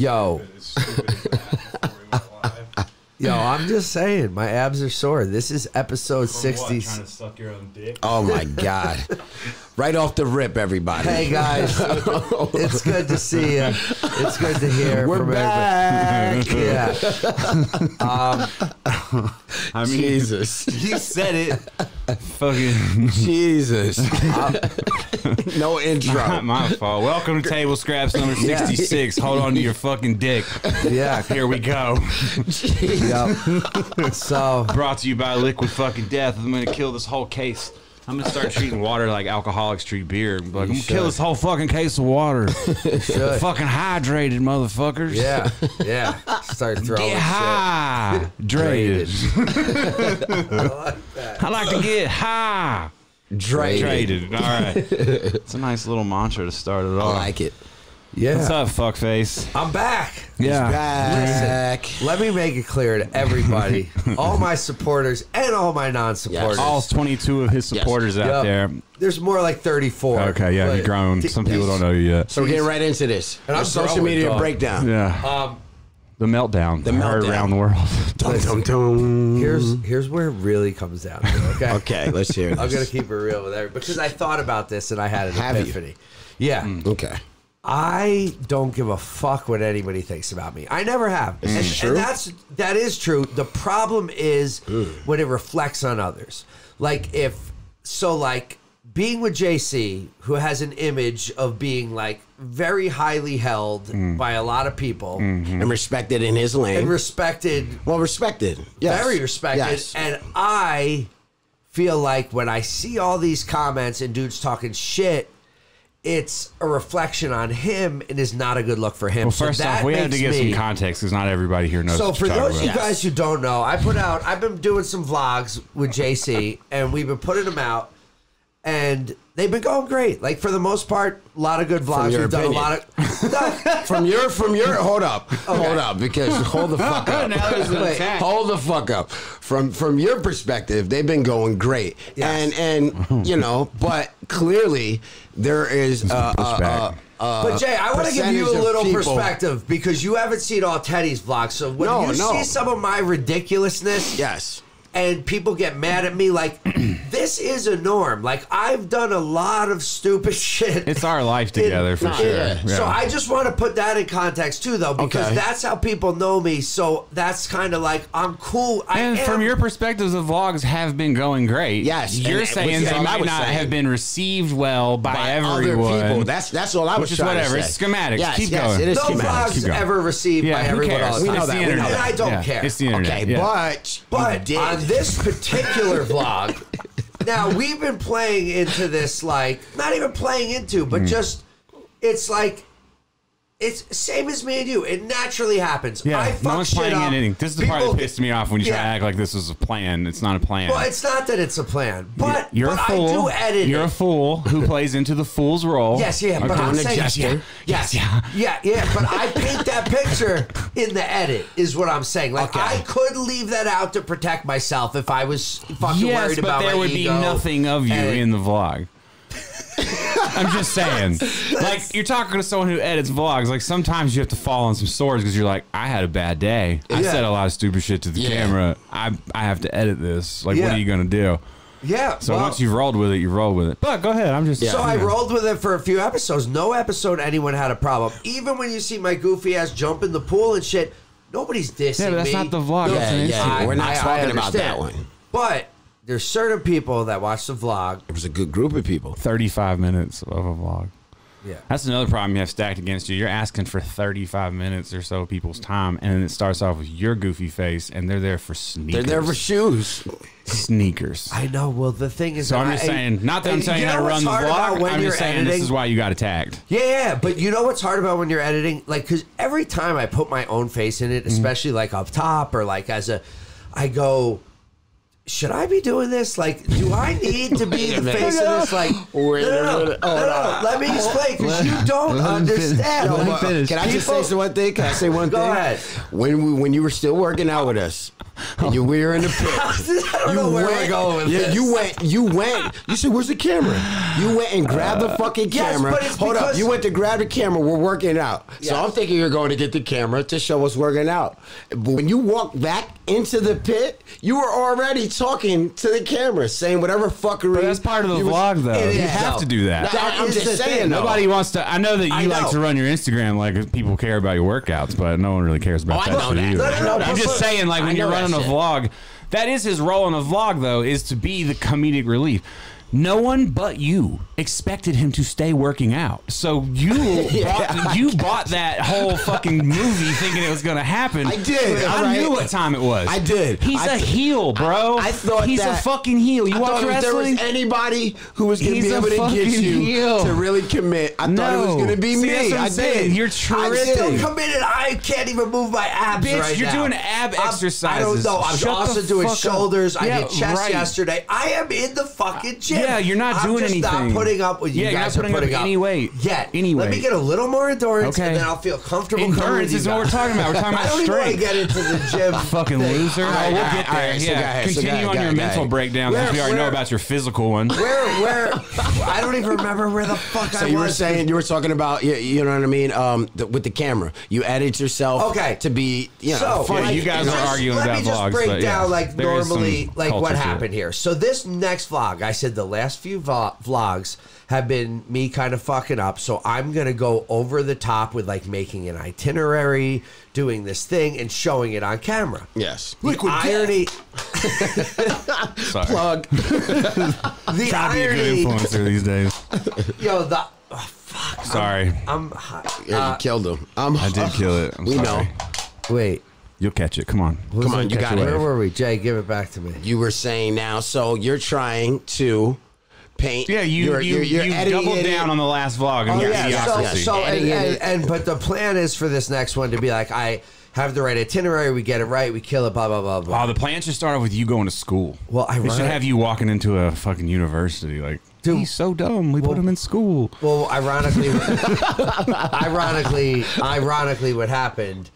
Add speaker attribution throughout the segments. Speaker 1: Yo,
Speaker 2: It's stupid as that before we went live. From
Speaker 1: yo, I'm just saying, my abs are sore. This is
Speaker 2: what,
Speaker 1: episode 60.
Speaker 2: Trying to suck your own dick.
Speaker 3: Oh my god! right off the rip, everybody.
Speaker 1: Hey guys, it's good to see you. It's good to hear.
Speaker 3: We're
Speaker 1: from
Speaker 3: back.
Speaker 1: Everybody. Yeah,
Speaker 4: I mean,
Speaker 3: Jesus,
Speaker 4: you said it. Fucking
Speaker 3: Jesus. no
Speaker 4: not
Speaker 3: intro.
Speaker 4: my fault. Welcome to Table Scraps number
Speaker 1: Yeah.
Speaker 4: 66. Hold on to your fucking dick.
Speaker 1: yeah,
Speaker 4: Here we go.
Speaker 1: yep. So,
Speaker 4: Brought to you by Liquid Fucking Death. I'm gonna kill this whole case. I'm gonna start treating water like alcoholics treat beer. Like, I'm gonna
Speaker 1: should.
Speaker 4: kill this whole fucking case of water.
Speaker 1: should.
Speaker 4: fucking hydrated, motherfuckers.
Speaker 1: yeah, yeah. Start throwing
Speaker 4: Get
Speaker 1: shit.
Speaker 4: hydrated. I like to get high.
Speaker 3: Dre.
Speaker 4: Traded. All right. It's a nice little mantra to start it
Speaker 3: I
Speaker 4: off.
Speaker 3: like it.
Speaker 4: What's
Speaker 1: Yeah,
Speaker 4: up, fuckface?
Speaker 1: I'm back.
Speaker 4: Yeah.
Speaker 3: Back.
Speaker 1: Let me make it clear to everybody, all my supporters and all my non-supporters.
Speaker 4: All 22 of his supporters
Speaker 1: Yep.
Speaker 4: out there.
Speaker 1: There's more like 34.
Speaker 4: Okay, yeah,
Speaker 1: but-
Speaker 4: you've grown. Some people don't know you yet.
Speaker 3: So we're getting right into this.
Speaker 1: And I'm
Speaker 3: Our social
Speaker 1: growing,
Speaker 3: media
Speaker 1: dog.
Speaker 3: breakdown.
Speaker 4: Yeah.
Speaker 1: Um,
Speaker 4: The meltdown. The
Speaker 3: meltdown.
Speaker 4: around the world.
Speaker 3: Dum, dum, dum.
Speaker 4: Mm-hmm.
Speaker 1: here's here's where it really comes down. To, okay.
Speaker 3: Okay, let's hear
Speaker 1: I'm gonna
Speaker 3: this.
Speaker 1: keep it real with everybody because I thought about this and I had an
Speaker 3: Have you?
Speaker 1: epiphany. Yeah,
Speaker 3: Okay.
Speaker 1: I don't give a fuck what anybody thinks about me. I never have, and, and
Speaker 3: true?
Speaker 1: that's that is true. The problem is when it reflects on others. Like if so, like being with JC, who has an image of being like very highly held
Speaker 3: Hmm.
Speaker 1: by a lot of people
Speaker 3: And respected in his
Speaker 1: and
Speaker 3: lane.
Speaker 1: respected
Speaker 3: well, respected. Yes.
Speaker 1: very respected.
Speaker 3: Yes.
Speaker 1: And I feel like when I see all these comments and dudes talking shit, it's a reflection on him and is not a good look for him.
Speaker 4: Well,
Speaker 1: So
Speaker 4: first
Speaker 1: that
Speaker 4: off, we had
Speaker 1: makes
Speaker 4: to give
Speaker 1: me-
Speaker 4: some context because not everybody here knows.
Speaker 1: So
Speaker 4: what
Speaker 1: for
Speaker 4: you're talking
Speaker 1: those of you
Speaker 4: about.
Speaker 1: guys who don't know, I put out I've been doing some vlogs with JC and we've been putting them out and they've been going great. Like for the most part, a lot of good vlogs.
Speaker 3: your
Speaker 1: We've done a
Speaker 3: opinion.
Speaker 1: lot of No,
Speaker 3: From your, from your, hold up, hold up, because hold the fuck up.
Speaker 4: Now there's an
Speaker 1: Wait,
Speaker 4: attack.
Speaker 3: Hold the fuck up. From from your perspective, they've been going great,
Speaker 1: Yes.
Speaker 3: and and you know, but clearly there is a, a,
Speaker 4: pushback.
Speaker 3: a, a
Speaker 1: But Jay, I want to give
Speaker 3: Uh, percentage
Speaker 1: you a
Speaker 3: of
Speaker 1: little
Speaker 3: people-
Speaker 1: perspective because you haven't seen all Teddy's vlogs. So when
Speaker 3: No,
Speaker 1: you
Speaker 3: no.
Speaker 1: see some of my ridiculousness,
Speaker 3: Yes,
Speaker 1: and people get mad at me, like this is a norm. Like I've done a lot of stupid shit.
Speaker 4: It's our life together for
Speaker 1: Nah,
Speaker 4: sure.
Speaker 3: yeah.
Speaker 4: Yeah.
Speaker 1: So I just want to put that in context too, though, because
Speaker 3: Okay.
Speaker 1: that's how people know me. So that's kind of like I'm cool. I
Speaker 4: and
Speaker 1: am-
Speaker 4: from your perspectives, the vlogs have been going great.
Speaker 3: Yes,
Speaker 4: you're
Speaker 3: and-
Speaker 4: saying
Speaker 3: which is
Speaker 4: they
Speaker 3: what I
Speaker 4: might
Speaker 3: was
Speaker 4: not
Speaker 3: saying.
Speaker 4: have been received well by,
Speaker 3: by
Speaker 4: everyone.
Speaker 3: other people. That's that's all I
Speaker 4: Which
Speaker 3: was
Speaker 4: is
Speaker 3: trying
Speaker 4: whatever.
Speaker 3: to say.
Speaker 4: It's schematics.
Speaker 3: Yes,
Speaker 4: Keep
Speaker 3: yes,
Speaker 4: going.
Speaker 3: it is
Speaker 1: no
Speaker 3: schematics.
Speaker 1: vlogs
Speaker 4: Keep going.
Speaker 1: ever received
Speaker 4: yeah,
Speaker 1: by
Speaker 4: who
Speaker 1: everyone
Speaker 4: cares?
Speaker 1: else.
Speaker 3: We know
Speaker 4: It's
Speaker 3: that.
Speaker 4: the
Speaker 3: We know
Speaker 4: internet.
Speaker 3: that.
Speaker 1: And I don't
Speaker 4: Yeah,
Speaker 1: care.
Speaker 4: It's the internet.
Speaker 3: Okay,
Speaker 4: yeah.
Speaker 3: but you
Speaker 1: But
Speaker 3: did.
Speaker 1: on this particular vlog, now we've been playing into this like not even playing into, but
Speaker 4: Mm-hmm.
Speaker 1: just it's like it's same as me and you. It naturally happens.
Speaker 4: Yeah,
Speaker 1: I fuck
Speaker 4: no one's
Speaker 1: shit
Speaker 4: planning
Speaker 1: up.
Speaker 4: anything. This is the part
Speaker 1: People-
Speaker 4: that pissed me off when you try
Speaker 1: Yeah.
Speaker 4: to act like this was a plan. It's not a plan.
Speaker 1: Well, it's not that it's a plan, but
Speaker 4: You're
Speaker 1: but
Speaker 4: a fool.
Speaker 1: I do edit.
Speaker 4: You're
Speaker 1: it.
Speaker 4: a fool who plays into the fool's role.
Speaker 1: Yes, yeah, but I'm
Speaker 3: doing a
Speaker 1: saying
Speaker 3: gesture.
Speaker 1: Yes, yeah, yeah, yeah. But I paint that picture in the edit, is what I'm saying. Like
Speaker 3: Okay.
Speaker 1: I could leave that out to protect myself if I was fucking
Speaker 4: Yes,
Speaker 1: worried
Speaker 4: but
Speaker 1: about
Speaker 4: there
Speaker 1: my
Speaker 4: would
Speaker 1: ego.
Speaker 4: be nothing of you
Speaker 1: and-
Speaker 4: in the vlog. I'm just saying. like you're talking to someone who edits vlogs. Like sometimes you have to fall on some swords because you're like, I had a bad day. I
Speaker 1: Yeah.
Speaker 4: said a lot of stupid shit to the
Speaker 3: Yeah.
Speaker 4: camera. I I have to edit this. Like, what
Speaker 1: Yeah.
Speaker 4: are you gonna do?
Speaker 1: Yeah.
Speaker 4: So
Speaker 1: well-
Speaker 4: once you've rolled with it, you roll with it. But go ahead. I'm just
Speaker 1: So I rolled with it for a few episodes. No episode anyone had a problem. Even when you see my goofy ass jump in the pool and shit, nobody's dissing
Speaker 4: Yeah, but that's
Speaker 1: me.
Speaker 4: not the vlog.
Speaker 3: yeah,
Speaker 4: That's an
Speaker 3: yeah,
Speaker 4: Instagram.
Speaker 3: we're not
Speaker 1: I- I
Speaker 3: talking about that
Speaker 1: understand.
Speaker 3: one.
Speaker 1: But there's certain people that watch the vlog.
Speaker 3: It was a good group of people.
Speaker 4: 35 minutes of a vlog.
Speaker 1: Yeah.
Speaker 4: That's another problem you have stacked against you. You're asking for 35 minutes or so of people's time, and it starts off with your goofy face, and they're there for
Speaker 3: They're
Speaker 4: sneakers.
Speaker 3: there for shoes.
Speaker 4: sneakers.
Speaker 1: I know. Well, the thing is,
Speaker 4: So I'm
Speaker 1: I-
Speaker 4: just saying, not that I'm
Speaker 1: and
Speaker 4: telling you
Speaker 1: know
Speaker 4: how to
Speaker 1: what's
Speaker 4: run the
Speaker 1: hard about
Speaker 4: vlog.
Speaker 1: when
Speaker 4: I'm
Speaker 1: you're
Speaker 4: just saying
Speaker 1: editing?
Speaker 4: this is why you got attacked.
Speaker 1: Yeah, yeah, but you know what's hard about when you're editing? Like, because every time I put my own face in it,
Speaker 4: Mm-hmm.
Speaker 1: especially like up top or like as a, I go, should I be doing this? Like, do I need to be the face of this? Like, no,
Speaker 3: Wait
Speaker 1: no,
Speaker 3: a
Speaker 1: no, no,
Speaker 3: minute.
Speaker 1: no, no, Let me explain because you don't understand.
Speaker 3: Can I just
Speaker 1: People-
Speaker 3: say one thing? Can I say one
Speaker 1: Go
Speaker 3: thing?
Speaker 1: ahead.
Speaker 3: When we, when you were still working out with us, and you were in the pit.
Speaker 1: I don't
Speaker 3: you
Speaker 1: know where
Speaker 3: went,
Speaker 1: we're going with
Speaker 3: yeah,
Speaker 1: this.
Speaker 3: you went, you went. You said, "Where's the camera?" You went and grabbed the fucking
Speaker 1: Uh, yes,
Speaker 3: camera.
Speaker 1: but it's
Speaker 3: Hold up,
Speaker 1: because-
Speaker 3: you went to grab the camera. We're working out, so
Speaker 1: Yes.
Speaker 3: I'm thinking you're going to get the camera to show us working out. But when you walked back into the pit, you were already talking to the camera, saying whatever fuckery.
Speaker 4: But that's part of the
Speaker 3: you was-
Speaker 4: vlog, though.
Speaker 3: It
Speaker 4: You
Speaker 3: is,
Speaker 4: have
Speaker 3: though.
Speaker 4: to do that.
Speaker 1: That
Speaker 3: I'm
Speaker 1: is
Speaker 3: just
Speaker 1: the
Speaker 3: saying.
Speaker 1: thing,
Speaker 3: though.
Speaker 4: Nobody wants to. I know that you
Speaker 3: I
Speaker 4: like
Speaker 3: know.
Speaker 4: to run your Instagram like people care about your workouts, but no one really
Speaker 3: Oh,
Speaker 4: cares about
Speaker 3: I
Speaker 4: that
Speaker 3: know
Speaker 4: shit
Speaker 3: that.
Speaker 4: either.
Speaker 3: I know that.
Speaker 4: I'm just saying, like
Speaker 3: I
Speaker 4: when you're
Speaker 3: know that
Speaker 4: running a
Speaker 3: shit.
Speaker 4: vlog, that is his role in a vlog, though, is to be the comedic relief. No one but you expected him to stay working out, so you bought, you bought that whole fucking movie thinking it was going to happen.
Speaker 3: I did,
Speaker 4: I
Speaker 3: alright.
Speaker 4: knew what time it was.
Speaker 3: I did.
Speaker 4: He's
Speaker 3: I
Speaker 4: a
Speaker 3: th-
Speaker 4: heel, bro.
Speaker 3: I thought
Speaker 4: he's
Speaker 3: that-
Speaker 4: a fucking heel. You
Speaker 3: I
Speaker 4: watch
Speaker 3: thought if there
Speaker 4: wrestling.
Speaker 3: was anybody who was going to
Speaker 4: He's
Speaker 3: be
Speaker 4: a
Speaker 3: able to
Speaker 4: fucking
Speaker 3: get you
Speaker 4: heel.
Speaker 3: to really commit, I thought it was
Speaker 4: No.
Speaker 3: going to be
Speaker 4: See,
Speaker 3: me.
Speaker 4: that's what I'm
Speaker 3: I
Speaker 4: saying.
Speaker 3: did.
Speaker 4: You're
Speaker 3: I
Speaker 4: tripping.
Speaker 1: Still
Speaker 3: did.
Speaker 1: committed. I can't even move my abs
Speaker 4: Bitch,
Speaker 1: right
Speaker 4: you're
Speaker 1: now.
Speaker 4: doing ab
Speaker 1: I'm- I don't
Speaker 4: exercises.
Speaker 1: know. I'm
Speaker 4: Shut
Speaker 1: also
Speaker 4: the
Speaker 1: doing
Speaker 4: fuck up.
Speaker 1: shoulders. I
Speaker 4: Yeah,
Speaker 1: did chest
Speaker 4: right. Uh,
Speaker 1: yesterday. I am in the fucking gym.
Speaker 4: Yeah, you're not
Speaker 1: I'm
Speaker 4: doing
Speaker 1: just
Speaker 4: anything.
Speaker 1: Not putting up with you
Speaker 4: Yeah, you're
Speaker 1: guys
Speaker 4: not putting
Speaker 1: are
Speaker 4: up
Speaker 1: putting up
Speaker 4: any weight.
Speaker 1: yet.
Speaker 4: Any
Speaker 1: Let me
Speaker 4: weight.
Speaker 1: get a little more endurance,
Speaker 4: Okay.
Speaker 1: and then I'll feel comfortable. coming with
Speaker 4: Endurance
Speaker 1: you
Speaker 4: is what we're
Speaker 1: guys.
Speaker 4: talking about. We're talking
Speaker 1: I
Speaker 4: about
Speaker 1: don't even want to
Speaker 4: strength.
Speaker 1: get into the gym.
Speaker 4: Fucking
Speaker 1: thing.
Speaker 4: loser.
Speaker 1: All
Speaker 4: oh,
Speaker 1: right,
Speaker 4: we'll
Speaker 3: all
Speaker 4: get
Speaker 3: right,
Speaker 4: there.
Speaker 3: all right, so go
Speaker 4: yeah.
Speaker 3: ahead, so go
Speaker 4: Continue
Speaker 3: ahead,
Speaker 4: on
Speaker 3: go
Speaker 4: your
Speaker 3: ahead,
Speaker 4: mental
Speaker 3: go ahead.
Speaker 4: breakdown since
Speaker 3: Where-
Speaker 4: we already know
Speaker 3: where-
Speaker 4: about your physical one.
Speaker 1: Where, where? I don't even remember where the fuck
Speaker 3: So
Speaker 1: I
Speaker 3: you were
Speaker 1: was.
Speaker 3: saying you were talking about you, you know what I mean um, the, with the camera. You edit yourself
Speaker 1: Okay.
Speaker 3: to be you know
Speaker 1: so
Speaker 3: funny.
Speaker 4: Yeah, you guys
Speaker 1: just-
Speaker 4: are arguing
Speaker 1: let
Speaker 4: about
Speaker 1: me just
Speaker 4: vlogs,
Speaker 1: break
Speaker 4: but yeah,
Speaker 1: down like
Speaker 4: there is some
Speaker 1: normally like
Speaker 4: culture
Speaker 1: what
Speaker 4: to it.
Speaker 1: happened here so this next vlog i said the last few vo- vlogs have been me kind of fucking up so i'm gonna go over the top with like making an itinerary doing this thing and showing it on camera
Speaker 3: yes.
Speaker 1: the irony
Speaker 4: Sorry.
Speaker 3: plug.
Speaker 1: the
Speaker 4: Try to be a
Speaker 1: irony
Speaker 4: good influencer these days.
Speaker 1: yo the oh, fuck
Speaker 4: Sorry.
Speaker 1: i'm hot. Uh,
Speaker 3: Yeah, you killed him. Uh, I'm,
Speaker 4: I did kill it. I'm
Speaker 3: we
Speaker 4: sorry.
Speaker 3: know.
Speaker 1: wait
Speaker 4: You'll catch it. Come on.
Speaker 3: Come on, you got it.
Speaker 1: where were we jay give it back to me
Speaker 3: You were saying now, so you're trying to paint.
Speaker 4: Yeah, you
Speaker 3: you're,
Speaker 4: you,
Speaker 3: you're, you're
Speaker 4: you
Speaker 3: editing
Speaker 4: doubled
Speaker 3: it.
Speaker 4: down on the last vlog and
Speaker 3: Oh,
Speaker 4: your
Speaker 3: yeah,
Speaker 1: So,
Speaker 4: idiocracy.
Speaker 1: so and,
Speaker 3: Editing
Speaker 1: and,
Speaker 3: it.
Speaker 1: and but the plan is for this next one to be like I have the right itinerary, we get it right, we kill it, blah blah blah blah.
Speaker 4: Oh, the plan should start off with you going to school.
Speaker 1: Well, I
Speaker 4: they should
Speaker 1: run-
Speaker 4: have you walking into a fucking university. Like,
Speaker 1: Dude.
Speaker 4: he's so dumb. We put him in school.
Speaker 1: Well, ironically, ironically, ironically, what happened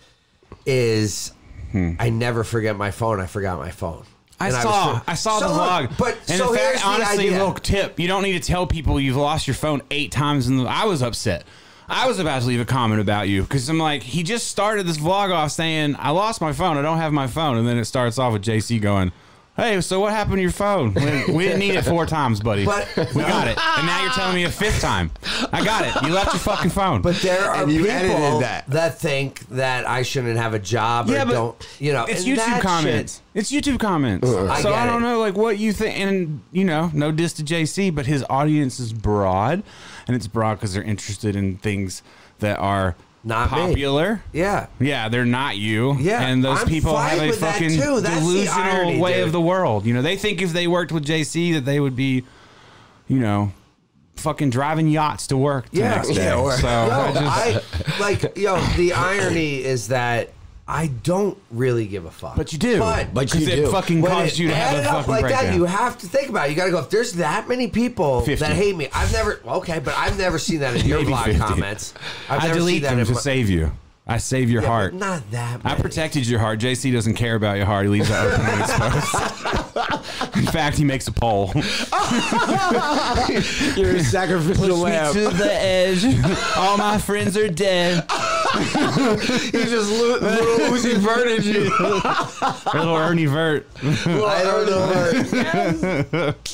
Speaker 1: is I never forget my phone. I forgot my phone.
Speaker 4: I
Speaker 1: And was
Speaker 4: saw,
Speaker 1: fr-
Speaker 4: I saw
Speaker 1: So
Speaker 4: the
Speaker 1: look,
Speaker 4: vlog.
Speaker 1: But
Speaker 4: and
Speaker 1: so
Speaker 4: in
Speaker 1: here's
Speaker 4: fact,
Speaker 1: the
Speaker 4: honestly,
Speaker 1: idea.
Speaker 4: little tip: you don't need to tell people you've lost your phone eight times. And I was upset. I was about to leave a comment about you because I'm like, he just started this vlog off saying, "I lost my phone. I don't have my phone," and then it starts off with JC going. Hey, so what happened to your phone? We, we didn't need it four times, buddy.
Speaker 1: But-
Speaker 4: we got it, and now you're telling me a fifth time. I got it. You left your fucking phone.
Speaker 1: But there are
Speaker 3: And you edited
Speaker 1: people that.
Speaker 3: that.
Speaker 1: think that I shouldn't have a job or don't, you know.
Speaker 4: it's
Speaker 1: and that
Speaker 4: YouTube
Speaker 1: shit-
Speaker 4: comments. It's YouTube comments.
Speaker 1: Uh, I
Speaker 4: so
Speaker 1: get
Speaker 4: I don't
Speaker 1: it.
Speaker 4: know, like what you think, and you know, no diss to JC, but his audience is broad, and it's broad because they're interested in things that are
Speaker 1: Not me.
Speaker 4: popular.
Speaker 1: Yeah.
Speaker 4: Yeah, they're not you.
Speaker 1: Yeah,
Speaker 4: and those
Speaker 1: I'm
Speaker 4: people
Speaker 1: fine
Speaker 4: have a
Speaker 1: with that
Speaker 4: fucking
Speaker 1: too. That's the
Speaker 4: delusional
Speaker 1: irony,
Speaker 4: way
Speaker 1: dude.
Speaker 4: of the world. You know, they think if they worked with JC that they would be, you know, fucking driving yachts to work. The
Speaker 1: Yeah,
Speaker 4: next day.
Speaker 1: yeah,
Speaker 3: or-
Speaker 4: so I
Speaker 1: yo,
Speaker 4: just,
Speaker 1: I, like yo. The irony is that I don't really give a fuck.
Speaker 4: but you do.
Speaker 1: But,
Speaker 3: But you
Speaker 4: 'Cause it
Speaker 3: do.
Speaker 4: fucking
Speaker 1: when
Speaker 4: caused
Speaker 1: it
Speaker 4: you to have a
Speaker 1: added up
Speaker 4: fucking
Speaker 1: like
Speaker 4: breakdown.
Speaker 1: that, you have to think about. it. You got to go. If there's that many people
Speaker 4: 50.
Speaker 1: that hate me, I've never okay, but I've never seen that in your
Speaker 4: Maybe
Speaker 1: blog
Speaker 4: 50.
Speaker 1: comments. I've
Speaker 4: I
Speaker 1: never
Speaker 4: delete
Speaker 1: seen that
Speaker 4: them
Speaker 1: in
Speaker 4: to
Speaker 1: my,
Speaker 4: save you. I save your
Speaker 1: Yeah, but
Speaker 4: heart.
Speaker 1: Not that.
Speaker 4: I
Speaker 1: many.
Speaker 4: protected your heart. JC doesn't care about your heart. He leaves it open and exposed. In fact, he makes a poll.
Speaker 3: You're a sacrificial lamb.
Speaker 4: the edge. All my friends are dead.
Speaker 3: You just lo- little Uzi Verted you.
Speaker 4: Little Ernie Vert.
Speaker 1: I don't know.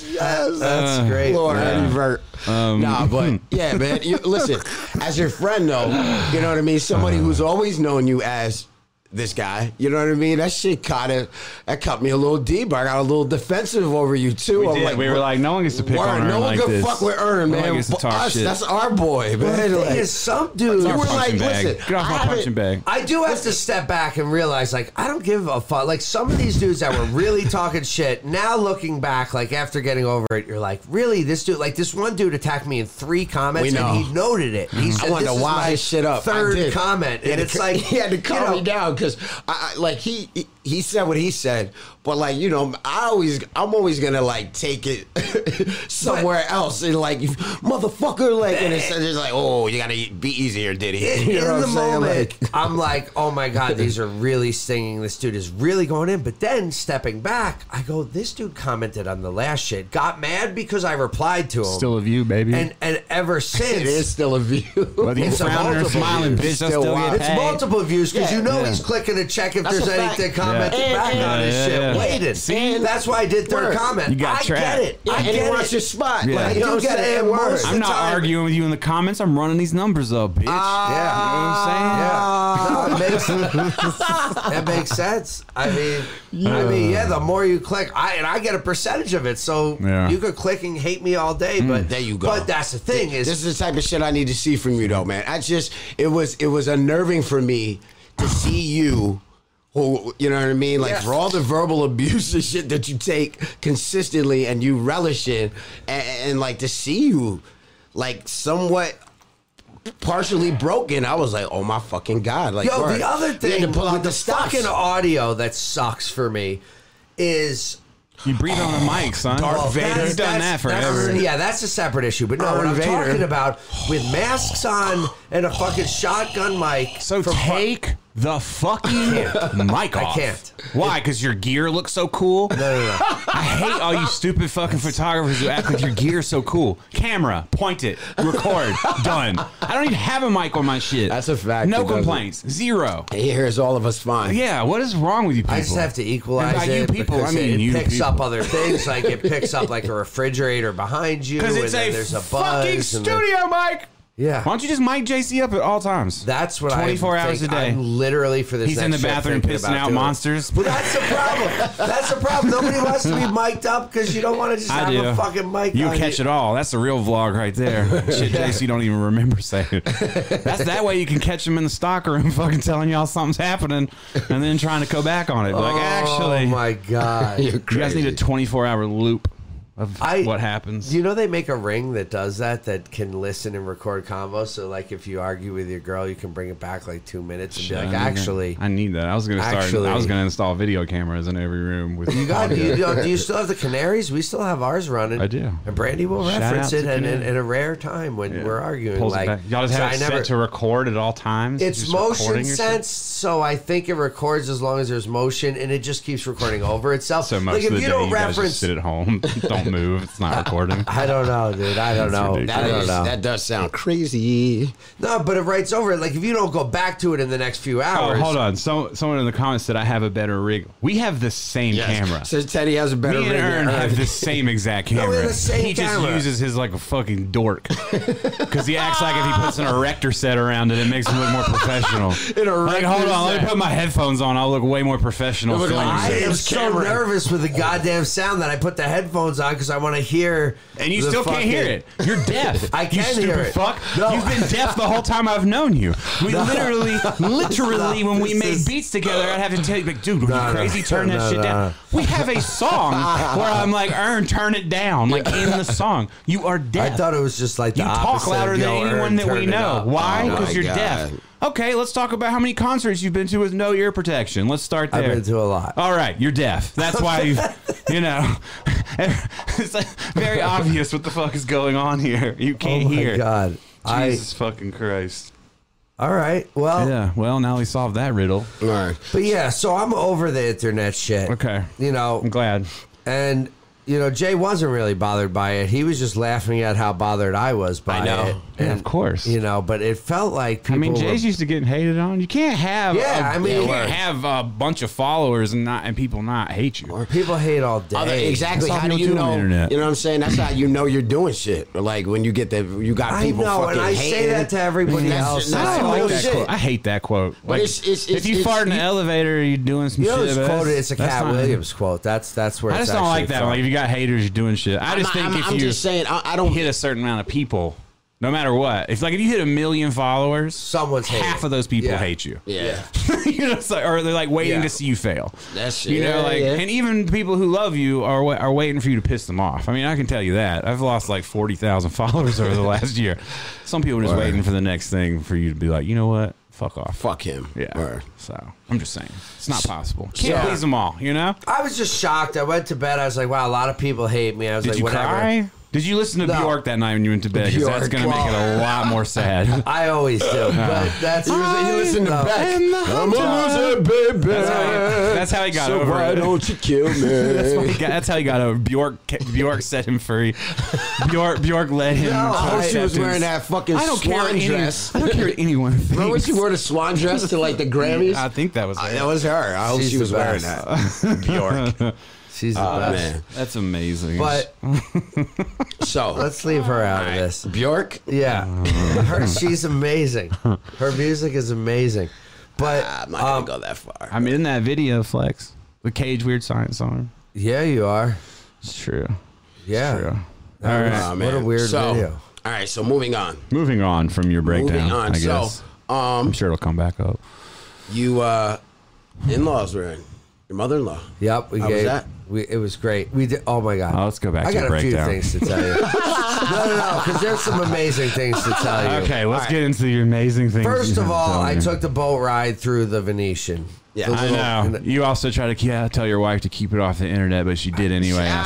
Speaker 3: Yes.
Speaker 4: Uh,
Speaker 1: That's great.
Speaker 3: Lord,
Speaker 1: man.
Speaker 3: Ernie Vert.
Speaker 4: Um,
Speaker 3: nah, but yeah, man. You, listen, as your friend though, you know what I mean.
Speaker 4: Uh.
Speaker 3: Somebody who's always known you as this guy, you know what I mean. That shit kind of that cut me a little deep. I got a little defensive over you too.
Speaker 4: We,
Speaker 3: I'm
Speaker 4: did.
Speaker 3: like,
Speaker 4: we were
Speaker 3: what-
Speaker 4: like, no one gets to pick
Speaker 3: Word,
Speaker 4: on Ernie
Speaker 3: no one
Speaker 4: like
Speaker 3: can
Speaker 4: this.
Speaker 3: fuck with Ern,
Speaker 4: No
Speaker 3: man.
Speaker 4: one gets to
Speaker 3: For
Speaker 4: talk
Speaker 3: us,
Speaker 4: shit.
Speaker 3: that's our boy, man.
Speaker 1: The
Speaker 3: Like,
Speaker 1: thing is, some dudes.
Speaker 3: you
Speaker 4: Our
Speaker 3: were
Speaker 4: punching
Speaker 3: like,
Speaker 4: bag.
Speaker 3: listen,
Speaker 4: get off
Speaker 3: I
Speaker 4: my
Speaker 3: haven't-
Speaker 4: punching bag.
Speaker 1: I do have to step back and realize, like, I don't give a fuck. Like, some of these dudes that were really talking shit, now looking back, like, after getting over it, you're like, really? This dude, like, this one dude attacked me in three comments
Speaker 3: We know. Mhm.
Speaker 1: and he noted it. He said,
Speaker 3: wanted
Speaker 1: this
Speaker 3: to
Speaker 1: is
Speaker 3: wild
Speaker 1: my
Speaker 3: his shit up. I
Speaker 1: Third
Speaker 3: did.
Speaker 1: comment.
Speaker 3: He had
Speaker 1: And
Speaker 3: to
Speaker 1: it's
Speaker 3: ca-
Speaker 1: like,
Speaker 3: he had to calm
Speaker 1: you know,
Speaker 3: me down because I, I like he he- he said what he said, but like you know, I always I'm always gonna like take it somewhere else and like motherfucker, like and it's it's like oh you gotta be easier, Diddy.
Speaker 1: in,
Speaker 3: You know what
Speaker 1: in
Speaker 3: I'm
Speaker 1: the
Speaker 3: saying?
Speaker 1: moment,
Speaker 3: Like,
Speaker 1: I'm like, oh my God, these are really stinging. This dude is really going in. But then stepping back, I go, this dude commented on the last shit, got mad because I replied to him.
Speaker 4: Still a view, baby.
Speaker 1: and, and ever since,
Speaker 3: it is still a view.
Speaker 4: Whether you
Speaker 1: it's a
Speaker 4: frowning or
Speaker 1: multiple
Speaker 4: smiling, bitch,
Speaker 1: view.
Speaker 4: I
Speaker 3: Still
Speaker 4: still
Speaker 3: wild.
Speaker 4: get
Speaker 1: it's
Speaker 4: paid.
Speaker 1: multiple views because
Speaker 3: Yeah.
Speaker 1: you know
Speaker 3: Yeah.
Speaker 1: he's clicking to check if
Speaker 3: That's
Speaker 1: there's
Speaker 3: a fact.
Speaker 1: anything commented
Speaker 4: Yeah.
Speaker 1: back on his
Speaker 4: Yeah,
Speaker 1: shit,
Speaker 4: yeah, yeah.
Speaker 1: waiting.
Speaker 3: See?
Speaker 1: That's why I did third
Speaker 3: Word.
Speaker 1: comment.
Speaker 4: You got
Speaker 1: I
Speaker 4: trapped.
Speaker 1: get it.
Speaker 3: Yeah,
Speaker 1: I
Speaker 3: and he
Speaker 1: get
Speaker 3: wants
Speaker 1: it.
Speaker 3: your spot.
Speaker 4: Yeah.
Speaker 3: Like, you know what
Speaker 1: You
Speaker 3: I'm
Speaker 1: get
Speaker 3: saying?
Speaker 1: it,
Speaker 3: Most
Speaker 1: word.
Speaker 3: of the
Speaker 4: I'm not
Speaker 3: time-
Speaker 4: arguing with you in the comments. I'm running these numbers up, bitch.
Speaker 1: Yeah.
Speaker 4: you know what I'm saying?
Speaker 3: Ah.
Speaker 1: No, it makes, that makes sense. I mean, I mean, yeah. The more you click, I and I get a percentage of it. So
Speaker 4: Yeah.
Speaker 1: you could click and hate me all day, but
Speaker 3: Mm. There you go.
Speaker 1: But that's the thing is,
Speaker 3: This is the type of shit I need to see from you, though, man. I just it was it was unnerving for me to see you. Who, you know what I mean? Like
Speaker 1: Yeah.
Speaker 3: for all the verbal abuse and shit that you take consistently and you relish in, and, and like to see you like somewhat partially broken, I was like, oh my fucking god! Like,
Speaker 1: yo,
Speaker 3: word.
Speaker 1: the other
Speaker 3: They had
Speaker 1: thing,
Speaker 3: to pull out
Speaker 1: with
Speaker 3: the,
Speaker 1: the
Speaker 3: stops.
Speaker 1: fucking audio that sucks for me is
Speaker 4: You breathe on the mic, son.
Speaker 3: Darth
Speaker 1: Well,
Speaker 3: Vader.
Speaker 1: that's-
Speaker 4: You've done that
Speaker 1: that's-
Speaker 4: forever.
Speaker 1: that's- yeah, that's a separate issue. But no, what
Speaker 3: Darth
Speaker 1: I'm
Speaker 3: Vader.
Speaker 1: talking about with masks on and a fucking shotgun mic.
Speaker 4: So
Speaker 1: from-
Speaker 4: take the fucking mic off.
Speaker 1: can't.
Speaker 4: Why? Because your gear looks so cool.
Speaker 1: No, no, no.
Speaker 4: I hate all you stupid fucking photographers who act like your gear is so cool. Camera, point it, record, done. I don't even have a mic on my shit.
Speaker 3: That's a fact, it
Speaker 4: No
Speaker 3: doesn't.
Speaker 4: complaints, zero.
Speaker 3: He hears all of us fine.
Speaker 4: Yeah, what is wrong with you people?
Speaker 1: I just have to
Speaker 4: And by
Speaker 1: equalize
Speaker 4: you
Speaker 1: it
Speaker 4: people,
Speaker 1: because
Speaker 4: I mean
Speaker 1: it
Speaker 4: you
Speaker 1: picks up
Speaker 4: people.
Speaker 1: other things. Like it picks up like a refrigerator behind you,
Speaker 4: Because
Speaker 1: and
Speaker 4: it's
Speaker 1: then
Speaker 4: a,
Speaker 1: there's a
Speaker 4: fucking
Speaker 1: buzz. and then-
Speaker 4: studio mic.
Speaker 1: yeah,
Speaker 4: Why don't you just mic JC up at all times?
Speaker 1: that's what I
Speaker 4: 24 hours
Speaker 1: think.
Speaker 4: a day.
Speaker 1: I'm literally for this.
Speaker 4: He's in
Speaker 1: next
Speaker 4: the
Speaker 1: trip
Speaker 4: bathroom
Speaker 1: thinking
Speaker 4: pissing
Speaker 1: about
Speaker 4: out
Speaker 1: doing it.
Speaker 4: monsters.
Speaker 1: Well, that's the problem. That's the problem. Nobody wants to be mic'd up because you don't want to just
Speaker 4: I
Speaker 1: have
Speaker 4: do.
Speaker 1: a fucking mic.
Speaker 4: You
Speaker 1: on
Speaker 4: catch it all. That's the real vlog right there. Shit, Jace, you don't even remember saying. That's that way you can catch him in the stock room, fucking telling y'all something's happening, and then trying to go back on it. Be Like
Speaker 1: oh
Speaker 4: actually,
Speaker 1: my god.
Speaker 3: You're
Speaker 4: you guys need a
Speaker 3: crazy.
Speaker 4: 24 hour loop of
Speaker 1: I-
Speaker 4: what happens.
Speaker 1: Do you know they make a ring that does that that can listen and record combos? So like if you argue with your girl, you can bring it back like two minutes and be
Speaker 4: I
Speaker 1: like,
Speaker 4: need that.
Speaker 1: actually,
Speaker 4: I need that. I was gonna start.
Speaker 1: Actually-
Speaker 4: I was gonna install video cameras in every room with
Speaker 1: you got you, know, do you still have the canaries? We still have ours running.
Speaker 4: I do.
Speaker 1: And Brandy will
Speaker 4: Shout
Speaker 1: reference
Speaker 4: out
Speaker 1: it
Speaker 4: to
Speaker 1: and in,
Speaker 4: Canary.
Speaker 1: in a rare time when we're arguing.
Speaker 4: Pulls it
Speaker 1: like
Speaker 4: back. Y'all just
Speaker 1: so
Speaker 4: have
Speaker 1: I
Speaker 4: it
Speaker 1: never-
Speaker 4: set to record at all times.
Speaker 1: It's
Speaker 4: Just
Speaker 1: motion
Speaker 4: recording your shit?
Speaker 1: sense, so I think it records as long as there's motion, and it just keeps recording over itself.
Speaker 4: So most
Speaker 1: like if
Speaker 4: of the
Speaker 1: you
Speaker 4: day,
Speaker 1: don't
Speaker 4: you guys just
Speaker 1: reference,
Speaker 4: sit at home, don't move. It's not recording.
Speaker 1: I don't know, dude. I don't know.
Speaker 4: ridiculous.
Speaker 1: I
Speaker 3: That,
Speaker 1: don't
Speaker 3: is,
Speaker 1: know.
Speaker 3: that does sound crazy.
Speaker 1: No, but it writes over it. Like if you don't go back to it in the next few hours,
Speaker 4: Oh, hold on. So, someone in the comments said I have a better rig. We have the same camera.
Speaker 3: Says Teddy has a better
Speaker 4: Me and
Speaker 3: rig. than
Speaker 4: Aaron
Speaker 3: Aaron.
Speaker 4: have the same exact
Speaker 1: we
Speaker 4: camera.
Speaker 1: have the same
Speaker 4: he
Speaker 1: camera.
Speaker 4: just uses his like a fucking dork because he acts like if he puts an erector set around it, it makes him look more professional.
Speaker 3: An
Speaker 4: like,
Speaker 3: erector
Speaker 4: hold on, let me
Speaker 3: set.
Speaker 4: put my headphones on. I'll look way more professional.
Speaker 3: Look
Speaker 4: filming
Speaker 3: like-
Speaker 1: I
Speaker 4: this.
Speaker 1: am
Speaker 3: James
Speaker 1: so
Speaker 3: Cameron.
Speaker 1: nervous with the goddamn sound that I put the headphones on because I want to hear.
Speaker 4: and you
Speaker 1: the
Speaker 4: still can't hear
Speaker 1: fucking-
Speaker 4: it. You're deaf.
Speaker 1: I
Speaker 4: you
Speaker 1: can
Speaker 4: stupid
Speaker 1: hear it.
Speaker 4: Fuck.
Speaker 1: No.
Speaker 4: You've been deaf the whole time I've known you. We literally, literally, when we
Speaker 1: This
Speaker 4: made
Speaker 1: is-
Speaker 4: beats together, I'd have to tell you, like, dude, are
Speaker 1: No,
Speaker 4: you
Speaker 1: no.
Speaker 4: crazy? Turn that
Speaker 1: No,
Speaker 4: shit
Speaker 1: no,
Speaker 4: down.
Speaker 1: no.
Speaker 4: We have a song where I'm like, Ern, turn it down, like in the song. You are
Speaker 1: I
Speaker 4: deaf.
Speaker 1: thought it was just like the
Speaker 4: you talk
Speaker 1: opposite of,
Speaker 4: louder than
Speaker 1: yo,
Speaker 4: anyone
Speaker 1: Aaron,
Speaker 4: that we
Speaker 1: turn it
Speaker 4: know.
Speaker 1: up.
Speaker 4: Why?
Speaker 3: Oh,
Speaker 4: Because
Speaker 3: my
Speaker 4: you're
Speaker 3: God.
Speaker 4: deaf. Okay, let's talk about how many concerts you've been to with no ear protection. Let's start there.
Speaker 1: I've been to a lot.
Speaker 4: All right, you're deaf. That's why you, you know, it's like very obvious what the fuck is going on here. You
Speaker 1: Oh
Speaker 4: can't
Speaker 1: my
Speaker 4: hear.
Speaker 1: god! I Oh.
Speaker 4: Jesus fucking Christ.
Speaker 1: all right. Well,
Speaker 4: Yeah. Well, now we solved that riddle.
Speaker 3: All right.
Speaker 1: but yeah. So I'm over the internet shit.
Speaker 4: Okay.
Speaker 1: You know,
Speaker 4: I'm glad.
Speaker 1: and you know, Jay wasn't really bothered by it. He was just laughing at how bothered I was by
Speaker 3: I know.
Speaker 1: it.
Speaker 4: Yeah,
Speaker 1: And,
Speaker 4: of course.
Speaker 1: You know, but it felt like people
Speaker 4: I mean,
Speaker 1: were-
Speaker 4: Jay's used to getting hated on. You can't have.
Speaker 1: Yeah,
Speaker 4: a-
Speaker 1: I mean-
Speaker 4: you can't have a bunch of followers and not and people not hate you.
Speaker 1: people hate all day.
Speaker 3: Other, exactly.
Speaker 4: that's
Speaker 3: How
Speaker 4: all
Speaker 3: do
Speaker 4: people
Speaker 3: you
Speaker 4: do on
Speaker 3: know?
Speaker 4: the internet.
Speaker 3: You know what I'm saying? That's how you know you're doing shit. Like when you get that, you got
Speaker 1: I
Speaker 3: people
Speaker 1: know,
Speaker 3: fucking
Speaker 1: and I
Speaker 3: hating.
Speaker 1: say that to everybody
Speaker 3: That's-
Speaker 1: else.
Speaker 3: that's
Speaker 1: I
Speaker 4: I,
Speaker 1: don't
Speaker 4: like
Speaker 3: real
Speaker 4: that
Speaker 3: shit.
Speaker 4: quote. I hate that quote. Like,
Speaker 3: it's- it's-
Speaker 4: if
Speaker 3: it's-
Speaker 4: you
Speaker 3: it's-
Speaker 4: fart in an elevator, you're doing some
Speaker 1: You know,
Speaker 4: shit.
Speaker 1: it's
Speaker 4: but that's-
Speaker 1: quoted. It's a
Speaker 4: that's
Speaker 1: Cat
Speaker 4: not-
Speaker 1: Williams quote. That's that's where
Speaker 4: I
Speaker 1: it's
Speaker 4: just don't like
Speaker 1: actually
Speaker 4: that.
Speaker 1: from.
Speaker 4: Like if you got haters, you're doing shit. I
Speaker 3: I'm-
Speaker 4: just think
Speaker 3: I'm,
Speaker 4: if
Speaker 3: I'm
Speaker 4: you
Speaker 3: just saying, I, I don't.
Speaker 4: hit a certain amount of people, no matter what, if like if you hit a million followers,
Speaker 1: Someone's hating.
Speaker 4: half of those people
Speaker 1: Yeah.
Speaker 4: hate you.
Speaker 3: yeah.
Speaker 4: you know, it's like, or they're like waiting
Speaker 1: Yeah.
Speaker 4: to see you fail.
Speaker 3: That's
Speaker 4: you know,
Speaker 3: yeah,
Speaker 4: like,
Speaker 3: yeah.
Speaker 4: and even the people who love you are wa- are waiting for you to piss them off. I mean, I can tell you that. I've lost like forty thousand followers over the last year. Some people are just waiting for the next thing for you to be like, you know what, fuck off.
Speaker 3: Fuck him.
Speaker 4: Yeah.
Speaker 3: Or-
Speaker 4: So I'm just saying, it's not possible. Can't
Speaker 3: Yeah.
Speaker 4: please them all, you know.
Speaker 1: I was just shocked. I went to bed. I was like, wow, a lot of people hate me. I was
Speaker 4: Did
Speaker 1: like,
Speaker 4: you
Speaker 1: whatever.
Speaker 4: cry? Did you listen to
Speaker 1: No.
Speaker 4: Bjork that night when you went to bed? Because that's
Speaker 3: Bjork.
Speaker 4: gonna make it a lot more sad.
Speaker 1: I always do,
Speaker 4: Ah.
Speaker 1: but that's
Speaker 3: He was- he listened to
Speaker 1: No.
Speaker 3: Beck.
Speaker 4: am the
Speaker 3: I'm a loser, baby.
Speaker 4: That's how he- that's how he got
Speaker 3: so
Speaker 4: over
Speaker 3: why
Speaker 4: it.
Speaker 3: don't you kill me?
Speaker 4: That's, why he got, that's how he got over. Bjork Bjork set him free. Bjork Bjork led him.
Speaker 3: No,
Speaker 4: to
Speaker 3: I wish she was
Speaker 4: acceptance.
Speaker 3: wearing that fucking
Speaker 4: I don't care
Speaker 3: swan
Speaker 4: what any-
Speaker 3: dress.
Speaker 4: I don't care what anyone thinks.
Speaker 3: Remember when she wore the swan dress to like the Grammys?
Speaker 4: I think that was.
Speaker 3: Uh,
Speaker 4: it.
Speaker 3: that was her. I hope
Speaker 1: She's
Speaker 3: she was
Speaker 1: the
Speaker 3: wearing
Speaker 1: best.
Speaker 3: that. Bjork.
Speaker 1: She's the
Speaker 3: Oh,
Speaker 1: best.
Speaker 3: man.
Speaker 4: That's amazing.
Speaker 1: But
Speaker 3: So
Speaker 1: let's leave her out of this.
Speaker 3: Bjork.
Speaker 1: Yeah, her, she's amazing. Her music is amazing, but
Speaker 3: Ah, I'm not gonna
Speaker 1: um,
Speaker 3: go that far.
Speaker 4: I'm in that video, Flex. The Cage Weird Science song.
Speaker 1: yeah, you are.
Speaker 4: It's true.
Speaker 1: Yeah,
Speaker 4: True. All
Speaker 1: That
Speaker 4: right.
Speaker 1: was-
Speaker 3: Ah,
Speaker 1: what
Speaker 3: man.
Speaker 1: a weird
Speaker 3: so,
Speaker 1: video.
Speaker 3: All right, so moving on.
Speaker 4: Moving on from your breakdown.
Speaker 3: moving on.
Speaker 4: I guess.
Speaker 3: So, um,
Speaker 4: I'm sure it'll come back up.
Speaker 3: you uh, in-laws were in. Your mother-in-law.
Speaker 1: Yep, we
Speaker 3: How was
Speaker 1: gave.
Speaker 3: that?
Speaker 1: We, it was great. We did. Oh my god.
Speaker 4: Oh, let's go back
Speaker 1: I
Speaker 4: to
Speaker 1: got
Speaker 4: the
Speaker 1: a few
Speaker 4: breakdown.
Speaker 1: things to tell you. no, no, no, because there's some amazing things to tell you.
Speaker 4: Okay, let's
Speaker 3: right.
Speaker 4: get into the amazing things.
Speaker 1: First
Speaker 4: you
Speaker 1: of
Speaker 4: have
Speaker 1: all,
Speaker 4: done.
Speaker 1: I took the boat ride through the Venetian.
Speaker 3: Yeah,
Speaker 1: The
Speaker 4: I know.
Speaker 1: little-
Speaker 4: You also try to yeah, tell your wife to keep it off the internet, but she did anyway. and I
Speaker 1: I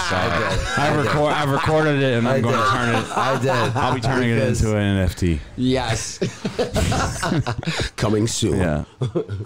Speaker 1: did.
Speaker 4: saw it. I record. I recorded it, and
Speaker 1: I
Speaker 4: I'm going
Speaker 1: did.
Speaker 4: to turn it.
Speaker 1: I did.
Speaker 4: I'll be turning it
Speaker 1: Because
Speaker 4: into an NFT.
Speaker 3: Yes. Coming soon.
Speaker 4: Yeah,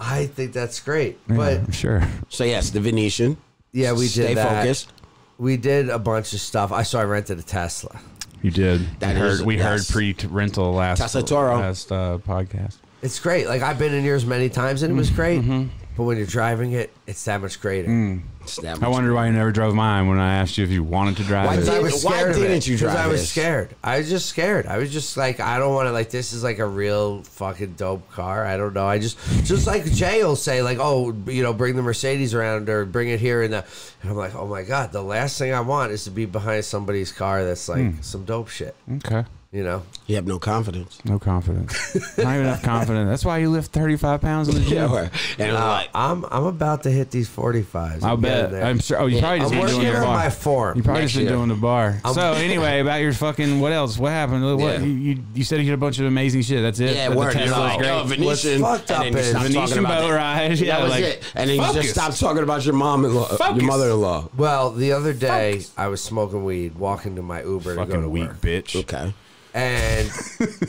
Speaker 1: I think that's great,
Speaker 4: yeah
Speaker 1: but
Speaker 4: I'm sure.
Speaker 3: So yes, the Venetian.
Speaker 1: yeah, we did
Speaker 3: Stay
Speaker 1: that.
Speaker 3: focused.
Speaker 1: We did a bunch of stuff. I saw I rented a Tesla.
Speaker 4: You did.
Speaker 3: That
Speaker 4: we heard,
Speaker 3: is-
Speaker 4: we
Speaker 3: yes.
Speaker 4: heard pre-rental last
Speaker 3: Tesla Toro.
Speaker 4: last uh, podcast.
Speaker 1: It's great. Like I've been in yours many times, and it
Speaker 4: Mm-hmm.
Speaker 1: was great. But when you're driving it, it's that much greater.
Speaker 4: Mm.
Speaker 3: Snap.
Speaker 4: I wondered why you never drove mine when I asked you if you wanted to drive
Speaker 3: Why
Speaker 4: it.
Speaker 1: Because I
Speaker 3: did-
Speaker 1: was
Speaker 3: why
Speaker 1: scared of it.
Speaker 3: didn't you
Speaker 1: 'Cause
Speaker 3: drive
Speaker 1: I was
Speaker 3: this?
Speaker 1: scared. I was just scared. I was just like, I don't want to. Like this is like a real fucking dope car. I don't know. I just just like Jay will say like, oh, you know, bring the Mercedes around or bring it here and the. And I'm like, oh my god, the last thing I want is to be behind somebody's car that's like
Speaker 4: Hmm.
Speaker 1: some dope shit.
Speaker 4: Okay.
Speaker 1: You know,
Speaker 3: You have no confidence.
Speaker 4: No confidence. Not even enough confidence. That's why you lift 35 pounds in the gym.
Speaker 3: And I'm like,
Speaker 1: I'm I'm about to hit these 45s.
Speaker 4: I'll
Speaker 1: I'm getting
Speaker 4: bet.
Speaker 1: there.
Speaker 4: I'm sure. Oh, you probably just
Speaker 1: I'm
Speaker 4: been
Speaker 1: working
Speaker 4: doing the
Speaker 1: on my
Speaker 4: bar.
Speaker 1: form.
Speaker 4: You probably
Speaker 3: Next
Speaker 4: just been
Speaker 3: year.
Speaker 4: doing the bar. so anyway, about your fucking what else? What happened? What,
Speaker 3: Yeah.
Speaker 4: you, you you said you did a bunch of amazing shit. That's it.
Speaker 3: yeah,
Speaker 4: That the
Speaker 3: word.
Speaker 4: Tesla
Speaker 3: You're
Speaker 4: was
Speaker 3: like,
Speaker 4: great.
Speaker 3: oh, Venetian.
Speaker 1: What's fucked up
Speaker 3: and then
Speaker 1: is-
Speaker 3: you stop
Speaker 4: Venetian
Speaker 3: talking about
Speaker 4: boat
Speaker 3: that.
Speaker 4: ride.
Speaker 3: That
Speaker 4: Yeah,
Speaker 3: was
Speaker 4: like,
Speaker 3: it. And then you
Speaker 4: focus.
Speaker 3: just stop talking about your mom and
Speaker 4: Focus.
Speaker 3: your mother-in-law.
Speaker 1: Well, the other day I was smoking weed, walking to my Uber to go to
Speaker 4: Fucking weak
Speaker 1: work,
Speaker 4: bitch.
Speaker 3: Okay.
Speaker 1: and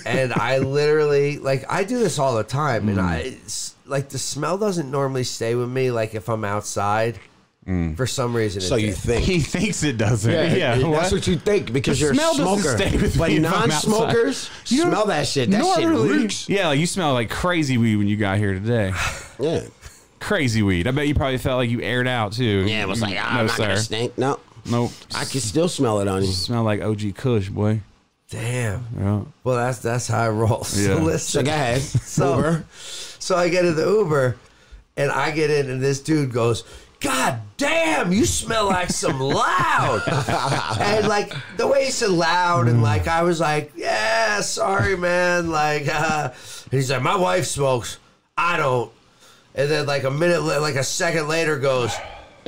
Speaker 1: and I literally like I do this all the time, and I it's- like the smell doesn't normally stay with me. Like if I'm outside, for some reason, it
Speaker 3: So you
Speaker 1: did.
Speaker 3: think.
Speaker 4: He thinks it doesn't. Yeah,
Speaker 3: that's what you think because
Speaker 4: The
Speaker 3: you're
Speaker 4: smell
Speaker 3: a
Speaker 4: doesn't
Speaker 3: smoker.
Speaker 4: stay with
Speaker 3: but
Speaker 4: me if I'm
Speaker 3: non-smokers
Speaker 4: outside. You don't-
Speaker 3: smell that shit. That shit
Speaker 4: Normally-
Speaker 3: reeks.
Speaker 4: Yeah, like you smell like crazy weed when you got here today.
Speaker 3: Yeah,
Speaker 4: crazy weed. I bet you probably felt like you aired out too.
Speaker 3: yeah. It was like, ah,
Speaker 4: no,
Speaker 3: I'm not
Speaker 4: sir.
Speaker 3: gonna stink. No,
Speaker 4: Nope.
Speaker 3: I can still smell it on you.
Speaker 4: smell like OG Kush, boy.
Speaker 1: damn.
Speaker 4: Yeah.
Speaker 1: Well, that's that's how I roll. So
Speaker 4: Yeah.
Speaker 3: So
Speaker 1: listen,
Speaker 3: go ahead.
Speaker 1: So,
Speaker 3: Uber.
Speaker 1: so I get in the Uber, and I get in, and this dude goes, "God damn, you smell like some loud." and like the way he said "loud," and like I was like, "Yeah, sorry, man." Like uh, and he's like, "My wife smokes, I don't." And then like a minute, la- like a second later, goes.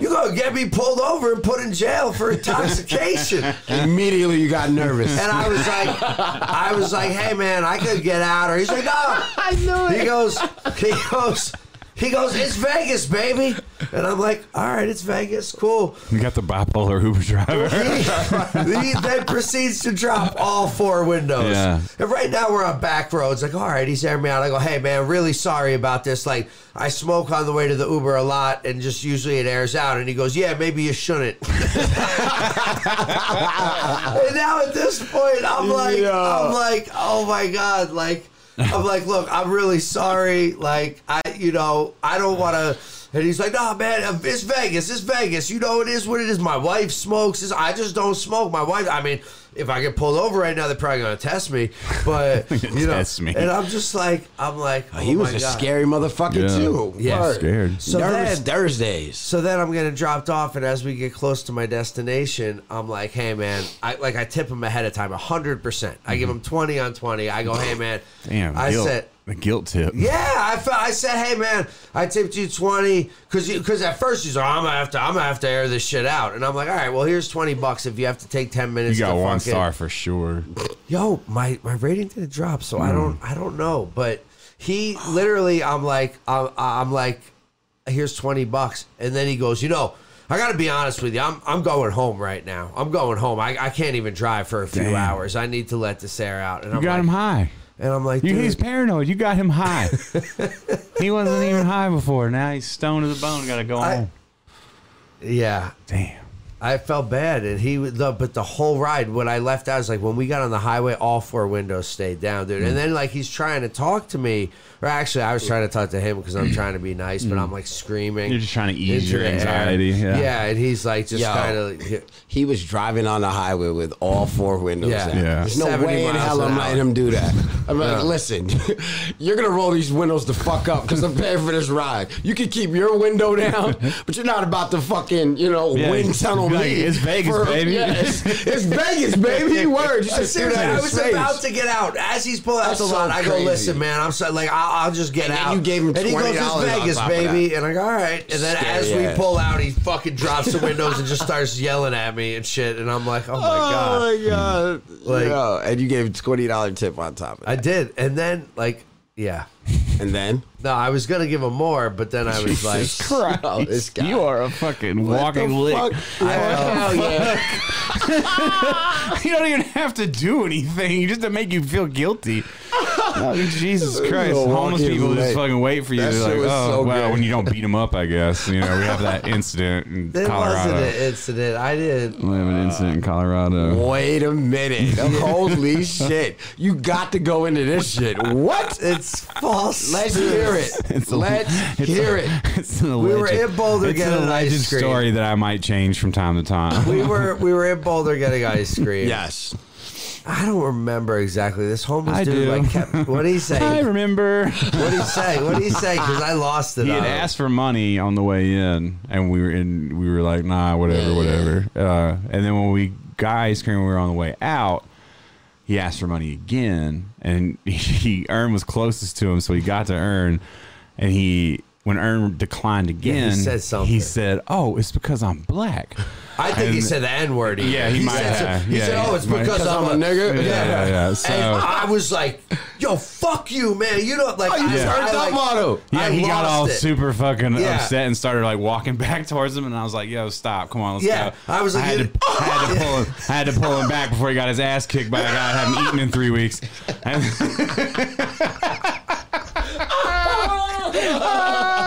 Speaker 1: You gonna get me pulled over and put in jail for intoxication?
Speaker 3: Immediately, you got nervous.
Speaker 1: And I was like, I was like, hey man, I could get out. Or he's like, no. I
Speaker 3: knew
Speaker 1: He goes, he goes, he goes, it's Vegas, baby. And I'm like, all right, it's Vegas, cool.
Speaker 4: You got the bipolar Uber driver.
Speaker 1: He, he then proceeds to drop all four windows.
Speaker 4: Yeah.
Speaker 1: And right now we're on back roads. Like, all right, he's airing me out. I go, hey man, really sorry about this. Like, I smoke on the way to the Uber a lot, and just usually it airs out. And he goes, yeah, maybe you shouldn't. and now at this point, I'm like,
Speaker 3: Yeah.
Speaker 1: I'm like, oh my god, like, I'm like, look, I'm really sorry. Like, I, you know, I don't want to. And he's like, no, man, uh, it's Vegas, it's Vegas. You know, it is what it is. My wife smokes. It's- I just don't smoke. My wife. I mean, if I get pulled over right now, they're probably gonna test me. But you know,
Speaker 4: Test me.
Speaker 1: and I'm just like, I'm like, oh
Speaker 3: He was
Speaker 1: my
Speaker 3: a
Speaker 1: God.
Speaker 3: scary motherfucker
Speaker 4: Yeah.
Speaker 3: too.
Speaker 1: Yeah.
Speaker 3: Word.
Speaker 4: Scared.
Speaker 1: So
Speaker 3: Nervous
Speaker 1: then-
Speaker 3: Thursdays.
Speaker 1: So then I'm getting dropped off, and as we get close to my destination, I'm like, "Hey man, I like I tip him ahead of time, hundred percent. I give him twenty on twenty. I go, "Hey man,
Speaker 4: Mm-hmm. Damn.
Speaker 1: I
Speaker 4: guilt.
Speaker 1: said,
Speaker 4: the guilt tip.
Speaker 1: "Yeah, I felt, I said, "Hey man, I tipped you twenty because because at first he's like, "I'm gonna have to, I'm gonna have to air this shit out," and I'm like, "All right, well here's twenty bucks if you have to take ten minutes."
Speaker 4: You got
Speaker 1: to
Speaker 4: one
Speaker 1: fucking-
Speaker 4: star for sure. Hmm.
Speaker 1: Yo, my my rating didn't drop, so I don't I don't know, but He literally, I'm like, I'm, I'm like, here's twenty bucks, and then he goes, you know. I gotta be honest with you. I'm I'm going home right now. I'm going home. I, I can't even drive for a few
Speaker 4: Damn.
Speaker 1: hours. I need to let this air out. And
Speaker 4: You
Speaker 1: I'm
Speaker 4: got
Speaker 1: like,
Speaker 4: him high.
Speaker 1: and I'm like,
Speaker 4: You,
Speaker 1: dude,
Speaker 4: he's paranoid. You got him high. he wasn't even high before. Now he's stoned to the bone. Got to go
Speaker 1: I-
Speaker 4: home.
Speaker 1: yeah.
Speaker 4: Damn.
Speaker 1: I felt bad, and he was- the but the whole ride when I left, I was like, when we got on the highway, all four windows stayed down, dude.
Speaker 3: Mm.
Speaker 1: And then like he's trying to talk to me, or actually, I was trying to talk to him because I'm trying to be nice,
Speaker 3: Mm.
Speaker 1: but I'm like screaming.
Speaker 4: You're just trying to ease
Speaker 1: into
Speaker 4: your
Speaker 1: the air.
Speaker 4: anxiety, yeah.
Speaker 1: and he's like just
Speaker 3: Yo.
Speaker 1: kind of.
Speaker 3: He was driving on the highway with all four windows
Speaker 1: Yeah.
Speaker 3: down.
Speaker 4: Yeah.
Speaker 3: There's no
Speaker 1: 70
Speaker 3: way in
Speaker 1: miles
Speaker 3: hell
Speaker 1: an
Speaker 3: I'm
Speaker 1: hour.
Speaker 3: letting him do that. I'm like, listen, you're gonna roll these windows the fuck up because I'm paying for this ride. You can keep your window down, but you're not about to fucking, you know,
Speaker 4: Yeah,
Speaker 3: wind
Speaker 4: it's-
Speaker 3: tunnel
Speaker 4: like,
Speaker 3: me.
Speaker 4: it's Vegas, baby.
Speaker 3: Yeah, it's, it's Vegas, baby. Word. You should see
Speaker 1: Seriously,
Speaker 3: that.
Speaker 1: I was about to get out. As he's pulling out
Speaker 3: That's
Speaker 1: the
Speaker 3: so
Speaker 1: lot, I go,
Speaker 3: crazy.
Speaker 1: "Listen, man, I'm so, like, I'll, I'll just get
Speaker 3: And then
Speaker 1: out."
Speaker 3: you gave him
Speaker 1: and he goes, "It's
Speaker 3: $20 on
Speaker 1: Vegas,
Speaker 3: top of
Speaker 1: baby," and I go, "All right." And then
Speaker 3: Scary
Speaker 1: as we
Speaker 3: ass.
Speaker 1: pull out, he fucking drops the windows and just starts yelling at me and shit. And I'm like, "Oh my god!" Hmm.
Speaker 3: Oh my god!
Speaker 1: Like-
Speaker 3: Yo, and you gave a twenty dollar tip on top of
Speaker 1: I
Speaker 3: it,
Speaker 1: did, and then like, yeah.
Speaker 3: and then
Speaker 1: No, I was gonna give him more, but then I was like,
Speaker 4: Christ.
Speaker 3: Oh, this guy.
Speaker 4: You are a fucking walking
Speaker 3: What the
Speaker 4: lick.
Speaker 3: fuck? Hell yeah.
Speaker 4: You don't even have to do anything. You just to make you feel guilty. Oh, Jesus Christ!
Speaker 3: walking
Speaker 4: Homeless people
Speaker 3: lick.
Speaker 4: just fucking wait for you.
Speaker 3: That
Speaker 4: They're
Speaker 3: shit
Speaker 4: like,
Speaker 3: was
Speaker 4: oh
Speaker 3: so
Speaker 4: well,
Speaker 3: good.
Speaker 4: when you don't beat them up, I guess you know we have that incident in
Speaker 1: "It
Speaker 4: Colorado.
Speaker 1: wasn't an incident. I didn't."
Speaker 4: We have an incident in Colorado.
Speaker 3: Wait a minute. Holy shit. You got to go into this shit. What?
Speaker 1: It's false.
Speaker 3: Let's hear it.
Speaker 4: It's a-
Speaker 3: Let's hear it.
Speaker 4: It's an
Speaker 1: were
Speaker 4: alleged,
Speaker 1: in Boulder
Speaker 4: it's
Speaker 1: getting
Speaker 4: an
Speaker 1: an ice
Speaker 4: alleged
Speaker 1: cream.
Speaker 4: story that I might change from time to time.
Speaker 1: We were we were in Boulder getting ice cream.
Speaker 3: Yes.
Speaker 1: I don't remember exactly. This homeless
Speaker 4: I
Speaker 1: dude
Speaker 4: do.
Speaker 1: like kept. What did he
Speaker 4: I
Speaker 1: say?
Speaker 4: remember
Speaker 1: What did he say? What did he say? Because I lost it.
Speaker 4: he had
Speaker 1: on him.
Speaker 4: asked for money on the way in, and we were in. We were like, nah, whatever, whatever. Uh, and then when we got ice cream, we were on the way out. He asked for money again, and he Ern was closest to him, so he got to Ern, and he. When Ern declined again,
Speaker 1: said
Speaker 4: he
Speaker 1: something.
Speaker 4: said, "Oh, it's because I'm black."
Speaker 1: I think he
Speaker 4: And-
Speaker 1: said the N word.
Speaker 4: Yeah, he might
Speaker 1: said,
Speaker 4: have.
Speaker 1: He
Speaker 4: Yeah,
Speaker 1: said,
Speaker 4: yeah.
Speaker 1: "Oh, it's
Speaker 4: Might-
Speaker 1: because I'm a nigga."
Speaker 3: nigga.
Speaker 4: Yeah, yeah, yeah. So
Speaker 1: And I was like, "Yo, fuck you, man! You don't like."
Speaker 3: Oh, you
Speaker 1: I,
Speaker 3: just
Speaker 1: I,
Speaker 3: turned up
Speaker 1: like,
Speaker 3: on him.
Speaker 4: Yeah,
Speaker 1: I
Speaker 4: he got
Speaker 1: lost
Speaker 4: all
Speaker 1: it.
Speaker 4: super fucking
Speaker 1: Yeah.
Speaker 4: upset and started like walking back towards him, and I was like, "Yo, stop! Come on, let's
Speaker 1: Yeah,
Speaker 4: go."
Speaker 1: I was like,
Speaker 4: I had, to, I had to pull him, I had to pull him back before he got his ass kicked by a guy I hadn't eaten in three weeks. And-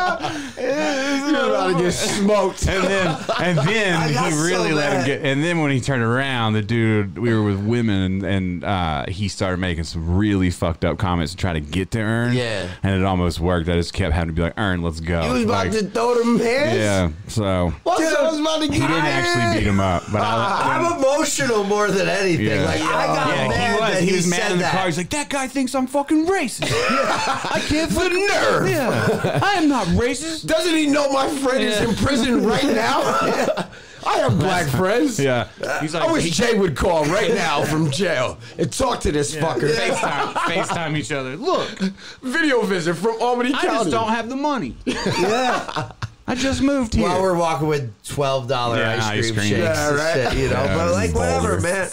Speaker 3: You're about to get smoked.
Speaker 4: And then, and then
Speaker 1: I got
Speaker 4: he really
Speaker 1: so
Speaker 4: let him
Speaker 1: mad.
Speaker 4: get. And then when he turned around, the dude we were with women, and, and uh, he started making some really fucked up comments to try to get to Earn.
Speaker 3: Yeah.
Speaker 4: and it almost worked. I just kept having to be like, Earn, let's go.
Speaker 3: You was about
Speaker 4: Like,
Speaker 3: to throw them hands?
Speaker 4: yeah, so
Speaker 3: What's up? I was about to get
Speaker 4: he didn't actually beat him up, but I,
Speaker 1: Ah, I'm emotional more than anything.
Speaker 4: Yeah.
Speaker 1: Like I got
Speaker 4: Yeah,
Speaker 1: mad
Speaker 4: he was.
Speaker 1: that
Speaker 4: He, was
Speaker 1: said
Speaker 4: mad in the
Speaker 1: that.
Speaker 4: car. He's like, that guy thinks I'm fucking racist. I can't for
Speaker 3: nerve.
Speaker 4: Yeah, I am not racist.
Speaker 3: Doesn't he know my friend is
Speaker 4: Yeah.
Speaker 3: in prison right now? I have black friends.
Speaker 4: Yeah, he's like,
Speaker 3: I wish
Speaker 4: he-
Speaker 3: Jay would call right now from jail and talk to this fucker.
Speaker 4: FaceTime, FaceTime each other. Look,
Speaker 3: Video visit from Albany
Speaker 4: I
Speaker 3: County.
Speaker 4: just don't have the money.
Speaker 1: Yeah.
Speaker 4: I just moved here.
Speaker 1: While we're walking with twelve dollar
Speaker 4: Yeah,
Speaker 1: ice cream
Speaker 4: ice cream.
Speaker 1: shakes,
Speaker 3: Yeah,
Speaker 1: and
Speaker 3: right.
Speaker 1: shit, you know.
Speaker 4: Yeah,
Speaker 1: but like,
Speaker 4: it's
Speaker 1: whatever,
Speaker 4: Boulder.
Speaker 1: man.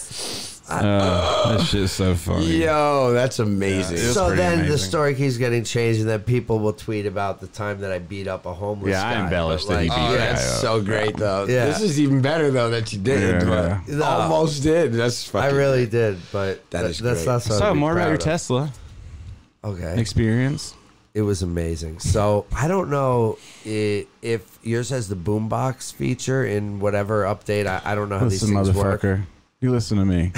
Speaker 4: uh, that shit's so funny.
Speaker 3: Yo, that's amazing.
Speaker 4: Yeah, It was
Speaker 1: so
Speaker 4: pretty
Speaker 1: then the
Speaker 4: amazing.
Speaker 1: story keeps getting changed, and then people will tweet about the time that I beat up a homeless.
Speaker 4: Yeah, I
Speaker 1: guy.
Speaker 4: embellished
Speaker 1: But,
Speaker 4: that he
Speaker 1: like,
Speaker 4: beat
Speaker 3: Oh,
Speaker 4: Yeah,
Speaker 3: that's
Speaker 4: yeah.
Speaker 3: so great, though.
Speaker 1: Yeah.
Speaker 3: This is even better, though, that you did.
Speaker 4: Yeah,
Speaker 3: but
Speaker 1: yeah. No.
Speaker 3: Almost did. That's
Speaker 1: I
Speaker 3: fucking.
Speaker 1: really did, but
Speaker 3: That
Speaker 1: that
Speaker 3: is
Speaker 1: is that's
Speaker 3: great.
Speaker 1: not something
Speaker 4: So
Speaker 1: to be
Speaker 4: more about
Speaker 1: proud
Speaker 4: your
Speaker 1: of.
Speaker 4: Tesla
Speaker 1: Okay,
Speaker 4: experience.
Speaker 1: it was amazing. So I don't know i- if yours has the boombox feature in whatever update. I, I don't know how
Speaker 4: Listen,
Speaker 1: these things work.
Speaker 4: motherfucker, you listen to me.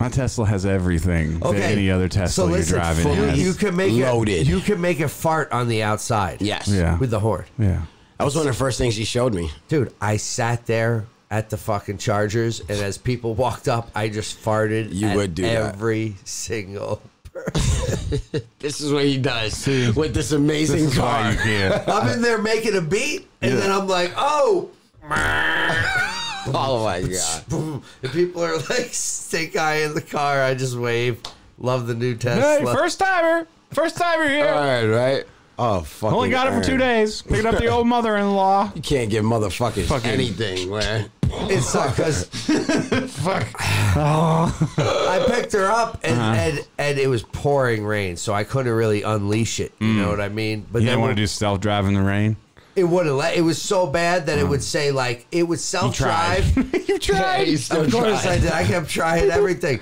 Speaker 4: My Tesla has everything that any other Tesla
Speaker 1: so listen,
Speaker 4: you're driving
Speaker 1: full-
Speaker 4: has.
Speaker 1: you can make
Speaker 3: Loaded.
Speaker 1: It, you can make it fart on the outside.
Speaker 3: Yes.
Speaker 4: Yeah.
Speaker 1: with the horn.
Speaker 4: yeah.
Speaker 3: That was one of the first things he showed me.
Speaker 1: Dude, I sat there at the fucking Chargers, and as people walked up, I just farted.
Speaker 3: You
Speaker 1: at
Speaker 3: would do that.
Speaker 1: every single.
Speaker 3: This is what he does with this amazing
Speaker 4: This is why
Speaker 3: car.
Speaker 4: you can't.
Speaker 1: I'm in there making a beat, and
Speaker 4: Yeah.
Speaker 1: then I'm like, oh,
Speaker 3: Oh, my God.
Speaker 1: boom. And people are like, stink eye in the car. I just wave. Love the new Tesla.
Speaker 4: Hey, first timer. First timer here.
Speaker 3: All right, right? Oh, fucking.
Speaker 4: Only got it for two
Speaker 3: Aaron.
Speaker 4: days. Picking up the old mother in law.
Speaker 3: You can't give motherfuckers
Speaker 4: Fucking-
Speaker 3: anything, man.
Speaker 1: It sucked because
Speaker 4: Fuck. Oh.
Speaker 1: I picked her up and,
Speaker 4: Uh-huh.
Speaker 1: and and it was pouring rain, so I couldn't really unleash it. You know what I mean? But
Speaker 4: Mm. You
Speaker 1: then
Speaker 4: didn't want
Speaker 1: when-
Speaker 4: to do self drive in the rain?
Speaker 1: it wouldn't let. It was so bad that it would say like it would self
Speaker 4: Mm. tried.
Speaker 1: drive.
Speaker 4: you tried.
Speaker 3: you
Speaker 1: Of course
Speaker 3: tried.
Speaker 1: I did. I kept trying everything.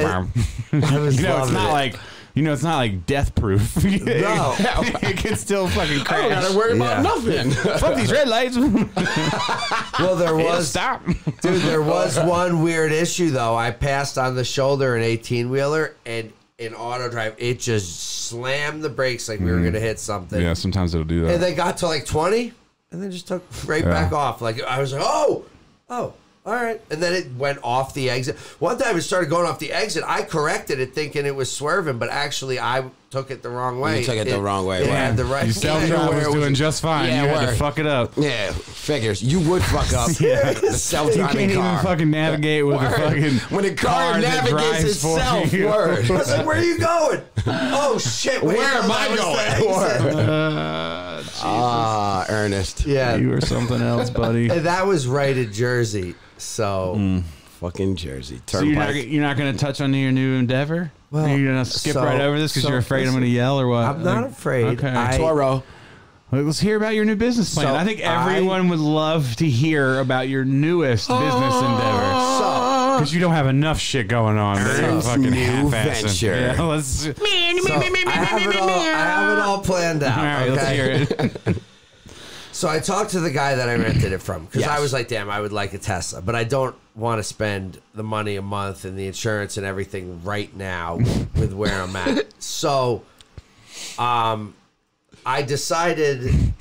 Speaker 4: bow.
Speaker 1: I was
Speaker 4: you know, it's
Speaker 1: loving
Speaker 4: not
Speaker 1: it.
Speaker 4: like you know, it's not like death proof.
Speaker 1: No.
Speaker 4: it can still fucking
Speaker 3: I don't
Speaker 4: crash.
Speaker 3: gotta worry
Speaker 1: Yeah.
Speaker 3: about nothing.
Speaker 4: Fuck these red lights.
Speaker 1: Well, there was
Speaker 4: Stop.
Speaker 1: Dude, there was one weird issue though. I passed on the shoulder an 18 wheeler and in auto drive, it just slammed the brakes like we were going to hit something.
Speaker 4: Mm. Yeah, sometimes it'll do that.
Speaker 1: And they got to like 20 and then just took right back off. Like I was like, oh, oh, all right. And then it went off the exit. One time it started going off the exit. I corrected it thinking it was swerving, but actually I took it the wrong way.
Speaker 3: took it the wrong way,
Speaker 1: It
Speaker 3: right.
Speaker 1: had the right
Speaker 4: Your self drive was doing just fine.
Speaker 3: Yeah,
Speaker 4: you had to
Speaker 3: word.
Speaker 4: fuck it up.
Speaker 3: yeah, figures. You would fuck up the
Speaker 4: You can't
Speaker 3: self-driving
Speaker 4: even
Speaker 3: car.
Speaker 4: fucking navigate with a
Speaker 3: Word.
Speaker 4: fucking
Speaker 3: when a car,
Speaker 4: that
Speaker 3: navigates
Speaker 4: drives for
Speaker 3: itself,
Speaker 4: you.
Speaker 3: word.
Speaker 1: I was like, where are you going? oh, shit. wait,
Speaker 3: Where am
Speaker 1: no,
Speaker 3: I
Speaker 1: that was the
Speaker 3: going?
Speaker 1: exit.
Speaker 3: Word.
Speaker 4: Uh,
Speaker 3: Ah, Ernest.
Speaker 1: Yeah.
Speaker 4: you were something else, buddy.
Speaker 1: And that was right at Jersey. So
Speaker 3: Fucking Jersey
Speaker 4: So you're not
Speaker 3: Turnpike.
Speaker 4: you're not going to touch on your new endeavor?
Speaker 1: Well,
Speaker 4: you're going to skip
Speaker 1: so-
Speaker 4: right over this because
Speaker 1: so
Speaker 4: you're afraid I'm
Speaker 1: listen,
Speaker 4: going to yell or what?
Speaker 1: I'm not
Speaker 4: Like,
Speaker 1: afraid.
Speaker 4: Okay.
Speaker 1: I-
Speaker 3: Toro.
Speaker 4: Well, Let's hear about your new business plan.
Speaker 1: So
Speaker 4: I think
Speaker 1: I-
Speaker 4: everyone would love to hear about your newest business
Speaker 1: Ah.
Speaker 4: endeavor.
Speaker 1: so
Speaker 4: Because you don't have enough shit going on. that you're
Speaker 3: Ernst's
Speaker 4: fucking
Speaker 3: new
Speaker 4: half-assing.
Speaker 3: venture.
Speaker 4: Yeah, let's, all
Speaker 1: So I have it all. I have it all planned out.
Speaker 4: right,
Speaker 1: okay.
Speaker 4: let's hear it.
Speaker 1: So I talked to the guy that I rented it from because
Speaker 3: Yes.
Speaker 1: I was like, "Damn, I would like a Tesla, but I don't want to spend the money a month and the insurance and everything right now with where I'm at." So, um, I decided.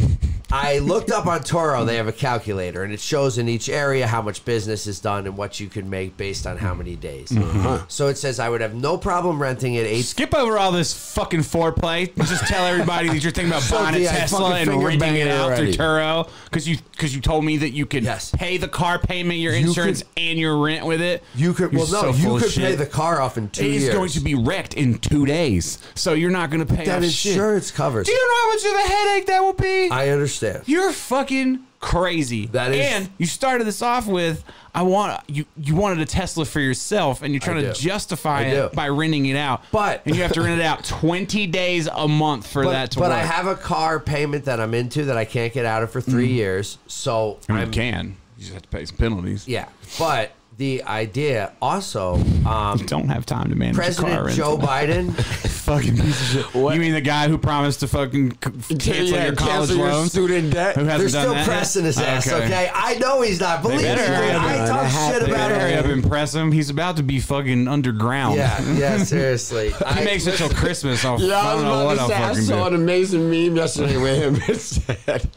Speaker 1: I looked up on Toro. They have a calculator, and it shows in each area how much business is done and what you can make based on how many days.
Speaker 4: Uh-huh.
Speaker 1: So it says I would have no problem renting it eight
Speaker 4: Skip over all this fucking foreplay. Just tell everybody that you're thinking about buying a
Speaker 3: yeah, I
Speaker 4: Tesla
Speaker 3: fucking
Speaker 4: and
Speaker 3: finger
Speaker 4: renting it
Speaker 3: banging
Speaker 4: out through
Speaker 3: already.
Speaker 4: Turo because you because you told me that you could
Speaker 1: Yes.
Speaker 4: pay the car payment, your insurance, and your rent with it.
Speaker 1: You could
Speaker 4: You're
Speaker 1: well
Speaker 4: so
Speaker 1: no,
Speaker 4: full
Speaker 1: you
Speaker 4: of
Speaker 1: could
Speaker 4: shit.
Speaker 1: pay the car off in two
Speaker 4: It is
Speaker 1: years.
Speaker 4: going to be wrecked in two days, so you're not going to pay
Speaker 1: that
Speaker 4: off shit.
Speaker 1: insurance covers.
Speaker 4: Do you know how much of a headache that will be?
Speaker 1: I understand.
Speaker 4: You're fucking crazy.
Speaker 1: That is-
Speaker 4: And you started this off with I want you you wanted a Tesla for yourself and you're trying to
Speaker 1: do.
Speaker 4: justify
Speaker 1: I
Speaker 4: it
Speaker 1: do.
Speaker 4: by renting it out.
Speaker 1: But-
Speaker 4: and you have to rent it out 20 days a month for
Speaker 1: But,
Speaker 4: that to
Speaker 1: but
Speaker 4: work.
Speaker 1: I have a car payment that I'm into that I can't get out of for three years. So
Speaker 4: Mm. I mean,
Speaker 1: I'm
Speaker 4: you can. You just have to pay some penalties.
Speaker 1: yeah. But the idea also,
Speaker 4: You
Speaker 1: um,
Speaker 4: don't have time to manage a car
Speaker 1: President
Speaker 4: rental.
Speaker 1: Joe Biden.
Speaker 4: fucking piece of shit. You mean the guy who promised to fucking c- cancel
Speaker 3: Yeah,
Speaker 4: your college
Speaker 3: cancel your
Speaker 4: loans?
Speaker 3: student debt.
Speaker 4: Who hasn't
Speaker 1: They're
Speaker 4: done
Speaker 1: still
Speaker 4: that yet?
Speaker 1: pressing his ass.
Speaker 4: Okay.
Speaker 1: Okay. I know he's not. Believe me, dude.
Speaker 4: better hurry up
Speaker 1: I
Speaker 4: and-
Speaker 1: talk
Speaker 3: that
Speaker 1: shit
Speaker 3: happened.
Speaker 4: They
Speaker 1: about
Speaker 4: better hurry up
Speaker 1: him.
Speaker 4: and press him. He's about to be fucking underground.
Speaker 1: Yeah, yeah. Seriously,
Speaker 4: He makes it till Christmas. I'll,
Speaker 3: Yeah,
Speaker 4: I
Speaker 3: I was
Speaker 4: don't know
Speaker 3: about
Speaker 4: what
Speaker 3: to
Speaker 4: I'll
Speaker 3: say, I
Speaker 4: fucking
Speaker 3: saw
Speaker 4: do.
Speaker 3: an amazing meme yesterday where him. It said,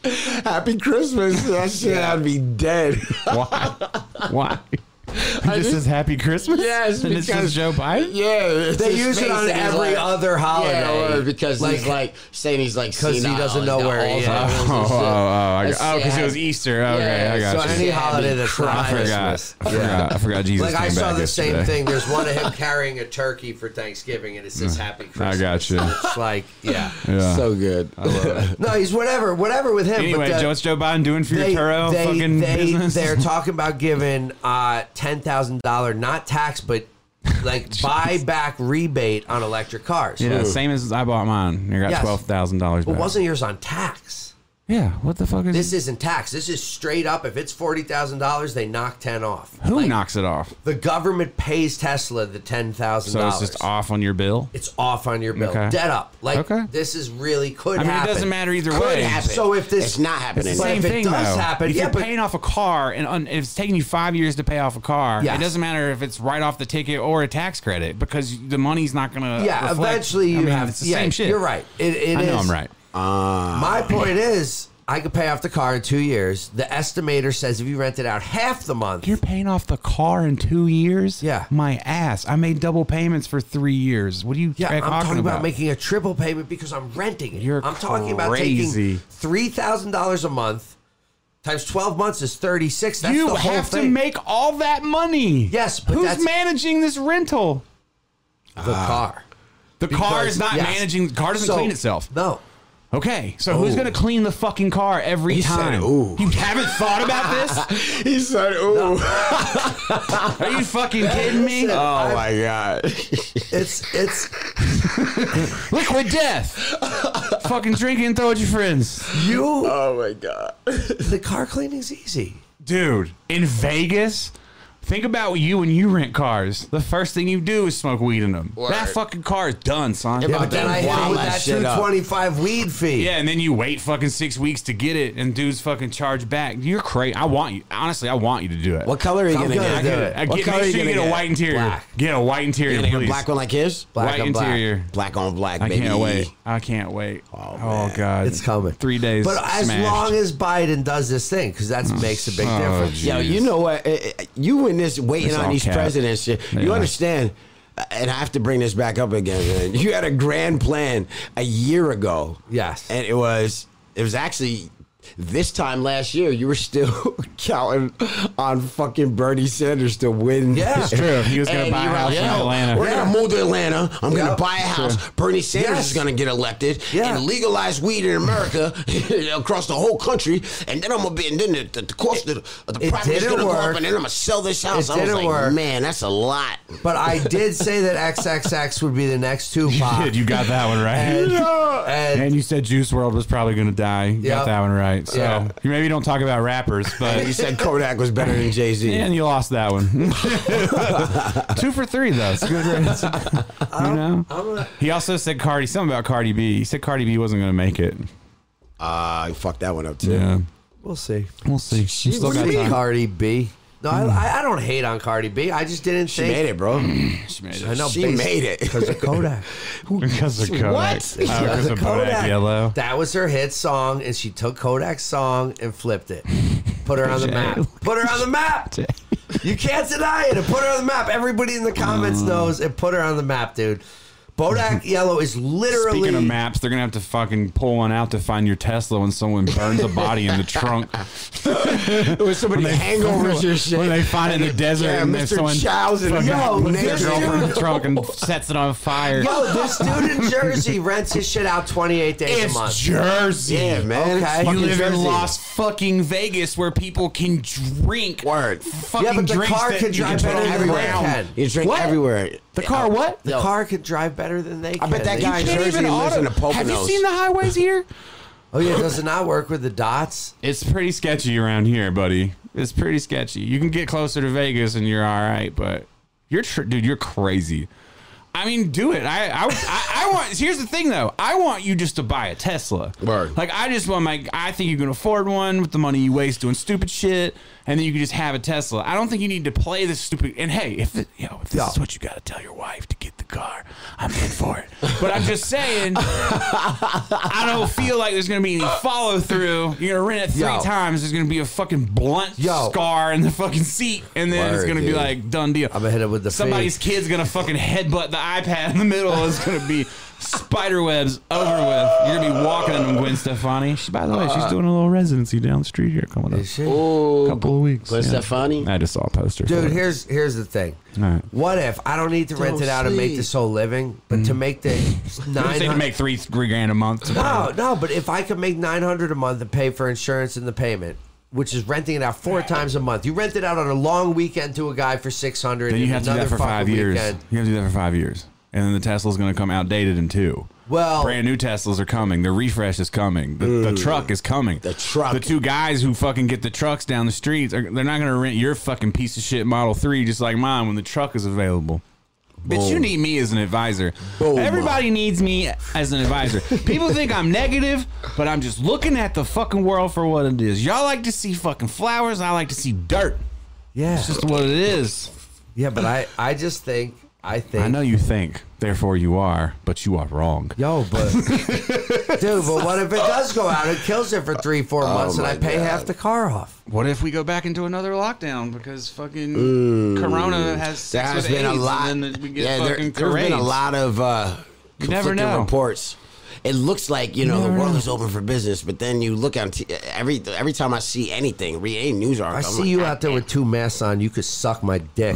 Speaker 3: "Happy Christmas." That shit, I'd be dead.
Speaker 4: Why? Why? He just
Speaker 3: just-
Speaker 4: says Happy Christmas?
Speaker 3: Yes,
Speaker 4: And it's
Speaker 3: because-
Speaker 4: just Joe Biden?
Speaker 3: yeah, it's
Speaker 1: They
Speaker 3: his
Speaker 1: use it
Speaker 3: face
Speaker 1: on
Speaker 3: and he's
Speaker 1: every
Speaker 3: like-
Speaker 1: other holiday.
Speaker 3: Yeah, or because he's like saying he's like
Speaker 1: 'Cause he
Speaker 3: senile,
Speaker 1: doesn't
Speaker 3: he's
Speaker 1: know
Speaker 3: got
Speaker 1: where he is.
Speaker 3: Alzheimer's and
Speaker 4: Oh,
Speaker 3: shit.
Speaker 4: oh, oh, I
Speaker 3: Let's
Speaker 4: got-
Speaker 3: say
Speaker 4: oh, because it
Speaker 3: happy-
Speaker 4: was Easter. Okay,
Speaker 3: Yeah,
Speaker 4: I got
Speaker 1: So
Speaker 3: It's
Speaker 4: you.
Speaker 1: any
Speaker 3: just
Speaker 1: holiday
Speaker 3: heavy
Speaker 1: that's
Speaker 4: I
Speaker 1: not
Speaker 4: forgot.
Speaker 1: Christmas.
Speaker 4: I forgot. I forgot Jesus
Speaker 1: Like
Speaker 4: came
Speaker 1: I saw
Speaker 4: back
Speaker 1: the same
Speaker 4: yesterday.
Speaker 1: thing. There's one of him carrying a turkey for Thanksgiving, and it says "Happy Christmas."
Speaker 4: I got you.
Speaker 1: It's like, yeah.
Speaker 4: Yeah.
Speaker 3: So good.
Speaker 1: No, he's whatever, whatever with him.
Speaker 4: anyway,
Speaker 1: but the-
Speaker 4: Joe, what's Joe Biden doing for
Speaker 1: they,
Speaker 4: your Turo
Speaker 1: they,
Speaker 4: fucking
Speaker 1: they,
Speaker 4: business?
Speaker 1: They're talking about giving uh, ten thousand dollar, not tax, but like buy back rebate on electric cars.
Speaker 4: yeah,
Speaker 1: Ooh.
Speaker 4: same as I bought mine. I got
Speaker 1: Yes.
Speaker 4: twelve thousand dollars
Speaker 1: but
Speaker 4: back.
Speaker 1: wasn't yours on tax?
Speaker 4: yeah, what the fuck is
Speaker 1: This isn't tax. This is straight up. If it's forty thousand dollars, they knock ten off.
Speaker 4: Who
Speaker 1: Like,
Speaker 4: knocks it off?
Speaker 1: The government pays Tesla the ten thousand
Speaker 4: So
Speaker 1: dollars.
Speaker 4: it's just off on your bill.
Speaker 1: it's off on your bill.
Speaker 4: Okay.
Speaker 1: Dead up. Like
Speaker 4: Okay.
Speaker 1: this is really could
Speaker 4: I mean, it
Speaker 1: happen.
Speaker 4: doesn't matter either
Speaker 3: Could
Speaker 4: way.
Speaker 3: happen.
Speaker 1: So if this-
Speaker 3: it's not happening,
Speaker 1: But
Speaker 4: Same
Speaker 1: if it
Speaker 4: thing
Speaker 1: does
Speaker 4: though.
Speaker 1: happen-
Speaker 4: if
Speaker 1: yeah,
Speaker 4: you're
Speaker 1: but-
Speaker 4: paying off a car and un- if it's taking you five years to pay off a car,
Speaker 1: Yes.
Speaker 4: it doesn't matter if it's right off the ticket or a tax credit because the money's not going to.
Speaker 1: Yeah, eventually you
Speaker 4: I mean,
Speaker 1: have.
Speaker 4: It's the
Speaker 1: yeah,
Speaker 4: same shit.
Speaker 1: You're right. It, it
Speaker 4: I know
Speaker 1: is-
Speaker 4: I'm right. Uh,
Speaker 1: My point is, I could pay off the car in two years. The estimator says if you rent it out half the month,
Speaker 4: You're paying off the car in two years.
Speaker 1: Yeah.
Speaker 4: my ass. I made double payments for three years. What are you?
Speaker 1: yeah,
Speaker 4: talking,
Speaker 1: I'm talking about,
Speaker 4: about
Speaker 1: making a triple payment because I'm renting it.
Speaker 4: You're
Speaker 1: I'm talking about
Speaker 4: crazy.
Speaker 1: taking three thousand dollars a month times twelve months is thirty six. That's
Speaker 4: you
Speaker 1: the whole
Speaker 4: have to
Speaker 1: thing.
Speaker 4: make all that money.
Speaker 1: Yes, but
Speaker 4: who's
Speaker 1: that's-
Speaker 4: managing this rental?
Speaker 1: the car.
Speaker 4: The car
Speaker 1: Because-
Speaker 4: Uh, is not
Speaker 1: yes.
Speaker 4: managing. The car doesn't
Speaker 1: So,
Speaker 4: clean itself.
Speaker 1: No.
Speaker 4: Okay, so who's gonna clean the fucking car every
Speaker 3: He said,
Speaker 4: time?
Speaker 3: "Ooh."
Speaker 4: You haven't thought about this?
Speaker 3: he said, "Ooh,
Speaker 4: Are you fucking kidding me?
Speaker 1: Listen.
Speaker 3: oh my god."
Speaker 1: It's it's
Speaker 4: Liquid death. fucking drink it and throw at your friends,
Speaker 1: you.
Speaker 3: Oh my god.
Speaker 1: The car cleaning's easy.
Speaker 4: dude. In Vegas. Think about you when you rent cars. The first thing you do is smoke weed in them. That
Speaker 3: Word.
Speaker 4: fucking car is done, son.
Speaker 3: Yeah,
Speaker 1: But
Speaker 3: but
Speaker 1: then I hit him
Speaker 3: wild
Speaker 1: with
Speaker 3: that
Speaker 1: that two
Speaker 3: shit up.
Speaker 1: twenty five weed fee.
Speaker 4: Yeah, and then you wait fucking six weeks to get it, and dudes fucking charge back. You're crazy. I want you. Honestly, I want you to do it.
Speaker 3: What color are you
Speaker 1: I'm
Speaker 3: gonna
Speaker 1: good.
Speaker 3: get?
Speaker 4: I
Speaker 1: do
Speaker 4: get
Speaker 1: it.
Speaker 4: it. I
Speaker 3: What
Speaker 4: get,
Speaker 3: color
Speaker 4: make
Speaker 3: you
Speaker 4: sure you
Speaker 3: gonna
Speaker 4: get a
Speaker 3: get?
Speaker 4: white interior.
Speaker 1: Black.
Speaker 4: Get a white interior,
Speaker 3: You're gonna
Speaker 4: please.
Speaker 3: get black one like his?
Speaker 1: Black
Speaker 4: white
Speaker 1: on black.
Speaker 4: interior.
Speaker 3: Black on black,
Speaker 4: I
Speaker 3: baby.
Speaker 4: can't wait. I can't wait. Oh, god,
Speaker 1: It's coming.
Speaker 4: Three days.
Speaker 1: But as
Speaker 4: smashed.
Speaker 1: long as Biden does this thing, because that makes a big
Speaker 4: oh,
Speaker 1: difference.
Speaker 4: gee.
Speaker 3: Yo,
Speaker 4: Jeez.
Speaker 3: you know what? Eh, eh, You in this waiting
Speaker 4: It's all
Speaker 3: on these
Speaker 4: cap.
Speaker 3: presidents shit. You
Speaker 4: Yeah.
Speaker 3: understand? And I have to bring this back up again. Man. You had a grand plan a year ago.
Speaker 1: Yes.
Speaker 3: and it was it was actually this time last year. You were still counting on fucking Bernie Sanders to win.
Speaker 1: Yeah. It's
Speaker 4: true. He was gonna
Speaker 3: And
Speaker 4: buy a
Speaker 3: you were
Speaker 4: house in Atlanta.
Speaker 3: We're gonna move to Atlanta. I'm
Speaker 1: Yep.
Speaker 3: gonna buy a house. Bernie Sanders
Speaker 1: Yes.
Speaker 3: is gonna get elected
Speaker 1: Yeah.
Speaker 3: and legalize weed in America across the whole country. And then I'm gonna be and then the, the, the cost of the, the
Speaker 1: it
Speaker 3: profit is
Speaker 1: didn't
Speaker 3: gonna go
Speaker 1: work.
Speaker 3: up, and then I'm gonna sell this house.
Speaker 1: It
Speaker 3: I was
Speaker 1: didn't
Speaker 3: like,
Speaker 1: work.
Speaker 3: man, that's a lot.
Speaker 1: But I did say that XXX would be the next
Speaker 4: you
Speaker 1: Tupac.
Speaker 4: did, you got that one right.
Speaker 1: And,
Speaker 4: And
Speaker 1: and
Speaker 4: you said Juice World was probably going to die. You
Speaker 1: Yep.
Speaker 4: got that one right. So
Speaker 1: Yeah.
Speaker 4: you maybe don't talk about rappers,
Speaker 3: Uh, You
Speaker 4: but
Speaker 3: said Kodak was better than Jay Z.
Speaker 4: and you lost that one. Two for three though. It's a good. race. You know. He also said Cardi something about Cardi B. He said Cardi B wasn't going to make it.
Speaker 3: Uh, fucked that one up too.
Speaker 4: Yeah.
Speaker 1: we'll see.
Speaker 4: We'll see. We still
Speaker 1: What do
Speaker 4: got
Speaker 1: you mean,
Speaker 4: time. Hmm.
Speaker 1: Cardi B? No, I, I- I don't hate on Cardi B. I just didn't
Speaker 3: She
Speaker 1: think
Speaker 3: made it, bro.
Speaker 1: I know
Speaker 3: She made it.
Speaker 1: because of Kodak.
Speaker 4: Because of Kodak.
Speaker 3: What?
Speaker 4: Oh, because of Kodak Yellow.
Speaker 1: That was her hit song, and she took Kodak's song and flipped it. Put her on the map. Put her on the map. You can't deny it. It put her on the map. Everybody in the comments
Speaker 3: Uh.
Speaker 1: knows it put her on the map, dude. Bodak Yellow is literally
Speaker 4: Speaking of maps, they're gonna have to fucking pull one out to find your Tesla when someone burns a body in the trunk.
Speaker 3: It was somebody hangovers your shit.
Speaker 4: When they find it in the desert
Speaker 3: Yeah,
Speaker 4: and there's
Speaker 3: Mr.
Speaker 4: someone
Speaker 3: Chow's and
Speaker 4: fucking
Speaker 3: yo,
Speaker 4: puts their
Speaker 3: this
Speaker 4: girlfriend in the
Speaker 3: dude-
Speaker 4: trunk and sets it on fire.
Speaker 1: Yo, this dude in Jersey rents his shit out 28 days a month.
Speaker 4: it's Jersey.
Speaker 3: Yeah, man. It's
Speaker 1: Okay.
Speaker 4: You
Speaker 3: fucking
Speaker 4: live in
Speaker 3: Jersey.
Speaker 4: Las fucking Vegas where people can drink.
Speaker 3: Word.
Speaker 4: Fucking
Speaker 1: Yeah, but the
Speaker 4: drinks
Speaker 1: car
Speaker 4: that
Speaker 1: can
Speaker 4: you
Speaker 1: drive
Speaker 4: put
Speaker 1: better
Speaker 4: on
Speaker 1: than
Speaker 4: the
Speaker 1: everywhere.
Speaker 4: ground.
Speaker 1: can.
Speaker 3: You drink
Speaker 4: What?
Speaker 3: everywhere.
Speaker 4: The car what?
Speaker 1: the car could drive better than they
Speaker 3: I
Speaker 1: can.
Speaker 3: bet that
Speaker 1: They-
Speaker 3: guy in
Speaker 4: Can't
Speaker 3: Jersey
Speaker 4: even
Speaker 3: lives
Speaker 4: auto-
Speaker 3: in the Poconos.
Speaker 4: Have you seen the highways here?
Speaker 1: Oh yeah, does it not work with the dots?
Speaker 4: It's pretty sketchy around here, buddy. It's pretty sketchy. You can get closer to Vegas and you're all right, but you're tr- dude, you're crazy. I mean, do it. I, I I I want. Here's the thing, though. I want you just to buy a Tesla.
Speaker 3: Word.
Speaker 4: Like I just want my. I think you can afford one with the money you waste doing stupid shit, and then you can just have a Tesla. I don't think you need to play this stupid. And hey, if it, yo, if this is what you got to tell your wife to get the car, I'm in for it. But I'm just saying. I don't feel like there's gonna be any follow through. You're gonna rent it three
Speaker 1: Yo.
Speaker 4: times. There's gonna be a fucking blunt
Speaker 1: Yo.
Speaker 4: scar in the fucking seat, and then it's
Speaker 1: Word,
Speaker 4: gonna
Speaker 1: dude.
Speaker 4: be like done deal.
Speaker 1: I'ma hit it with the
Speaker 4: somebody's kid's gonna fucking headbutt the iPad in the middle. It's gonna be spider webs over with. You're gonna be walking in them, Gwen Stefani. She, by the way,
Speaker 3: Uh,
Speaker 4: she's doing a little residency down the street here coming up.
Speaker 1: Is she?
Speaker 4: A couple of weeks.
Speaker 3: Gwen Stefani?
Speaker 4: I just saw a poster. for
Speaker 1: Dude,
Speaker 4: it.
Speaker 1: here's here's the thing.
Speaker 4: Alright.
Speaker 1: What if I don't need to rent it
Speaker 3: Don't
Speaker 1: out and make
Speaker 3: sleep.
Speaker 1: this whole living, but to make the
Speaker 4: They
Speaker 1: nine
Speaker 4: say to
Speaker 1: hundred?
Speaker 4: make three three grand a month.
Speaker 1: No, Oh, no. But if I could make nine hundred a month and pay for insurance and the payment, which is renting it out four times a month, you rent it out on a long weekend to a guy for six hundred.
Speaker 4: Then you have to do that for five years. You have to do that for five years, and then the Tesla's going to come outdated in two.
Speaker 1: Well-
Speaker 4: brand new Teslas are coming. The refresh is coming. The, the truck is coming. The
Speaker 3: truck.
Speaker 4: The two guys who fucking get the trucks down the streets, are, they're not going to rent your fucking piece of shit Model Three just like mine when the truck is available. Bitch, you need me as an advisor.
Speaker 3: Boom.
Speaker 4: Everybody needs me as an advisor. People think I'm negative, but I'm just looking at the fucking world for what it is. Y'all like to see fucking flowers. I like to see dirt.
Speaker 1: Yeah,
Speaker 4: It's just what it is.
Speaker 1: yeah. But I, I just think, I think.
Speaker 4: I know you think, therefore you are, but you are wrong.
Speaker 1: Yo, but dude, but what if it does go out and kills it for three, four months, and I
Speaker 3: Oh my
Speaker 1: pay
Speaker 3: God.
Speaker 1: half the car off?
Speaker 4: What if we go back into another lockdown because fucking Corona has
Speaker 3: There
Speaker 4: sex
Speaker 3: has
Speaker 4: with
Speaker 3: been a
Speaker 4: AIDS
Speaker 3: lot.
Speaker 4: and then we get
Speaker 3: yeah, there,
Speaker 4: fucking
Speaker 3: there's been a
Speaker 4: charades.
Speaker 3: lot of uh,
Speaker 4: You never
Speaker 3: conflicting
Speaker 4: know.
Speaker 3: reports. it looks like you know the
Speaker 4: never
Speaker 3: world
Speaker 4: know.
Speaker 3: is open for business, but then you look on t- every every time I see anything, read any news article.
Speaker 1: I
Speaker 3: I'm
Speaker 1: see
Speaker 3: like,
Speaker 1: you
Speaker 3: "God
Speaker 1: out there
Speaker 3: damn."
Speaker 1: with two masks on. You could suck my dick.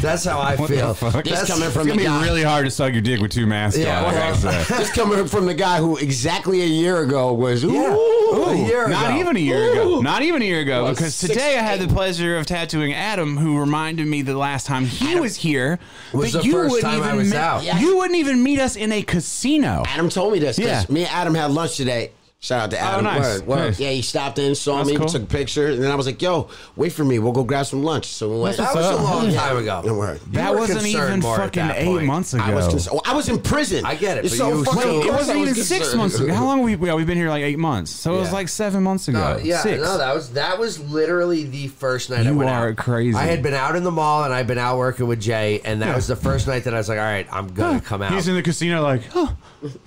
Speaker 1: That's how I
Speaker 4: What the
Speaker 1: feel.
Speaker 4: fuck?
Speaker 3: This
Speaker 1: That's
Speaker 3: coming
Speaker 4: It's
Speaker 3: from the
Speaker 4: gonna be
Speaker 3: guy.
Speaker 4: really hard to suck your dick with two masks
Speaker 1: Yeah,
Speaker 4: on. I gotta
Speaker 1: well-
Speaker 4: say.
Speaker 3: This coming from the guy who exactly a year ago was ooh,
Speaker 1: Yeah, a year
Speaker 4: Not
Speaker 1: ago.
Speaker 4: even a year ago.
Speaker 3: Ooh.
Speaker 4: Not even a year ago.
Speaker 3: Well,
Speaker 4: because
Speaker 3: six-
Speaker 4: today I had the pleasure of tattooing Adam, who reminded me the last time he was here
Speaker 1: Was
Speaker 4: that
Speaker 1: the
Speaker 4: you
Speaker 1: first
Speaker 4: wouldn't
Speaker 1: time I
Speaker 4: even
Speaker 1: was
Speaker 4: meet-
Speaker 1: out.
Speaker 3: Yeah.
Speaker 4: You wouldn't even meet us in a casino.
Speaker 3: Adam told me this. 'cause
Speaker 4: Yeah.
Speaker 3: Me and Adam had lunch today. Shout out to Adam.
Speaker 4: nice.
Speaker 3: Word, word.
Speaker 4: Nice.
Speaker 3: Yeah, he stopped in, saw
Speaker 4: That's
Speaker 3: me,
Speaker 4: cool.
Speaker 3: took a picture, and then I was like, yo, wait for me. We'll go grab some lunch. So we went.
Speaker 1: That was a long
Speaker 3: Yeah.
Speaker 1: time
Speaker 3: No
Speaker 1: ago.
Speaker 3: word.
Speaker 1: You
Speaker 4: That
Speaker 1: were
Speaker 4: wasn't
Speaker 1: concerned
Speaker 4: even
Speaker 1: more at
Speaker 4: fucking
Speaker 1: that
Speaker 4: eight
Speaker 1: point.
Speaker 4: months ago.
Speaker 3: I was, cons- oh, I was in prison.
Speaker 1: I get it,
Speaker 3: You're
Speaker 1: but
Speaker 3: so
Speaker 1: you
Speaker 3: fucking
Speaker 1: still-
Speaker 3: of
Speaker 1: Wait,
Speaker 4: It
Speaker 3: course
Speaker 4: wasn't
Speaker 3: I was
Speaker 4: even six
Speaker 3: concerned.
Speaker 4: months ago. How long have we? Well, we've been here like eight months, so it was
Speaker 1: Yeah.
Speaker 4: like seven months ago.
Speaker 1: No, Uh, yeah,
Speaker 4: Oh, six.
Speaker 1: no, that was that was literally the first night I
Speaker 4: You
Speaker 1: went
Speaker 4: are
Speaker 1: out.
Speaker 4: crazy.
Speaker 1: I had been out in the mall and I'd been out working with Jay, and that was the first night that I was like, all right, I'm gonna come out.
Speaker 4: He's in the casino, like, oh,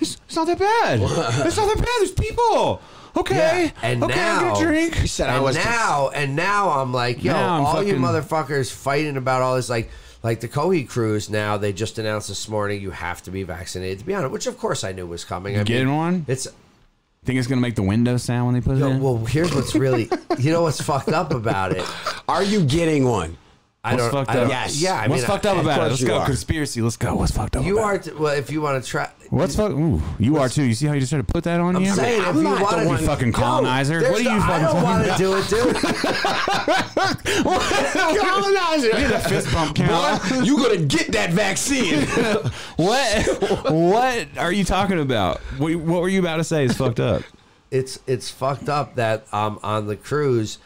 Speaker 4: it's, it's not that bad. it's not that bad. There's people. Okay,
Speaker 1: Yeah, and
Speaker 4: okay,
Speaker 1: now-
Speaker 4: I'll get a
Speaker 3: You
Speaker 4: drink.
Speaker 3: said I
Speaker 1: and
Speaker 3: was
Speaker 1: now and now I'm like, yo,
Speaker 4: Now I'm
Speaker 1: all you
Speaker 4: fucking-
Speaker 1: motherfuckers fighting about all this like like the Cohe cruise now, they just announced this morning you have to be vaccinated to be on it, which of course I knew was coming. I
Speaker 4: Getting
Speaker 1: mean,
Speaker 4: one?
Speaker 1: It's
Speaker 4: Think it's gonna make the window sound when they put it
Speaker 1: yo,
Speaker 4: in.
Speaker 1: well here's what's really you know what's fucked up about it.
Speaker 3: Are you getting one?
Speaker 1: I
Speaker 4: What's
Speaker 1: don't
Speaker 4: fucked
Speaker 1: I don't-
Speaker 4: up?
Speaker 3: Yes.
Speaker 1: Yeah, I
Speaker 4: What's
Speaker 1: mean,
Speaker 4: fucked
Speaker 1: I-
Speaker 4: up about it?
Speaker 3: course
Speaker 4: Let's
Speaker 3: you
Speaker 4: go.
Speaker 3: are.
Speaker 4: Conspiracy. Let's go. What's fucked up?
Speaker 1: You
Speaker 4: about
Speaker 1: are
Speaker 4: It?
Speaker 1: t- well if you want to try
Speaker 4: What's fuck? Ooh, you are too. You see how you just tried to put that on
Speaker 1: I'm
Speaker 4: you?
Speaker 1: saying
Speaker 3: I'm
Speaker 1: if
Speaker 3: not
Speaker 1: you
Speaker 3: the
Speaker 1: want
Speaker 3: one-
Speaker 1: to
Speaker 4: You fucking colonizer. what are you
Speaker 1: I
Speaker 4: fucking
Speaker 1: don't
Speaker 4: talking
Speaker 1: want
Speaker 4: about?
Speaker 1: to do it, dude.
Speaker 3: Colonizer.
Speaker 4: Get a fist bump count.
Speaker 3: Boy, you gonna get that vaccine?
Speaker 4: What? what are you talking about? What, what were you about to say? Is fucked up.
Speaker 1: it's it's fucked up that um on the cruise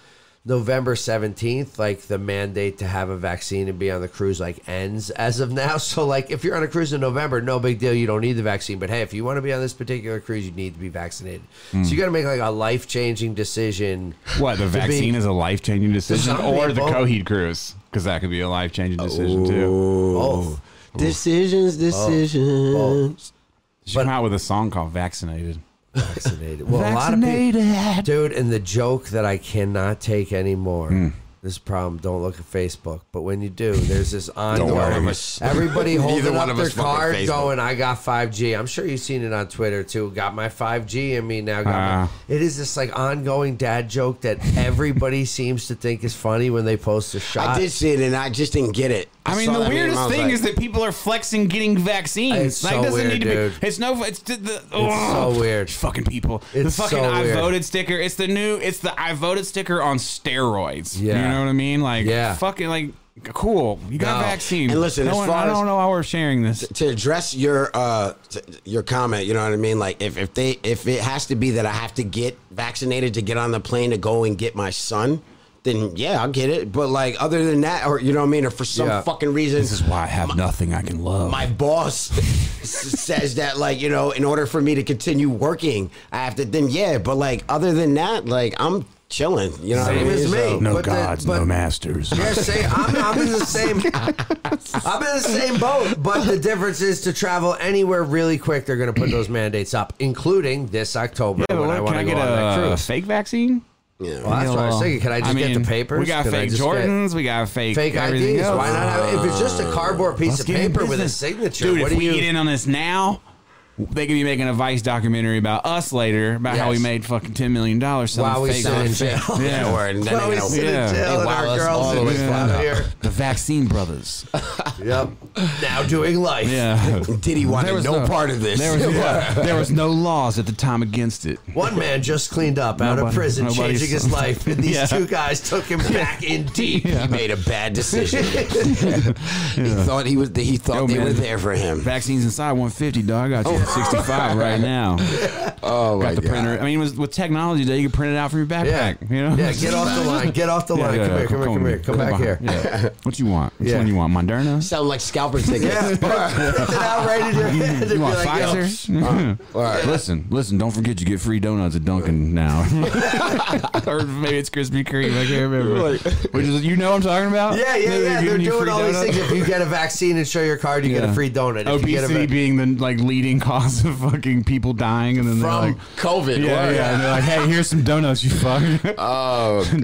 Speaker 1: November 17th like the mandate to have a vaccine and be on the cruise like ends as of now so like if you're on a cruise in November no big deal you don't need the vaccine but hey if you want to be on this particular cruise you need to be vaccinated
Speaker 4: Hmm.
Speaker 1: so you got to make like a life-changing decision
Speaker 4: What the vaccine is a life changing decision,
Speaker 1: Some
Speaker 4: or the
Speaker 1: people-
Speaker 4: Coheed cruise, because that could be a life changing
Speaker 1: Oh,
Speaker 4: decision too.
Speaker 1: both
Speaker 3: Decisions,
Speaker 1: Oh.
Speaker 3: decisions.
Speaker 1: both
Speaker 4: She came out with a song called "Vaccinated."
Speaker 1: vaccinated well a lot of people dude and the joke that i cannot take anymore
Speaker 3: Hmm.
Speaker 1: this problem don't look at facebook but when you do there's this
Speaker 3: of
Speaker 1: ongoing
Speaker 3: us-
Speaker 1: everybody
Speaker 3: Neither
Speaker 1: holding
Speaker 3: one
Speaker 1: up
Speaker 3: of
Speaker 1: their
Speaker 3: us fucking
Speaker 1: card
Speaker 3: Facebook.
Speaker 1: going i got 5g i'm sure you've seen it on twitter too got my 5g in me now got my-"
Speaker 4: Ah.
Speaker 1: it is this like ongoing dad joke that everybody seems to think is funny when they post a shot
Speaker 3: I did see it and I just didn't get it.
Speaker 4: I mean,
Speaker 3: saw
Speaker 4: the
Speaker 3: that meme,
Speaker 4: weirdest
Speaker 3: I was
Speaker 4: thing
Speaker 3: like,
Speaker 4: is that people are flexing getting vaccines.
Speaker 1: It's
Speaker 4: like,
Speaker 1: so
Speaker 4: doesn't
Speaker 1: weird,
Speaker 4: need to
Speaker 1: dude.
Speaker 4: be. It's no. It's the, the it's
Speaker 1: so weird.
Speaker 4: Fucking people. the
Speaker 1: It's
Speaker 4: fucking
Speaker 1: so
Speaker 4: I
Speaker 1: weird.
Speaker 4: voted sticker. It's the new. It's the I voted sticker on steroids.
Speaker 1: Yeah.
Speaker 4: You know what I mean? Like,
Speaker 1: Yeah.
Speaker 4: Fucking like, cool. You got
Speaker 1: No.
Speaker 4: vaccine.
Speaker 3: And listen,
Speaker 4: No
Speaker 3: as
Speaker 4: one-
Speaker 3: far
Speaker 4: I
Speaker 3: as-
Speaker 4: don't know why we're sharing this.
Speaker 3: to address your uh t- your comment, you know what I mean? Like if, if they if it has to be that I have to get vaccinated to get on the plane to go and get my son, then yeah, I'll get it. But like other than that, or you know what I mean, or for some
Speaker 1: Yeah.
Speaker 3: fucking reason
Speaker 4: This is why I have nothing I can love.
Speaker 3: my boss s- says that like, you know, in order for me to continue working, I have to then yeah, but like other than that, like I'm chilling. You know what I
Speaker 1: Same
Speaker 3: mean?
Speaker 1: as me.
Speaker 3: So-
Speaker 1: No but the- gods, no but-
Speaker 4: masters.
Speaker 1: Yeah, same, I'm, I'm in the same. I'm in the same boat, but the difference is to travel anywhere really quick. They're going to put those mandates up, including this October
Speaker 4: Yeah, but
Speaker 1: when I
Speaker 4: what, can
Speaker 1: want
Speaker 4: I
Speaker 1: to go
Speaker 4: get
Speaker 1: on that
Speaker 4: a,
Speaker 1: cruise.
Speaker 4: fake vaccine?
Speaker 3: Yeah.
Speaker 1: Well, that's what I was thinking. Can I just get the papers?
Speaker 4: We got
Speaker 1: Can I
Speaker 4: fake
Speaker 1: just get
Speaker 4: Jordans. We got fake
Speaker 1: fake
Speaker 4: everything
Speaker 1: IDs.
Speaker 4: Else. Uh,
Speaker 1: Why not? Have, if it's just a cardboard piece
Speaker 4: Let's
Speaker 1: of
Speaker 4: get in
Speaker 1: paper with a
Speaker 4: business.
Speaker 1: signature,
Speaker 4: Dude,
Speaker 1: what
Speaker 4: if
Speaker 1: do you?
Speaker 4: we get in on this now, they could be making a Vice documentary about us later about how we
Speaker 1: Yes.
Speaker 4: made fucking ten million dollars selling
Speaker 1: While we
Speaker 4: fake.
Speaker 1: sit in
Speaker 4: vaccines.
Speaker 1: jail.
Speaker 4: Yeah.
Speaker 3: Yeah, word. And then
Speaker 1: Well,
Speaker 3: they
Speaker 1: we
Speaker 3: gonna-
Speaker 1: sit in
Speaker 4: Yeah.
Speaker 1: jail
Speaker 3: They
Speaker 1: and
Speaker 3: wow
Speaker 1: our
Speaker 3: us
Speaker 1: girls
Speaker 3: all the
Speaker 1: in
Speaker 3: way
Speaker 1: front
Speaker 3: up.
Speaker 1: here.
Speaker 4: The vaccine brothers.
Speaker 1: Yep. Now doing life.
Speaker 4: Yeah.
Speaker 3: Diddy wanted
Speaker 4: There was
Speaker 3: no,
Speaker 4: no-
Speaker 3: part of this.
Speaker 4: There was, there was no laws at the time against it.
Speaker 1: One man just cleaned up out of
Speaker 4: Nobody-
Speaker 1: prison,
Speaker 4: nobody's-
Speaker 1: changing his life, and these
Speaker 4: Yeah.
Speaker 1: two guys took him back in deep.
Speaker 3: He made a bad decision. He thought he was. He thought
Speaker 4: Yo,
Speaker 3: they
Speaker 4: man.
Speaker 3: were there for him.
Speaker 4: Vaccines inside 150, dog. I got
Speaker 1: Oh.
Speaker 4: you at 65 right now.
Speaker 3: Oh
Speaker 4: Got the printer. I mean, with, with technology today, you can print it out for your backpack. You know?
Speaker 1: Yeah, get off the line. Get off the
Speaker 4: Yeah,
Speaker 1: line.
Speaker 4: yeah,
Speaker 1: come
Speaker 4: yeah.
Speaker 1: here, come, here, come here. Come back here.
Speaker 4: Yeah. What you want? Which
Speaker 1: Yeah.
Speaker 4: one you want? Moderna?
Speaker 3: Sound like scalper tickets.
Speaker 1: Get it out right in your head and
Speaker 4: Mm-hmm.
Speaker 1: be
Speaker 4: You want
Speaker 1: like, yo,
Speaker 4: Pfizer?
Speaker 3: All right.
Speaker 4: Uh, Listen, listen, don't forget you get free donuts at Dunkin' now. or maybe it's Krispy Kreme. I can't remember. Which is, you know what I'm talking about?
Speaker 1: Yeah, yeah, yeah. They're
Speaker 4: giving you
Speaker 1: doing
Speaker 4: free
Speaker 1: all these
Speaker 4: donuts.
Speaker 1: things. If you get a vaccine and show your card, you get
Speaker 4: Yeah.
Speaker 1: a free donut. If you get a
Speaker 4: Obesity
Speaker 1: va-
Speaker 4: being the like leading cause of fucking people dying, and then they're
Speaker 3: from
Speaker 4: like,
Speaker 3: COVID.
Speaker 4: yeah,
Speaker 3: word.
Speaker 4: yeah, and they're like, hey, here's some donuts, you fuck.
Speaker 3: Fuck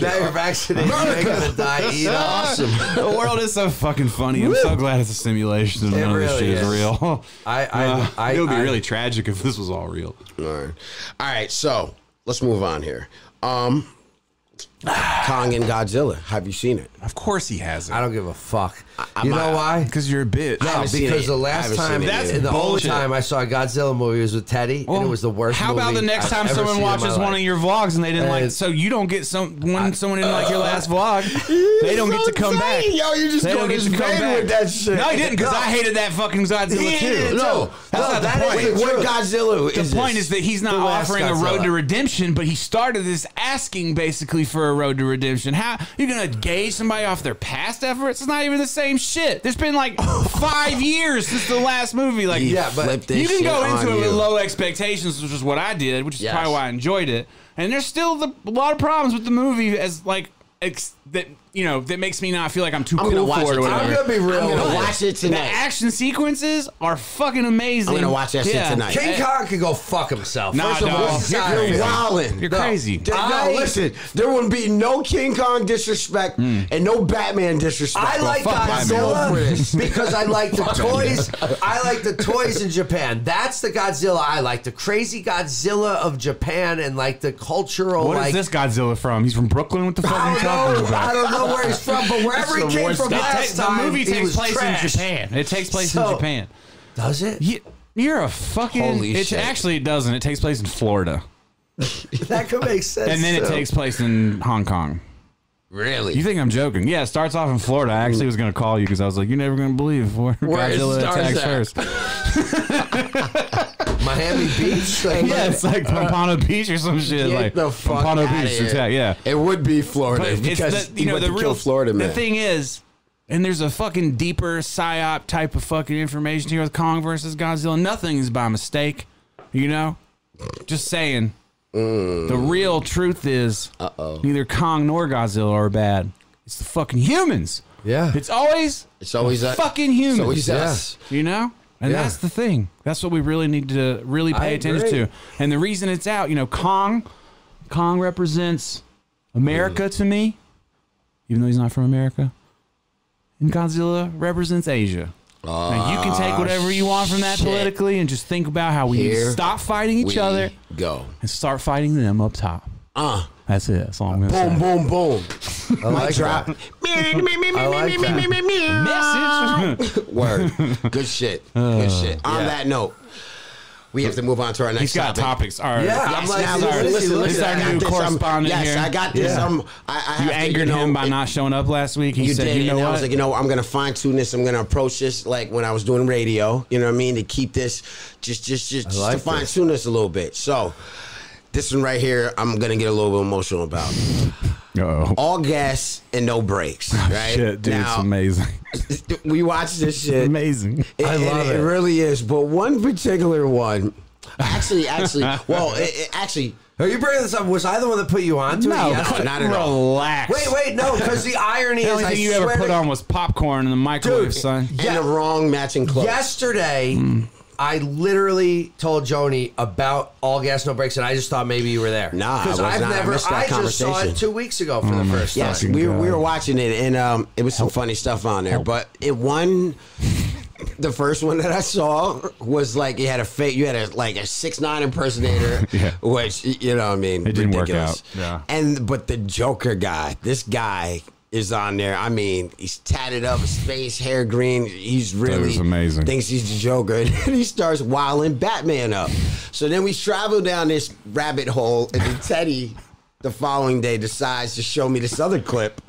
Speaker 1: Now
Speaker 3: it.
Speaker 1: you're vaccinated. You're gonna die. Eat awesome.
Speaker 4: the world is so fucking funny. I'm so glad it's a simulation and
Speaker 1: It
Speaker 4: none of this
Speaker 1: really
Speaker 4: shit is,
Speaker 1: is.
Speaker 4: real. Uh,
Speaker 1: I- I- I-
Speaker 4: it would be
Speaker 1: I-
Speaker 4: really tragic if this was all real.
Speaker 3: All right, so let's move on here. Um, Kong and Godzilla. Have you seen it?
Speaker 4: Of course he has
Speaker 1: I
Speaker 4: it.
Speaker 1: don't give a fuck.
Speaker 3: I'm
Speaker 1: you know
Speaker 3: not-
Speaker 1: why?
Speaker 4: Because you're a bitch.
Speaker 1: No,
Speaker 3: haven't seen
Speaker 1: because
Speaker 3: it.
Speaker 1: the
Speaker 3: I
Speaker 1: last
Speaker 3: haven't seen
Speaker 1: time,
Speaker 3: it
Speaker 4: That's
Speaker 1: the only
Speaker 4: bullshit.
Speaker 1: time I saw a Godzilla movie was with Teddy, and it was the worst.
Speaker 4: Oh. How about
Speaker 1: movie
Speaker 4: the next
Speaker 1: I've
Speaker 4: time
Speaker 1: ever seen
Speaker 4: someone
Speaker 1: in my
Speaker 4: watches
Speaker 1: life.
Speaker 4: one of your vlogs and they didn't like,
Speaker 1: And- uh,
Speaker 4: so you don't get some when someone didn't like your last vlog, they don't get to come back.
Speaker 3: Yo, you just
Speaker 4: They
Speaker 3: go
Speaker 4: don't get
Speaker 3: this
Speaker 4: to come
Speaker 3: vein
Speaker 4: back
Speaker 3: with that shit.
Speaker 4: No, he didn't because I hated that fucking
Speaker 1: He
Speaker 4: Godzilla
Speaker 1: hated
Speaker 4: too.
Speaker 1: it,
Speaker 3: No,
Speaker 4: that's
Speaker 1: No,
Speaker 4: not the
Speaker 1: that
Speaker 4: point.
Speaker 1: isn't
Speaker 3: Wait, what
Speaker 1: true.
Speaker 3: Godzilla
Speaker 4: The
Speaker 3: is
Speaker 4: point
Speaker 3: this?
Speaker 4: is that he's not
Speaker 1: The last
Speaker 4: offering a road
Speaker 1: Godzilla.
Speaker 4: to redemption, but he started this asking basically for a road to redemption. How you're gonna gauge somebody off their past efforts? It's not even the same shit. There's been like five years since the last movie. Like,
Speaker 3: He
Speaker 1: Yeah, but
Speaker 3: flipped this
Speaker 4: you can
Speaker 3: shit
Speaker 4: go into
Speaker 3: on
Speaker 4: it with
Speaker 3: you.
Speaker 4: low expectations, which is what I did, which is
Speaker 3: Yes.
Speaker 4: probably why I enjoyed it. And there's still the, a lot of problems with the movie, as like ex, that you know that makes me not feel like I'm too
Speaker 3: I'm
Speaker 4: cool
Speaker 3: gonna watch
Speaker 4: for it
Speaker 3: it.
Speaker 4: or whatever.
Speaker 1: I'm gonna be real.
Speaker 3: I'm
Speaker 1: with
Speaker 3: gonna
Speaker 1: you.
Speaker 3: watch it
Speaker 4: the
Speaker 3: tonight.
Speaker 4: action sequences are fucking amazing.
Speaker 3: I'm gonna watch that shit tonight.
Speaker 1: King Kong could go fuck himself.
Speaker 4: Nah,
Speaker 1: First of
Speaker 4: dog.
Speaker 1: all, this is
Speaker 4: You're
Speaker 1: irony.
Speaker 3: Oh, You're
Speaker 4: crazy.
Speaker 3: wildin'.
Speaker 4: You're
Speaker 3: No.
Speaker 4: crazy.
Speaker 3: There-
Speaker 1: I-
Speaker 3: no, listen. There wouldn't be no King Kong disrespect and no Batman disrespect.
Speaker 1: I like
Speaker 4: fuck Batman.
Speaker 3: Over this.
Speaker 1: Godzilla because I like the toys. I like the toys in Japan. That's the Godzilla I like. The crazy Godzilla of Japan and like the cultural
Speaker 4: What is
Speaker 1: like
Speaker 4: this Godzilla from? He's from Brooklyn. What the fuck are you
Speaker 1: I
Speaker 4: talking
Speaker 1: don't know.
Speaker 4: about?
Speaker 1: I don't know where he's from, but wherever he
Speaker 3: the
Speaker 1: came
Speaker 3: worst
Speaker 1: from
Speaker 3: stuff.
Speaker 1: last
Speaker 4: the
Speaker 1: time,
Speaker 4: movie
Speaker 1: he
Speaker 4: takes
Speaker 1: was
Speaker 4: place
Speaker 1: trash.
Speaker 4: in Japan. It takes place
Speaker 1: So-
Speaker 4: in Japan.
Speaker 1: Does it?
Speaker 4: You, you're a fucking.
Speaker 3: Holy
Speaker 4: it
Speaker 3: shit.
Speaker 4: actually it doesn't. It takes place in Florida,
Speaker 1: That could make sense.
Speaker 4: and then it
Speaker 1: too.
Speaker 4: takes place in Hong Kong. You
Speaker 3: Really?
Speaker 4: think I'm joking? Yeah, it starts off in Florida. I actually was gonna call you because I was like, you're never gonna believe where,
Speaker 3: Where it
Speaker 4: Godzilla
Speaker 3: starts
Speaker 4: attacks
Speaker 3: at.
Speaker 4: first.
Speaker 1: Miami Beach. Like,
Speaker 4: Yeah, it's like Pompano Beach or some shit.
Speaker 3: Get
Speaker 4: like
Speaker 3: the fuck
Speaker 4: Pompano
Speaker 3: outta
Speaker 4: Beach
Speaker 3: here.
Speaker 4: attack. Yeah,
Speaker 3: It would be Florida
Speaker 4: But it's
Speaker 3: because
Speaker 4: the-
Speaker 3: you know the real Florida man.
Speaker 4: The thing is, and there's a fucking deeper psyop type of fucking information here with Kong versus Godzilla. Nothing is by mistake, you know. Just saying. The
Speaker 3: Mm.
Speaker 4: real truth is, uh neither Kong nor Godzilla are bad. It's the fucking humans.
Speaker 1: Yeah.
Speaker 4: It's always
Speaker 3: It's always us.
Speaker 4: fucking humans.
Speaker 3: It's always
Speaker 1: Yeah.
Speaker 3: us.
Speaker 4: You know? And
Speaker 1: Yeah.
Speaker 4: that's the thing. That's what we really need to really
Speaker 1: I
Speaker 4: pay attention
Speaker 1: agree.
Speaker 4: to. And the reason it's out, you know, Kong Kong represents America to me, even though he's not from America. And Godzilla represents Asia. now you can take whatever you want from that
Speaker 3: Ah, shit.
Speaker 4: politically and just think about how we need
Speaker 3: Here
Speaker 4: to stop fighting each
Speaker 3: We
Speaker 4: other
Speaker 3: go.
Speaker 4: and start fighting them up top.
Speaker 3: Uh.
Speaker 4: That's it. That's all I'm gonna
Speaker 3: Boom,
Speaker 4: say.
Speaker 3: boom, boom.
Speaker 1: I like
Speaker 3: Drop.
Speaker 1: that. I like that.
Speaker 4: Message.
Speaker 3: Word. Good shit. Good shit. On that note, we have to move on to our next
Speaker 4: he's got
Speaker 3: topic.
Speaker 4: topics. All right.
Speaker 1: Yeah, I'm
Speaker 3: Yes,
Speaker 1: like,
Speaker 3: now,
Speaker 1: this
Speaker 3: listen,
Speaker 1: is-
Speaker 3: listen,
Speaker 1: look
Speaker 3: listen,
Speaker 1: at
Speaker 3: I
Speaker 1: that.
Speaker 3: got
Speaker 4: New
Speaker 3: this. I'm-
Speaker 4: correspondent
Speaker 3: yes,
Speaker 4: here.
Speaker 3: I got this.
Speaker 1: Yeah.
Speaker 3: I'm, I, I
Speaker 4: You
Speaker 3: have
Speaker 4: angered
Speaker 3: to, you know,
Speaker 4: him by
Speaker 3: it-
Speaker 4: not showing up last week. He
Speaker 3: You
Speaker 4: said,
Speaker 3: did,
Speaker 4: "You know
Speaker 3: and
Speaker 4: what?
Speaker 3: I was like, you know, what, I'm gonna fine tune this. I'm gonna approach this like when I was doing radio. You know what I mean? To keep this, just, just, just, just to
Speaker 1: like
Speaker 3: fine
Speaker 1: this.
Speaker 3: tune this a little bit. So, this one right here, I'm gonna get a little bit emotional about.
Speaker 4: oh
Speaker 3: All gas and no brakes. Right?
Speaker 4: shit, dude, it's
Speaker 3: now,
Speaker 4: amazing,
Speaker 3: we watched this shit.
Speaker 4: amazing."
Speaker 1: I love
Speaker 3: It
Speaker 1: it.
Speaker 3: really is, but one particular one. Actually, actually, well, it, it- actually,
Speaker 1: Are you bringing this up? Was I the one that put you on to it? Yes.
Speaker 3: no, not at all.
Speaker 4: Relax.
Speaker 1: Wait, wait, no, because the irony
Speaker 4: The
Speaker 1: is
Speaker 4: only
Speaker 1: I
Speaker 4: thing you ever
Speaker 1: swear
Speaker 4: put
Speaker 1: to-
Speaker 4: on was popcorn in the microwave,
Speaker 1: Dude,
Speaker 4: son.
Speaker 3: in the wrong matching clothes.
Speaker 1: Yesterday, I literally told Joni about all gas no breaks, and I just thought maybe you were there.
Speaker 3: Nah, I
Speaker 1: because
Speaker 3: was
Speaker 1: I've
Speaker 3: not. I
Speaker 1: never.
Speaker 3: missed that
Speaker 1: I just saw
Speaker 3: conversation. Mm.
Speaker 1: it two weeks ago for the first time.
Speaker 3: Yes,
Speaker 4: Fucking
Speaker 3: we, we
Speaker 4: God.
Speaker 3: were watching it, and um, it was some funny stuff on there. But it one, the first one that I saw was like you had a fake, you had a like a six nine impersonator,
Speaker 4: Yeah.
Speaker 3: which y- you know what I mean.
Speaker 4: It didn't work
Speaker 3: ridiculous.
Speaker 4: out. Yeah.
Speaker 3: And but the Joker guy, this guy is on there. I mean, he's tatted up, his face, hair green. He's really
Speaker 4: was amazing.
Speaker 3: Thinks he's the Joker, and then he starts wilding Batman up. So then we travel down this rabbit hole, and then Teddy. The following day, decides to show me this other clip,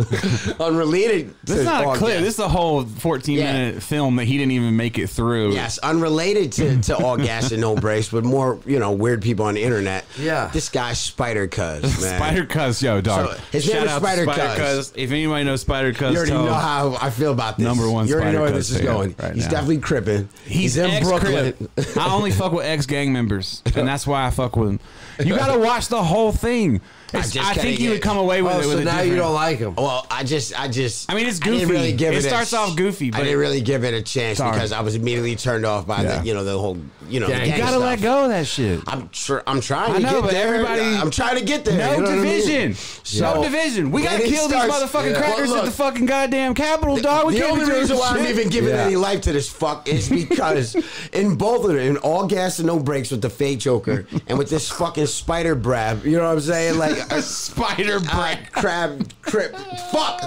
Speaker 3: unrelated.
Speaker 4: This
Speaker 3: to
Speaker 4: is not a
Speaker 3: all
Speaker 4: clip.
Speaker 3: gas.
Speaker 4: This is a whole 14
Speaker 3: Yeah.
Speaker 4: minute film that he didn't even make it through.
Speaker 3: Yes, unrelated to, to all gas and no brakes, but more you know weird people on the internet.
Speaker 1: Yeah.
Speaker 3: this guy Spider Cuz man.
Speaker 4: Spider Cuz, yo, dog.
Speaker 3: So, his name
Speaker 4: Shout
Speaker 3: is
Speaker 4: out to
Speaker 3: Spider Cuz.
Speaker 4: If anybody knows Spider Cuz,
Speaker 3: You already
Speaker 4: tell
Speaker 3: know
Speaker 4: him.
Speaker 3: how I feel about this.
Speaker 4: Number one
Speaker 3: you already know where
Speaker 4: Spider
Speaker 3: this
Speaker 4: Cuz
Speaker 3: is
Speaker 4: fan
Speaker 3: going.
Speaker 4: right
Speaker 3: He's
Speaker 4: now.
Speaker 3: definitely cripping.
Speaker 4: He's,
Speaker 3: in Brooklyn.
Speaker 4: ex-Crip. I only fuck with ex gang members, and that's why I fuck with him. You gotta watch the whole thing.
Speaker 3: I,
Speaker 4: It's-
Speaker 3: just
Speaker 4: I think
Speaker 3: kinda
Speaker 4: you
Speaker 3: get-
Speaker 4: would come away with
Speaker 1: Oh,
Speaker 4: it.
Speaker 1: so
Speaker 4: with a
Speaker 1: now you
Speaker 4: different-
Speaker 1: don't like him.
Speaker 3: Well, I just, I just.
Speaker 4: I mean, it's
Speaker 3: I didn't
Speaker 4: goofy.
Speaker 3: really give
Speaker 4: It
Speaker 3: it, a
Speaker 4: starts
Speaker 3: sh-
Speaker 4: off goofy,
Speaker 3: I
Speaker 4: but-
Speaker 3: didn't really give it a chance
Speaker 4: Sorry.
Speaker 3: because I was immediately turned off by
Speaker 4: Yeah.
Speaker 3: the, you know, the whole, you know,
Speaker 1: Gang.
Speaker 3: the
Speaker 1: You
Speaker 4: You
Speaker 3: gang
Speaker 4: gotta let
Speaker 3: stuff.
Speaker 4: go of that shit.
Speaker 3: I'm tr- I'm trying
Speaker 4: I
Speaker 3: to
Speaker 4: know,
Speaker 3: get
Speaker 4: but
Speaker 3: there.
Speaker 4: everybody-
Speaker 3: I'm trying to get there.
Speaker 4: No
Speaker 3: you know what I mean?
Speaker 4: division.
Speaker 3: So-
Speaker 4: no division. We
Speaker 3: Then
Speaker 4: gotta
Speaker 3: it
Speaker 4: kill
Speaker 3: starts-
Speaker 4: these motherfucking
Speaker 3: Yeah.
Speaker 4: crackers
Speaker 3: Well,
Speaker 4: at the
Speaker 3: look,
Speaker 4: fucking goddamn Capitol, dog. We
Speaker 3: the
Speaker 4: can't
Speaker 3: only
Speaker 4: be doing
Speaker 3: reason why
Speaker 4: shit.
Speaker 3: I'm even giving
Speaker 1: Yeah.
Speaker 3: any life to this fuck is because in both of them, in all gas and no brakes with the fake Joker and with this fucking spider brab, you know what I'm saying? Like a
Speaker 4: spider
Speaker 3: I,
Speaker 4: brick.
Speaker 3: crab, crip, fuck.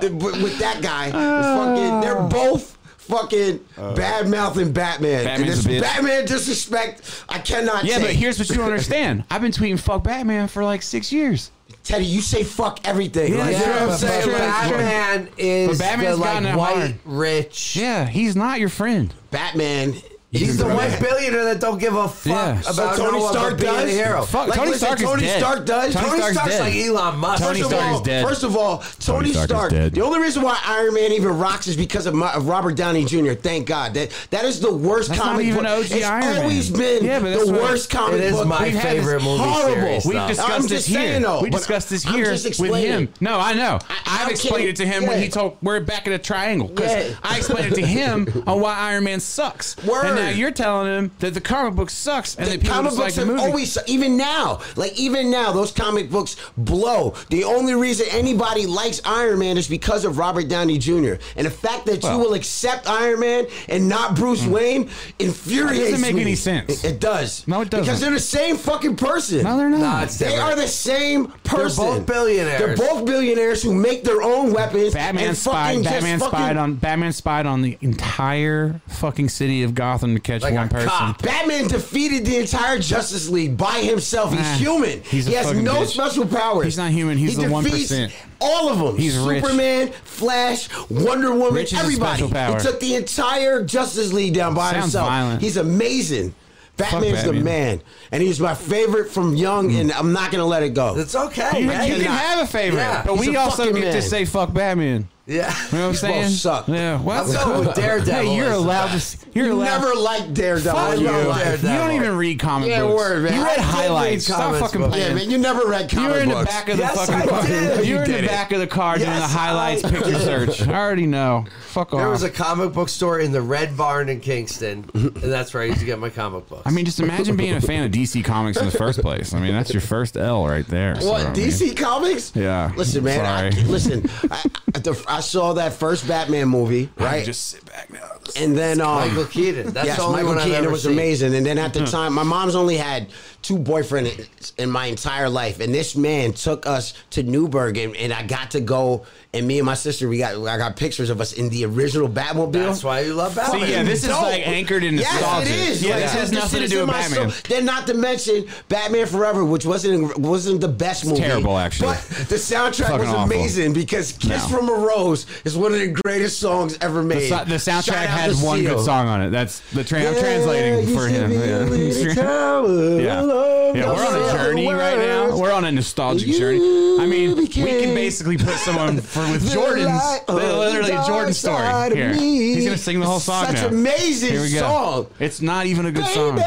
Speaker 3: The- with with that guy, fucking, they're both fucking
Speaker 1: Uh.
Speaker 3: bad mouthing Batman. and
Speaker 4: Batman's
Speaker 3: this
Speaker 4: a bitch.
Speaker 3: Batman disrespect, I cannot.
Speaker 4: Yeah,
Speaker 3: take.
Speaker 4: but here's what you don't understand. I've been tweeting fuck Batman for like six years.
Speaker 3: Teddy, you say fuck everything.
Speaker 4: Yeah,
Speaker 3: like, you know what I'm
Speaker 1: Yeah,
Speaker 4: but-
Speaker 3: saying? Like,
Speaker 4: true,
Speaker 1: but
Speaker 4: true.
Speaker 1: Batman is
Speaker 4: But Batman's
Speaker 1: the
Speaker 4: gotten it
Speaker 1: like white
Speaker 4: hard.
Speaker 1: rich.
Speaker 4: Yeah, he's not your friend.
Speaker 3: Batman.
Speaker 1: He's the
Speaker 3: incredible.
Speaker 1: one billionaire that don't give a fuck
Speaker 4: Yeah. So
Speaker 1: about
Speaker 3: Tony
Speaker 1: no one
Speaker 3: Stark
Speaker 1: but being
Speaker 3: does?
Speaker 1: a hero.
Speaker 4: Fuck,
Speaker 3: Like,
Speaker 4: Tony
Speaker 3: listen,
Speaker 4: Stark is
Speaker 3: Tony
Speaker 4: dead.
Speaker 3: Stark does.
Speaker 4: Tony,
Speaker 1: Tony
Speaker 4: Stark's,
Speaker 1: Stark's
Speaker 4: dead.
Speaker 1: like Elon Musk.
Speaker 4: Tony
Speaker 1: First
Speaker 3: First of
Speaker 1: of
Speaker 4: Stark is
Speaker 3: all,
Speaker 4: dead.
Speaker 3: First of all, Tony,
Speaker 4: Stark is
Speaker 3: Stark.
Speaker 4: dead.
Speaker 3: The only reason why Iron Man even rocks is because of, my, of Robert Downey Jr. Thank God that that is the worst
Speaker 4: That's not
Speaker 3: comic
Speaker 4: even
Speaker 3: book.
Speaker 4: OG
Speaker 3: it's
Speaker 4: Iron Man.
Speaker 3: always been
Speaker 4: Yeah, but that's
Speaker 3: the
Speaker 4: what-
Speaker 3: worst comic
Speaker 1: It is
Speaker 3: book.
Speaker 1: my
Speaker 3: We've had.
Speaker 1: favorite
Speaker 3: It's
Speaker 1: movie
Speaker 3: horrible.
Speaker 1: series,
Speaker 4: We've
Speaker 1: though.
Speaker 3: I'm
Speaker 4: discussed
Speaker 3: just
Speaker 4: this here.
Speaker 3: saying, though,
Speaker 4: we
Speaker 3: but
Speaker 4: discussed this
Speaker 3: I'm
Speaker 4: here
Speaker 3: just
Speaker 4: with
Speaker 3: explaining.
Speaker 4: him. No, I know.
Speaker 3: I-
Speaker 4: I, have
Speaker 3: I
Speaker 4: explained
Speaker 3: can't-
Speaker 4: it to him when
Speaker 3: yeah.
Speaker 4: he told we're back at a triangle because
Speaker 3: Yeah.
Speaker 4: I explained it to him on why Iron Man sucks.
Speaker 3: Word.
Speaker 4: And now you're telling him that the comic book sucks and that
Speaker 3: The
Speaker 4: people
Speaker 3: comic
Speaker 4: just
Speaker 3: books
Speaker 4: like the
Speaker 3: have
Speaker 4: movie.
Speaker 3: always, even now, like even now, those comic books blow. The only reason anybody likes Iron Man is because of Robert Downey Jr. And the fact that
Speaker 4: Well.
Speaker 3: you will accept Iron Man and not Bruce Wayne infuriates me.
Speaker 4: That doesn't make any sense.
Speaker 3: It, it does.
Speaker 4: No, it
Speaker 3: Because
Speaker 4: doesn't.
Speaker 3: they're the same fucking person.
Speaker 4: no, they're
Speaker 1: Nah,
Speaker 4: not.
Speaker 1: it's
Speaker 3: They
Speaker 1: different.
Speaker 3: are the same person.
Speaker 1: both billionaires.
Speaker 3: They're both billionaires who make their own weapons.
Speaker 4: Batman
Speaker 3: and
Speaker 4: spied.
Speaker 3: fucking just
Speaker 4: Batman
Speaker 3: fucking-
Speaker 4: spied on. Batman spied on the entire fucking city of Gotham to catch
Speaker 1: Like
Speaker 4: one
Speaker 1: a
Speaker 4: person.
Speaker 1: cop.
Speaker 3: Batman defeated the entire Justice League by himself. He's
Speaker 4: Nah,
Speaker 3: human.
Speaker 4: he's a
Speaker 3: he has
Speaker 4: fucking
Speaker 3: no
Speaker 4: bitch.
Speaker 3: special powers.
Speaker 4: He's not human. He's
Speaker 3: he
Speaker 4: the
Speaker 3: defeats
Speaker 4: 1%.
Speaker 3: All of them.
Speaker 4: He's rich.
Speaker 3: Superman, Flash, Wonder Woman,
Speaker 4: Rich is a
Speaker 3: everybody.
Speaker 4: special power.
Speaker 3: He took the entire Justice League down by
Speaker 4: Sounds
Speaker 3: himself.
Speaker 4: violent.
Speaker 3: He's amazing. Batman's the
Speaker 4: Batman. Mm.
Speaker 3: man, and he's my favorite from young, and I'm not gonna let it go.
Speaker 1: It's okay.
Speaker 4: You,
Speaker 1: right?
Speaker 4: you can have a favorite,
Speaker 1: Yeah.
Speaker 4: but
Speaker 3: He's
Speaker 4: we
Speaker 3: a
Speaker 4: also
Speaker 3: fucking
Speaker 4: get to
Speaker 3: man.
Speaker 4: say fuck Batman.
Speaker 1: Yeah.
Speaker 4: You know what I'm
Speaker 3: both
Speaker 4: saying?
Speaker 3: suck.
Speaker 4: Yeah. Well,
Speaker 1: Let's go with Daredevil.
Speaker 4: Hey, you're
Speaker 1: It's the
Speaker 4: allowed to.
Speaker 1: best.
Speaker 4: s- You're allowed.
Speaker 3: never liked Daredevil.
Speaker 1: Fuck
Speaker 3: in your
Speaker 1: you.
Speaker 3: life.
Speaker 1: Daredevil.
Speaker 4: You don't even read comic
Speaker 3: Yeah,
Speaker 4: books.
Speaker 3: word, man.
Speaker 4: You
Speaker 3: I
Speaker 4: read
Speaker 3: did read
Speaker 4: highlights. Stop
Speaker 1: comics,
Speaker 4: fucking
Speaker 1: but-
Speaker 3: Yeah,
Speaker 4: playing.
Speaker 3: man, you never read
Speaker 4: you
Speaker 3: comic
Speaker 4: were in
Speaker 3: books.
Speaker 4: the back of the
Speaker 1: Yes, I
Speaker 4: fucking car.
Speaker 1: did.
Speaker 4: You were in
Speaker 3: You
Speaker 4: the
Speaker 3: did it.
Speaker 4: back of the car doing
Speaker 1: Yes,
Speaker 4: the highlights
Speaker 1: I-
Speaker 4: picture search. I already know. Fuck off.
Speaker 1: There was a comic book store in the Red Barn in Kingston, and that's where I used to get my comic books.
Speaker 4: I mean, just imagine being a fan of DC Comics in the first place. I mean, that's your first L right there. So, I
Speaker 3: What
Speaker 4: mean,
Speaker 3: DC Comics?
Speaker 4: Yeah.
Speaker 3: Listen, man. I,
Speaker 4: Sorry.
Speaker 3: listen, I, I- the, I saw that first Batman movie, right?
Speaker 4: Just sit back now.
Speaker 3: and then um,
Speaker 1: Michael Keaton. That's
Speaker 3: yes,
Speaker 1: the only
Speaker 3: Michael
Speaker 1: one I've
Speaker 3: Keaton
Speaker 1: ever
Speaker 3: was
Speaker 1: seen. Hmm.
Speaker 3: amazing. And then at the time, my mom's only had two boyfriends in my entire life, and this man took us to Newburgh, and, and I got to go. And me and my sister, we got I got pictures of us in the original Batmobile.
Speaker 1: That's why you love Batman.
Speaker 4: See, yeah, this is
Speaker 3: Dope.
Speaker 4: like anchored in
Speaker 3: Yes,
Speaker 4: nostalgia.
Speaker 3: it is.
Speaker 4: Yeah,
Speaker 3: Like,
Speaker 4: this has
Speaker 3: shit
Speaker 4: nothing to
Speaker 3: is
Speaker 4: do
Speaker 3: in
Speaker 4: with
Speaker 3: my
Speaker 4: Batman.
Speaker 3: soul. Then, not to mention Batman Forever, which wasn't wasn't the best movie.
Speaker 4: terrible, actually.
Speaker 3: But the soundtrack
Speaker 4: Fucking
Speaker 3: was
Speaker 4: awful.
Speaker 3: amazing because "Kiss
Speaker 4: No.
Speaker 3: from a Rose" is one of the greatest songs ever
Speaker 4: The,
Speaker 3: made.
Speaker 4: so- the
Speaker 3: Shout
Speaker 4: soundtrack
Speaker 3: out
Speaker 4: had
Speaker 3: to
Speaker 4: one
Speaker 3: Seal.
Speaker 4: good song on it. That's the tra- I'm
Speaker 3: Yeah,
Speaker 4: translating
Speaker 3: you
Speaker 4: for
Speaker 3: should
Speaker 4: him.
Speaker 3: be a little
Speaker 4: Yeah.
Speaker 3: child
Speaker 4: Yeah.
Speaker 3: alone.
Speaker 4: yeah, we're on a
Speaker 3: Those
Speaker 4: journey right now.
Speaker 3: words.
Speaker 4: We're on a nostalgic
Speaker 3: You
Speaker 4: journey. I mean, we can
Speaker 3: became
Speaker 4: basically put someone for with
Speaker 3: The
Speaker 4: Jordan's
Speaker 3: light on
Speaker 4: literally
Speaker 3: the dark
Speaker 4: Jordan
Speaker 3: side of
Speaker 4: story. Here,
Speaker 3: me.
Speaker 4: he's gonna sing the whole song
Speaker 3: Such
Speaker 4: now.
Speaker 3: amazing
Speaker 4: Here we go.
Speaker 3: song.
Speaker 4: It's not even a good song.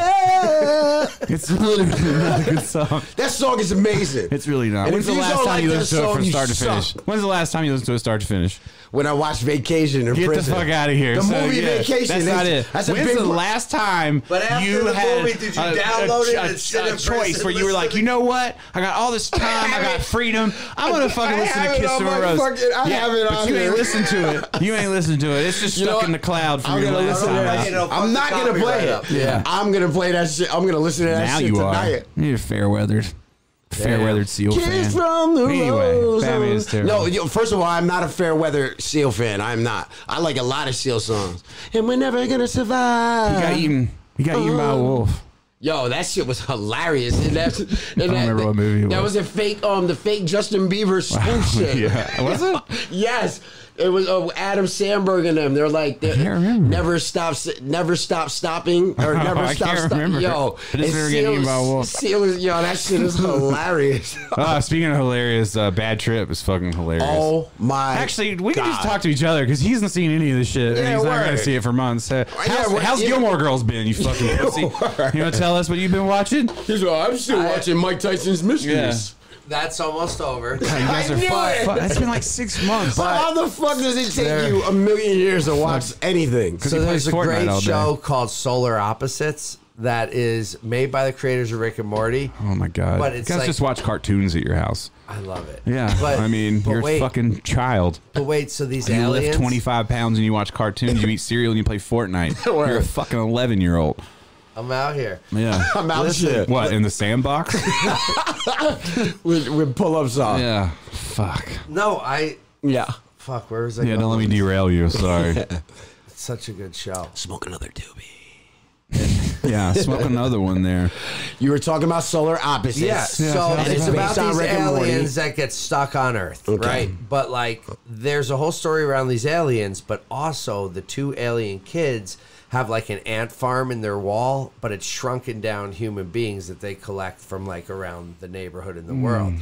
Speaker 3: Baby.
Speaker 4: It's literally not a good song.
Speaker 3: That song is amazing.
Speaker 4: It's really not.
Speaker 3: And
Speaker 4: When's
Speaker 3: if
Speaker 4: the
Speaker 3: you
Speaker 4: last
Speaker 3: don't
Speaker 4: time
Speaker 3: like
Speaker 4: you
Speaker 3: that
Speaker 4: listened to it
Speaker 3: song,
Speaker 4: from
Speaker 3: you
Speaker 4: start to finish?
Speaker 3: suck.
Speaker 4: When's the last time you listened to it start to finish?
Speaker 3: When I watched Vacation in
Speaker 4: Get
Speaker 3: prison,
Speaker 4: the fuck out of here.
Speaker 3: The
Speaker 4: So,
Speaker 3: movie
Speaker 4: yeah,
Speaker 3: Vacation.
Speaker 4: That's not it.
Speaker 3: That's a
Speaker 4: When's
Speaker 3: big
Speaker 4: the
Speaker 3: one.
Speaker 4: last time
Speaker 1: But after
Speaker 4: you
Speaker 1: the
Speaker 4: had
Speaker 1: movie, did you
Speaker 4: a, a-
Speaker 1: download it
Speaker 4: a,
Speaker 1: and sit
Speaker 4: a
Speaker 1: in
Speaker 4: choice
Speaker 1: prison
Speaker 4: where you were
Speaker 1: listening?
Speaker 4: like, you know what? I got all this time. I got freedom. I'm gonna fucking
Speaker 3: I
Speaker 4: listen
Speaker 3: have
Speaker 4: to
Speaker 3: it
Speaker 4: Kiss
Speaker 3: on
Speaker 4: from a
Speaker 3: my
Speaker 4: Rose.
Speaker 3: fucking- I
Speaker 4: yeah,
Speaker 3: have it
Speaker 4: but
Speaker 3: on
Speaker 4: you ain't
Speaker 3: here.
Speaker 4: listened to it. You ain't listened to it. It's just
Speaker 3: You know
Speaker 4: stuck in the
Speaker 3: what?
Speaker 4: cloud from
Speaker 3: I'm
Speaker 4: your
Speaker 3: gonna
Speaker 4: last
Speaker 3: listen to
Speaker 4: time.
Speaker 1: that
Speaker 4: out.
Speaker 1: shit. It'll
Speaker 3: I'm
Speaker 1: fuck
Speaker 3: not
Speaker 1: the
Speaker 3: gonna
Speaker 1: copyright
Speaker 3: play
Speaker 1: up.
Speaker 3: it.
Speaker 1: Yeah.
Speaker 3: I'm gonna play that shit. I'm gonna listen to that
Speaker 4: Now
Speaker 3: shit
Speaker 4: you
Speaker 3: tonight.
Speaker 4: are. You're fair weathered. Fair weathered seal fan.
Speaker 3: Kiss from the
Speaker 4: anyway,
Speaker 3: rose.
Speaker 4: Batman is terrible.
Speaker 3: No, yo, first of all, I'm not a fair weather Seal fan. I'm not. I like a lot of Seal songs. And we're never gonna survive.
Speaker 4: he got eaten. He got eaten by a wolf.
Speaker 3: Yo, that shit was hilarious. And that's, and that,
Speaker 4: remember what movie it
Speaker 3: That
Speaker 4: was.
Speaker 3: was a fake, um, the fake Justin Bieber spoof shit.
Speaker 4: Yeah, was it?
Speaker 3: yes, it was uh, Adam Sandberg and them. They're like, they
Speaker 4: can't remember.
Speaker 3: never stop, never stop stopping, or
Speaker 4: Oh,
Speaker 3: never
Speaker 4: I
Speaker 3: stop
Speaker 4: can't remember.
Speaker 3: stopping. Yo,
Speaker 4: I just
Speaker 3: and
Speaker 4: remember getting eaten by a
Speaker 3: Seal-
Speaker 4: wolf.
Speaker 3: Seal is- yo, that shit is hilarious.
Speaker 4: Uh, speaking of hilarious, uh, Bad Trip is fucking hilarious.
Speaker 3: oh my!
Speaker 4: Actually, we
Speaker 3: God.
Speaker 4: can just talk to each other because he hasn't seen any of this shit, and
Speaker 3: Yeah,
Speaker 4: he's not going
Speaker 3: word.
Speaker 4: to see it for months. So, how's
Speaker 3: word.
Speaker 4: how's
Speaker 3: Yeah.
Speaker 4: Gilmore Girls been? You fucking pussy. You want to tell us what you've been watching?
Speaker 3: Here's what- I'm still watching Mike Tyson's Mysteries.
Speaker 1: That's almost over.
Speaker 4: You guys
Speaker 3: I
Speaker 4: are
Speaker 3: knew
Speaker 4: fucked.
Speaker 3: it!
Speaker 4: Fuck. It's been like six months.
Speaker 3: How the fuck does it take you a million years to watch anything?
Speaker 1: So
Speaker 4: he
Speaker 1: there's a
Speaker 4: plays Fortnite all
Speaker 1: great
Speaker 4: day.
Speaker 1: show called Solar Opposites that is made by the creators of Rick and Morty.
Speaker 4: Oh my god!
Speaker 1: But it's
Speaker 4: you guys
Speaker 1: like-
Speaker 4: just watch cartoons at your house.
Speaker 1: I love it.
Speaker 4: Yeah,
Speaker 1: but
Speaker 4: I mean,
Speaker 1: but
Speaker 4: you're
Speaker 1: wait,
Speaker 4: a fucking child.
Speaker 1: But wait, so these
Speaker 4: You
Speaker 1: aliens,
Speaker 4: lift 25 pounds and you watch cartoons. You eat cereal and you play Fortnite. You're a fucking 11 year old.
Speaker 1: I'm out here.
Speaker 4: Yeah.
Speaker 3: I'm out of
Speaker 1: Listen.
Speaker 3: shit
Speaker 4: What in the sandbox?
Speaker 3: with, with pull-ups on. Yeah.
Speaker 4: yeah. Fuck.
Speaker 1: No, I fuck. Where was I?
Speaker 4: Yeah.
Speaker 1: going?
Speaker 4: Don't let me derail you. Sorry.
Speaker 1: It's such a good show.
Speaker 3: Smoke another doobie.
Speaker 4: yeah. Smoke another one there.
Speaker 3: You were talking about solar opposites.
Speaker 1: Yeah, so
Speaker 3: And
Speaker 1: it's
Speaker 3: it's
Speaker 1: about
Speaker 3: based on
Speaker 1: these
Speaker 3: Rick and Morty.
Speaker 1: aliens that get stuck on Earth,
Speaker 3: Okay.
Speaker 1: right? But like, there's a whole story around these aliens, but also the two alien kids have like an ant farm in their wall, but it's shrunken down human beings that they collect from like around the neighborhood in the
Speaker 4: Hmm.
Speaker 1: world.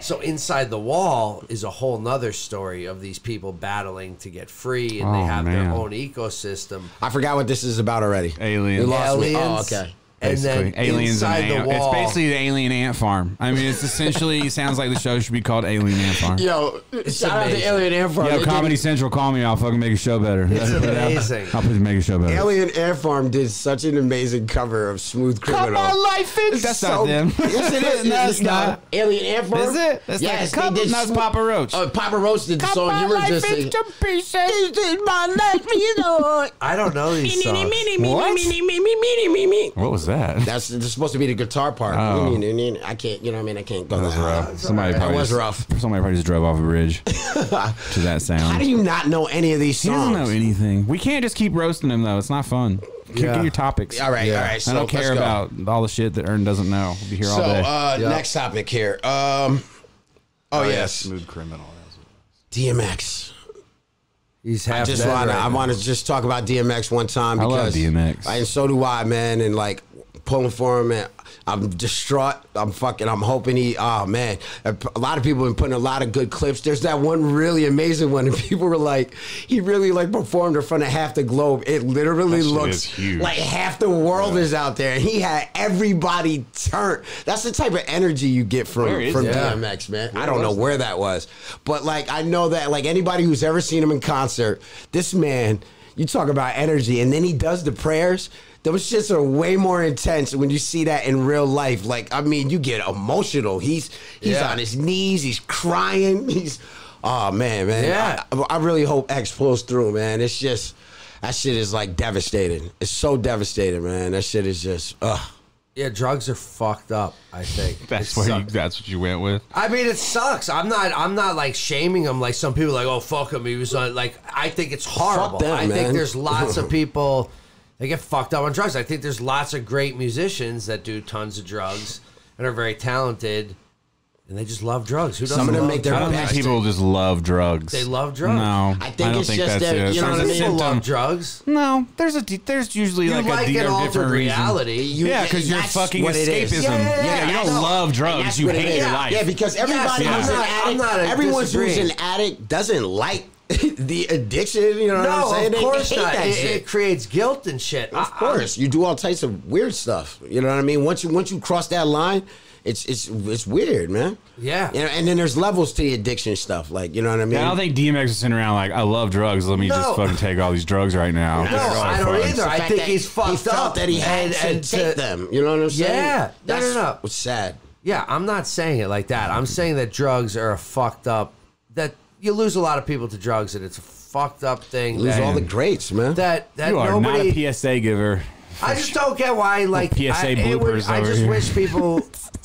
Speaker 1: So inside the wall is a whole nother story of these people battling to get free, and they
Speaker 4: Oh,
Speaker 1: have their
Speaker 4: man.
Speaker 1: own ecosystem.
Speaker 3: I forgot what this is about already.
Speaker 4: Alien.
Speaker 3: You lost me.
Speaker 1: Aliens,
Speaker 3: Oh, okay.
Speaker 1: and then
Speaker 4: Basically, aliens and
Speaker 1: inside the
Speaker 4: ant-
Speaker 1: wall,
Speaker 4: It's basically the alien ant farm. I mean, it's essentially it sounds like the show should be called Alien Ant Farm. Yeah.
Speaker 3: Yo, shout out
Speaker 1: amazing.
Speaker 3: to Alien Air Farm. They
Speaker 4: Yo,
Speaker 3: did-
Speaker 4: Comedy Central, call me. I'll fucking make a show better.
Speaker 1: It's amazing.
Speaker 4: I'll put make a show better.
Speaker 3: Alien Air Farm did such an amazing cover of Smooth Criminal.
Speaker 4: life is that's
Speaker 3: So-
Speaker 4: not them.
Speaker 3: Yes, it is.
Speaker 4: no,
Speaker 3: Is
Speaker 4: it's
Speaker 3: it
Speaker 4: not.
Speaker 3: Alien Air Farm.
Speaker 4: Is it? That's
Speaker 3: yes,
Speaker 4: like,
Speaker 3: they did.
Speaker 4: that's
Speaker 3: Smooth-
Speaker 4: Papa Roach.
Speaker 3: Uh, Papa Roach did the song. you were just singing.
Speaker 4: pieces.
Speaker 3: my life, you know.
Speaker 1: I don't know these songs.
Speaker 4: What?
Speaker 3: What?
Speaker 4: What was that?
Speaker 3: That's it's supposed to be the guitar part.
Speaker 4: Oh.
Speaker 3: I can't, you know what I mean? I can't go
Speaker 4: That was
Speaker 3: that high.
Speaker 4: rough. Somebody
Speaker 3: That
Speaker 4: probably
Speaker 3: was
Speaker 4: just-
Speaker 3: rough.
Speaker 4: Somebody probably just drove off a bridge to that sound.
Speaker 3: How do you not know any of these
Speaker 4: he
Speaker 3: songs?
Speaker 4: doesn't know anything. We can't just keep roasting him though. It's not fun. Get-
Speaker 1: Yeah.
Speaker 4: Get your topics.
Speaker 3: All right, all right. So
Speaker 4: I don't
Speaker 3: let's
Speaker 4: care
Speaker 3: go.
Speaker 4: about all the shit that Ern doesn't know. I'll be here
Speaker 3: So
Speaker 4: all day.
Speaker 3: uh,
Speaker 1: Yeah.
Speaker 3: next topic here. Um, oh yes,
Speaker 4: Smooth criminal.
Speaker 3: DMX.
Speaker 1: He's half
Speaker 3: Just
Speaker 1: dead
Speaker 3: wanna,
Speaker 1: right
Speaker 3: I
Speaker 1: now.
Speaker 3: want to just talk about DMX one time
Speaker 4: I
Speaker 3: because
Speaker 4: love DMX.
Speaker 3: I- and so do I, man. And like pulling for him, and I'm distraught. I'm fucking. I'm hoping he. Oh man, a p- a lot of people have been putting a lot of good clips. There's that one really amazing one, and people were like, he really like performed in front of half the globe. It literally
Speaker 4: That shit
Speaker 3: looks
Speaker 4: is huge.
Speaker 3: like half the world is out there, and he had everybody turned. That's the type of energy you get
Speaker 4: Where
Speaker 3: from
Speaker 4: is
Speaker 3: from
Speaker 4: that?
Speaker 3: DMX. DMX, man. I don't know where that was, but like I know that like anybody who's ever seen him in concert, this man, you talk about energy, and then he does the prayers. Those shits are way more intense when you see that in real life. Like I mean, you get emotional. He's he's
Speaker 1: Yeah.
Speaker 3: on his knees. He's crying. He's oh man, man.
Speaker 1: Yeah.
Speaker 3: I, I really hope X pulls through, man. It's just that shit is like devastating. It's so devastating, man. That shit is just ugh.
Speaker 1: Yeah, drugs are fucked up. I think
Speaker 4: That's
Speaker 1: It
Speaker 4: where you,
Speaker 1: sucks.
Speaker 4: that's what you went with.
Speaker 1: I mean, it sucks. I'm not. I'm not like shaming him. Like some people, are like oh fuck him. He was on. Like I think it's horrible.
Speaker 3: them,
Speaker 1: I think
Speaker 3: man.
Speaker 1: there's lots of people that get fucked up on drugs. I think there's lots of great musicians that do tons of drugs and are very talented, and they just love drugs. Who doesn't?
Speaker 3: Some of them
Speaker 1: love
Speaker 3: make their
Speaker 4: I
Speaker 1: drugs?
Speaker 4: don't think
Speaker 3: Bastard.
Speaker 4: people just love drugs.
Speaker 1: They love drugs.
Speaker 4: No,
Speaker 3: I think
Speaker 4: don't
Speaker 3: it's just
Speaker 4: that's
Speaker 3: that,
Speaker 4: it.
Speaker 3: you know what I
Speaker 4: There's a
Speaker 3: mean?
Speaker 1: People
Speaker 4: symptom.
Speaker 1: love drugs.
Speaker 4: No, there's a de- there's usually
Speaker 1: You
Speaker 4: like,
Speaker 1: like,
Speaker 4: a de-
Speaker 1: an
Speaker 4: or
Speaker 1: altered
Speaker 4: different reason.
Speaker 1: reality.
Speaker 3: You-
Speaker 4: Yeah,
Speaker 3: Yeah,
Speaker 4: because you're
Speaker 3: that's
Speaker 4: fucking
Speaker 3: what it is.
Speaker 4: escapism.
Speaker 1: Yeah, yeah,
Speaker 4: Yeah,
Speaker 1: yeah,
Speaker 4: you
Speaker 1: yeah,
Speaker 4: don't
Speaker 1: no.
Speaker 4: love drugs.
Speaker 3: that's
Speaker 4: You
Speaker 3: what it
Speaker 4: hate
Speaker 3: is.
Speaker 4: your life.
Speaker 3: Yeah, because everybody
Speaker 1: Yes,
Speaker 3: who's
Speaker 1: I'm
Speaker 3: an
Speaker 1: not- I'm
Speaker 3: addict,
Speaker 1: not
Speaker 3: everyone who's
Speaker 1: disagreeing.
Speaker 3: an addict doesn't like the addiction. You know what I'm
Speaker 1: No,
Speaker 3: saying?
Speaker 1: of
Speaker 3: They
Speaker 1: course
Speaker 3: hate
Speaker 1: not.
Speaker 3: that
Speaker 1: It,
Speaker 3: shit.
Speaker 1: it creates guilt and shit.
Speaker 3: of course, you do all types of weird stuff. You know what I mean? Once you once you cross that line, it's it's it's weird, man.
Speaker 1: Yeah.
Speaker 3: You know, and then there's levels to the addiction stuff. Like you know what I mean?
Speaker 4: I don't think DMX is sitting around like, I love drugs. Let me
Speaker 1: No.
Speaker 4: just fucking take all these drugs right now.
Speaker 1: No,
Speaker 4: They're so
Speaker 1: I don't
Speaker 4: fun.
Speaker 1: either.
Speaker 3: The
Speaker 1: I
Speaker 3: fact
Speaker 1: think
Speaker 3: that
Speaker 1: he's fucked
Speaker 3: he
Speaker 1: up
Speaker 3: felt that he had
Speaker 1: and-
Speaker 3: to
Speaker 1: and
Speaker 3: take
Speaker 1: to-
Speaker 3: them. You know what I'm saying?
Speaker 1: Yeah. No, no,
Speaker 3: That's
Speaker 1: no.
Speaker 3: what's sad.
Speaker 1: Yeah, I'm not saying it like that. I'm saying that drugs are a fucked up that you lose a lot of people to drugs and it's a fucked up thing.
Speaker 3: Lose
Speaker 1: that,
Speaker 3: all the greats, man.
Speaker 1: that that
Speaker 4: You are
Speaker 1: nobody
Speaker 4: not a PSA giver.
Speaker 1: I just don't get why like
Speaker 4: PSA
Speaker 1: I, it would-
Speaker 4: bloopers
Speaker 1: I
Speaker 4: over
Speaker 1: just
Speaker 4: here.
Speaker 1: wish people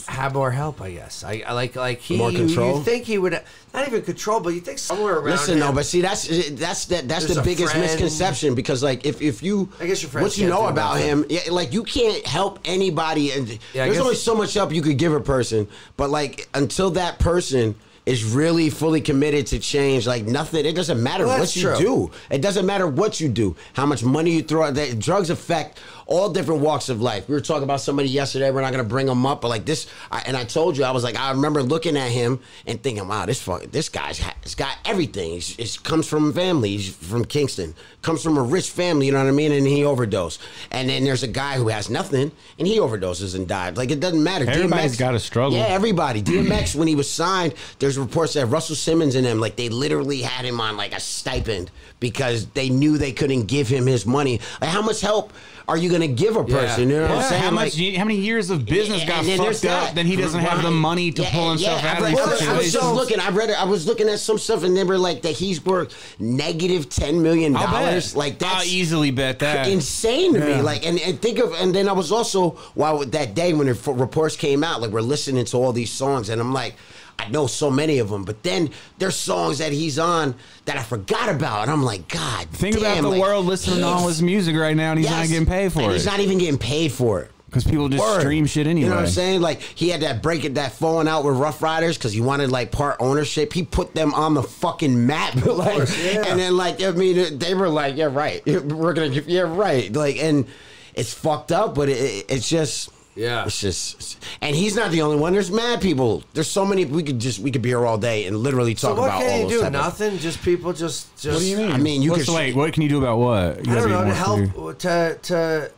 Speaker 1: had more help, I guess. I, I like like he
Speaker 3: More
Speaker 1: you- You,
Speaker 3: control?
Speaker 1: think he would not even control, but you think somewhere around
Speaker 3: Listen,
Speaker 1: him,
Speaker 3: no, but see, that's that's that that's
Speaker 1: There's
Speaker 3: the
Speaker 1: a
Speaker 3: biggest
Speaker 1: friend.
Speaker 3: misconception because like if if you
Speaker 1: I guess your friends
Speaker 3: what you
Speaker 1: can't
Speaker 3: know
Speaker 1: do
Speaker 3: about
Speaker 1: nothing.
Speaker 3: him, yeah, like you can't help anybody. And
Speaker 1: Yeah, I
Speaker 3: there's
Speaker 1: guess-
Speaker 3: only so much help you could give a person, but like until that person is really fully committed to change. Like nothing, it doesn't matter
Speaker 1: Well,
Speaker 3: what
Speaker 1: that's
Speaker 3: you
Speaker 1: true.
Speaker 3: do. It doesn't matter what you do, how much money you throw out. That drugs affect all different walks of life. We were talking about somebody yesterday. We're not gonna bring him up, but like this, I, and I told you, I was like, I remember looking at him and thinking, wow, this fuck, this guy's ha- has got everything. He's, he's comes from family. He's from Kingston. Comes from a rich family. You know what I mean? And he overdosed. And then there's a guy who has nothing, and he overdoses and dies. Like it doesn't matter.
Speaker 4: Everybody's
Speaker 3: DMX
Speaker 4: gotta struggle.
Speaker 3: Yeah, everybody. DMX when he was signed, there's reports that Russell Simmons and them like they literally had him on like a stipend because they knew they couldn't give him his money. Like how much help are you gonna give a person? You know what I'm
Speaker 4: Yeah,
Speaker 3: saying?
Speaker 4: how much?
Speaker 3: Like,
Speaker 4: how many years of business
Speaker 3: and
Speaker 4: got
Speaker 3: then there's
Speaker 4: fucked up?
Speaker 3: that.
Speaker 4: Then he doesn't have the
Speaker 3: Right.
Speaker 4: money to
Speaker 3: Yeah,
Speaker 4: pull himself
Speaker 3: yeah,
Speaker 4: out of
Speaker 3: I
Speaker 4: these
Speaker 3: read- I was just
Speaker 4: situations.
Speaker 3: looking. I read. it- I was looking at some stuff, and they were like that he's worth negative ten million
Speaker 4: I'll bet. Uh,
Speaker 3: dollars. Like that's
Speaker 4: I'll easily bet that.
Speaker 3: insane to
Speaker 4: Yeah.
Speaker 3: me. Like, and, and think of, and then I was also while with that day when the f- reports came out, like we're listening to all these songs, and I'm like, I know so many of them, but then there's songs that he's on that I forgot about, and I'm like, God,
Speaker 4: Think
Speaker 3: damn,
Speaker 4: about the
Speaker 3: like,
Speaker 4: world listening to all
Speaker 3: he's-
Speaker 4: his music right now, and he's not
Speaker 3: yes,
Speaker 4: getting paid for
Speaker 3: and
Speaker 4: it.
Speaker 3: He's not even getting paid for it.
Speaker 4: Because people just
Speaker 3: Word.
Speaker 4: stream shit anyway.
Speaker 3: You know what I'm saying? Like he had that break it, that falling out with Rough Riders because he wanted like part ownership. He put them on the fucking map, like, and then like I mean, they were like, "Yeah, right. We're gonna give yeah, right." Like, and it's fucked up, but it, it, it's just.
Speaker 1: Yeah.
Speaker 3: it's just, and he's not the only one. There's mad people. There's so many. We could just we could be here all day and literally talk
Speaker 1: So what
Speaker 3: about all
Speaker 1: can you
Speaker 3: those
Speaker 1: do?
Speaker 3: type of-
Speaker 1: Nothing. Just people. Just just.
Speaker 3: I mean, you
Speaker 4: What's
Speaker 3: could
Speaker 4: the- wait, what can you do about what? You
Speaker 1: I
Speaker 4: gotta be
Speaker 1: don't know to
Speaker 4: more clear.
Speaker 1: help to to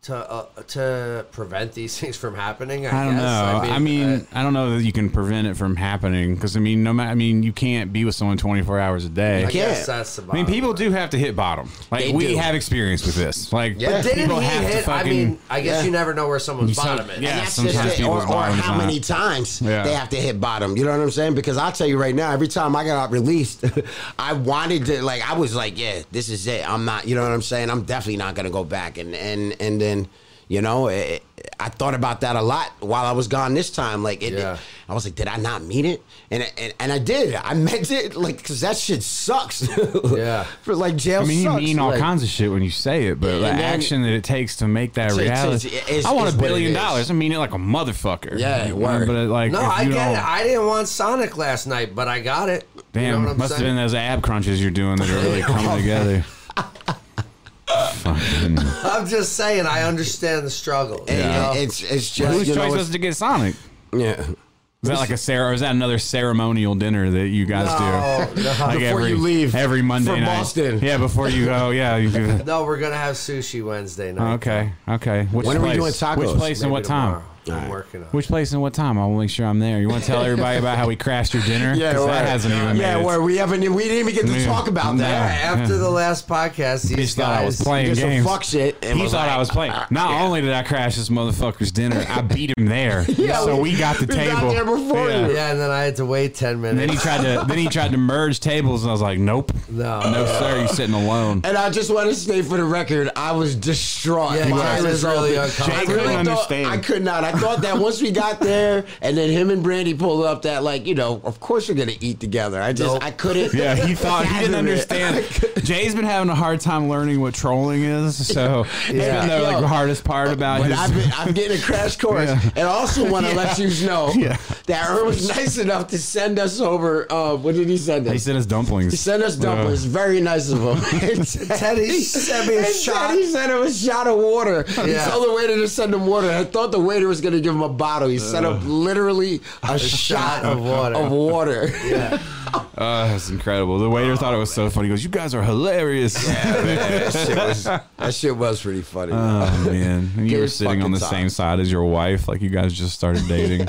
Speaker 1: to uh, to prevent these things from happening. I,
Speaker 4: I don't
Speaker 1: guess.
Speaker 4: know. I mean, I, don't know that you can prevent it from happening. Because I mean, no matter. I mean, you can't be with someone 24 hours a day.
Speaker 1: I, I guess
Speaker 3: Yeah.
Speaker 1: that's the.
Speaker 4: I mean,
Speaker 1: bottom
Speaker 4: people
Speaker 1: line.
Speaker 4: do have to hit bottom. Like
Speaker 3: They
Speaker 4: we
Speaker 3: do.
Speaker 4: have experience with this. Like
Speaker 3: But
Speaker 1: Didn't
Speaker 4: people
Speaker 1: he
Speaker 4: have
Speaker 1: hit?
Speaker 4: to fucking.
Speaker 1: I mean, I guess
Speaker 3: Yeah.
Speaker 1: you never know where someone's
Speaker 4: some-
Speaker 1: bottom is.
Speaker 4: yeah.
Speaker 3: And
Speaker 4: sometimes
Speaker 3: just it.
Speaker 4: people's
Speaker 3: Or, or
Speaker 4: bottom is
Speaker 3: how
Speaker 4: not-
Speaker 3: many times
Speaker 4: Yeah.
Speaker 3: they have to hit bottom. You know what I'm saying? Because I'll tell you right now, every time I got released, I wanted to like I was like, yeah, this is it. I'm not. You know what I'm saying? I'm definitely not gonna go back. And and and then. You know, it, I thought about that a lot while I was gone this time. Like, it,
Speaker 1: Yeah.
Speaker 3: I was like, did I not mean it? And and, and I did. I meant it. Like, cause that shit sucks.
Speaker 1: Yeah.
Speaker 3: For like jail.
Speaker 4: I mean, you
Speaker 3: sucks.
Speaker 4: mean all
Speaker 3: like-
Speaker 4: kinds of shit when you say it, but
Speaker 3: And
Speaker 4: the
Speaker 3: then-
Speaker 4: action that it takes to make that
Speaker 3: It's- it's-
Speaker 4: reality.
Speaker 3: it's- it's-
Speaker 4: I want
Speaker 3: it's
Speaker 4: a
Speaker 3: what it
Speaker 4: billion
Speaker 3: is.
Speaker 4: dollars. I mean it like a motherfucker.
Speaker 3: Yeah,
Speaker 4: You know,
Speaker 3: word.
Speaker 4: but it, like
Speaker 1: No,
Speaker 4: if
Speaker 1: I
Speaker 4: you
Speaker 1: get it.
Speaker 4: don't-
Speaker 1: I didn't want Sonic last night, but I got it. You know
Speaker 4: Damn,
Speaker 1: what I'm
Speaker 4: must
Speaker 1: saying?
Speaker 4: have been those ab crunches you're doing that are really coming together. Fucking.
Speaker 1: I'm just saying, I understand the struggle. you know?
Speaker 3: It- It's it's just
Speaker 4: Whose
Speaker 3: you
Speaker 4: choice
Speaker 3: know,
Speaker 4: was to get Sonic?
Speaker 3: yeah.
Speaker 4: Is that like a Sarah? Or is that another ceremonial dinner that you guys do?
Speaker 1: No, no.
Speaker 4: Like
Speaker 3: Before you leave
Speaker 4: every Monday
Speaker 3: for
Speaker 4: night.
Speaker 3: Boston.
Speaker 4: Yeah, before you go. Yeah, you do.
Speaker 1: No, we're gonna have sushi Wednesday night.
Speaker 4: Okay, okay. Which
Speaker 3: When are we
Speaker 4: place?
Speaker 3: doing tacos?
Speaker 4: Which place and
Speaker 1: Maybe
Speaker 4: what time?
Speaker 1: tomorrow. I'm working on. it.
Speaker 4: Which place and what time? I will make sure I'm there. You want to tell everybody about how we crashed your dinner? 'Cause
Speaker 3: where-
Speaker 4: that hasn't even made
Speaker 3: yeah,
Speaker 4: it.
Speaker 3: where we haven't we didn't even get to
Speaker 4: Yeah.
Speaker 3: talk about
Speaker 4: No.
Speaker 1: Yeah,
Speaker 3: that.
Speaker 1: after the last podcast,
Speaker 4: Bitch
Speaker 1: these
Speaker 4: thought I was
Speaker 1: guys.
Speaker 4: playing
Speaker 3: Did some
Speaker 4: games.
Speaker 3: fuck shit and
Speaker 4: He
Speaker 3: was
Speaker 4: thought
Speaker 3: like,
Speaker 4: I was playing. Not only did I crash this motherfucker's dinner, I beat him there. so we, got the
Speaker 3: we got
Speaker 4: table.
Speaker 3: there before you.
Speaker 1: yeah, and then I had to wait ten minutes.
Speaker 4: And then he tried to then he tried to merge tables, and I was like, nope,
Speaker 1: No.
Speaker 4: no sir, you sitting alone.
Speaker 3: And I just want to say for the record, I was distraught.
Speaker 1: Yeah,
Speaker 3: My
Speaker 1: Jay
Speaker 3: eyes
Speaker 1: was really
Speaker 3: open.
Speaker 1: uncomfortable.
Speaker 3: I
Speaker 4: Jay couldn't
Speaker 3: thought-
Speaker 4: understand.
Speaker 3: I could not. I thought that once we got there, and then him and Brandy pulled up, that like you know, of course you're gonna eat together. I just
Speaker 1: Nope.
Speaker 3: I couldn't.
Speaker 4: Yeah, he thought he
Speaker 3: fathom
Speaker 4: didn't
Speaker 3: it.
Speaker 4: understand. Jay's been having a hard time learning what trolling is, so it's
Speaker 1: Yeah.
Speaker 4: been the, like
Speaker 3: Yo,
Speaker 4: the hardest part about
Speaker 3: But
Speaker 4: his.
Speaker 3: I've been, I'm getting a crash course,
Speaker 4: Yeah.
Speaker 3: and I also want to let you know
Speaker 4: Yeah.
Speaker 3: that Irv was nice enough to send us over. Uh, what did he send us?
Speaker 4: he sent us dumplings.
Speaker 3: He sent us dumplings. very nice of him.
Speaker 1: Teddy sent me a
Speaker 3: And
Speaker 1: shot.
Speaker 3: Teddy sent him a shot of water. He
Speaker 1: Yeah.
Speaker 3: told the waiter to send him water. I thought the waiter was going to give him a bottle. He sent him literally a, shot,
Speaker 1: shot of water.
Speaker 3: Of water.
Speaker 4: Uh, that's incredible. The waiter thought it was so funny. He goes, "You guys are hilarious."
Speaker 3: that, shit was, that shit was pretty funny.
Speaker 1: Uh,
Speaker 4: Oh man, and you
Speaker 3: Good
Speaker 4: were sitting on
Speaker 3: fucking
Speaker 4: the
Speaker 3: time.
Speaker 4: same side as your wife, like you guys just started dating.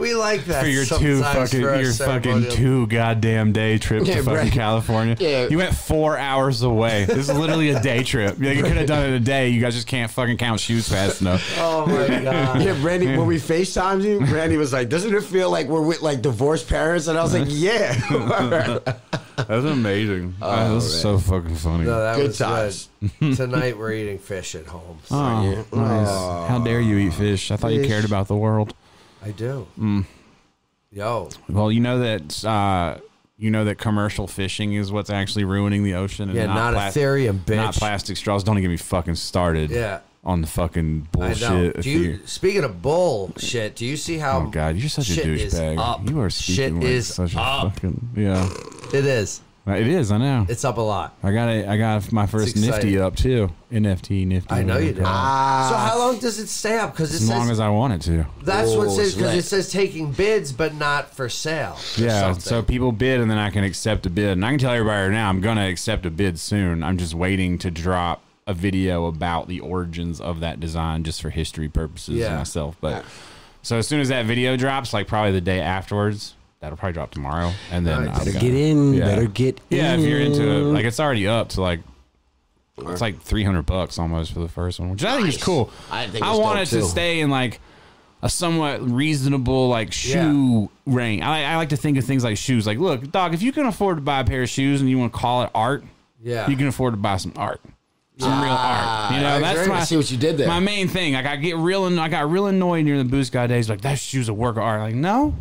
Speaker 1: we like that.
Speaker 4: For your two
Speaker 1: sometimes
Speaker 4: fucking,
Speaker 1: for our
Speaker 4: your fucking
Speaker 1: ceremonial-
Speaker 4: two goddamn day trip
Speaker 3: Yeah,
Speaker 4: to fucking
Speaker 3: right.
Speaker 4: California,
Speaker 3: Yeah.
Speaker 4: you went four hours away. This is literally a day trip. Like, you could have done it a day. You guys just can't fucking count shoes fast enough.
Speaker 1: Oh my god.
Speaker 3: Yeah, Brandy, when we FaceTimed you, Brandy was like, doesn't it feel like we're with like divorced parents? And I was like, yeah.
Speaker 4: That's amazing. Oh, that's so fucking funny.
Speaker 1: No, Oh, that
Speaker 3: Good
Speaker 1: was
Speaker 3: times.
Speaker 1: good. Tonight we're eating fish at home. So
Speaker 4: Oh, nice. How dare you eat fish? I thought you
Speaker 3: Fish.
Speaker 4: cared about the world.
Speaker 1: I do.
Speaker 4: Mm.
Speaker 1: Yo,
Speaker 4: Well, you know that uh, you know that commercial fishing is what's actually ruining the ocean. And
Speaker 1: Yeah, not
Speaker 4: plas-
Speaker 1: Ethereum,
Speaker 4: Not
Speaker 1: bitch.
Speaker 4: plastic straws. Don't even get me fucking started.
Speaker 1: yeah.
Speaker 4: on the fucking
Speaker 1: I
Speaker 4: bullshit.
Speaker 1: know.
Speaker 4: of
Speaker 1: Do you
Speaker 4: fear.
Speaker 1: speaking of bullshit? Do you see how?
Speaker 4: Oh God, you're such a
Speaker 1: shit is
Speaker 4: douchebag.
Speaker 1: Up.
Speaker 4: You are
Speaker 1: shit
Speaker 4: speaking like
Speaker 1: is
Speaker 4: such a
Speaker 1: up.
Speaker 4: fucking yeah. Uh,
Speaker 1: It is.
Speaker 4: It is. I know.
Speaker 1: It's up a lot.
Speaker 4: I got a, I got my first nifty
Speaker 1: exciting.
Speaker 4: up too. NFT nifty.
Speaker 1: I know you
Speaker 4: whatever.
Speaker 1: do. so how long does it stay up? Because it
Speaker 4: Oh, As long
Speaker 1: says
Speaker 4: as I want it to.
Speaker 1: that's what it
Speaker 3: Oh,
Speaker 1: says because
Speaker 3: slick.
Speaker 1: it says taking bids but not for sale.
Speaker 4: Yeah.
Speaker 3: something.
Speaker 4: So people bid, and then I can accept a bid, and I can tell everybody right now I'm gonna accept a bid soon. I'm just waiting to drop a video about the origins of that design just for history purposes
Speaker 1: Yeah.
Speaker 4: myself. But so as soon as that video drops, like probably the day afterwards, that'll probably drop tomorrow, and then
Speaker 1: Nice.
Speaker 4: I'm
Speaker 1: Better
Speaker 4: gonna-
Speaker 3: Get in.
Speaker 4: Yeah.
Speaker 3: Better get
Speaker 4: Yeah,
Speaker 3: in.
Speaker 4: if you're into it, like it's already up to like it's like three hundred bucks almost for the first one, which I think is cool.
Speaker 3: I think
Speaker 4: I
Speaker 3: it's
Speaker 4: want
Speaker 3: dope,
Speaker 4: it to
Speaker 3: too.
Speaker 4: stay in like a somewhat reasonable like shoe range. I, I like to think of things like shoes. Like, look, dog, if you can afford to buy a pair of shoes and you want to call it art,
Speaker 1: Yeah.
Speaker 4: you can afford to buy some art. Some real art. You know,
Speaker 3: I
Speaker 4: that's
Speaker 3: agree.
Speaker 4: my
Speaker 3: I see what you did there.
Speaker 4: My main thing. Like I get real and I got real annoyed during the boost guy days, like that shoe's a work of art. Like, no.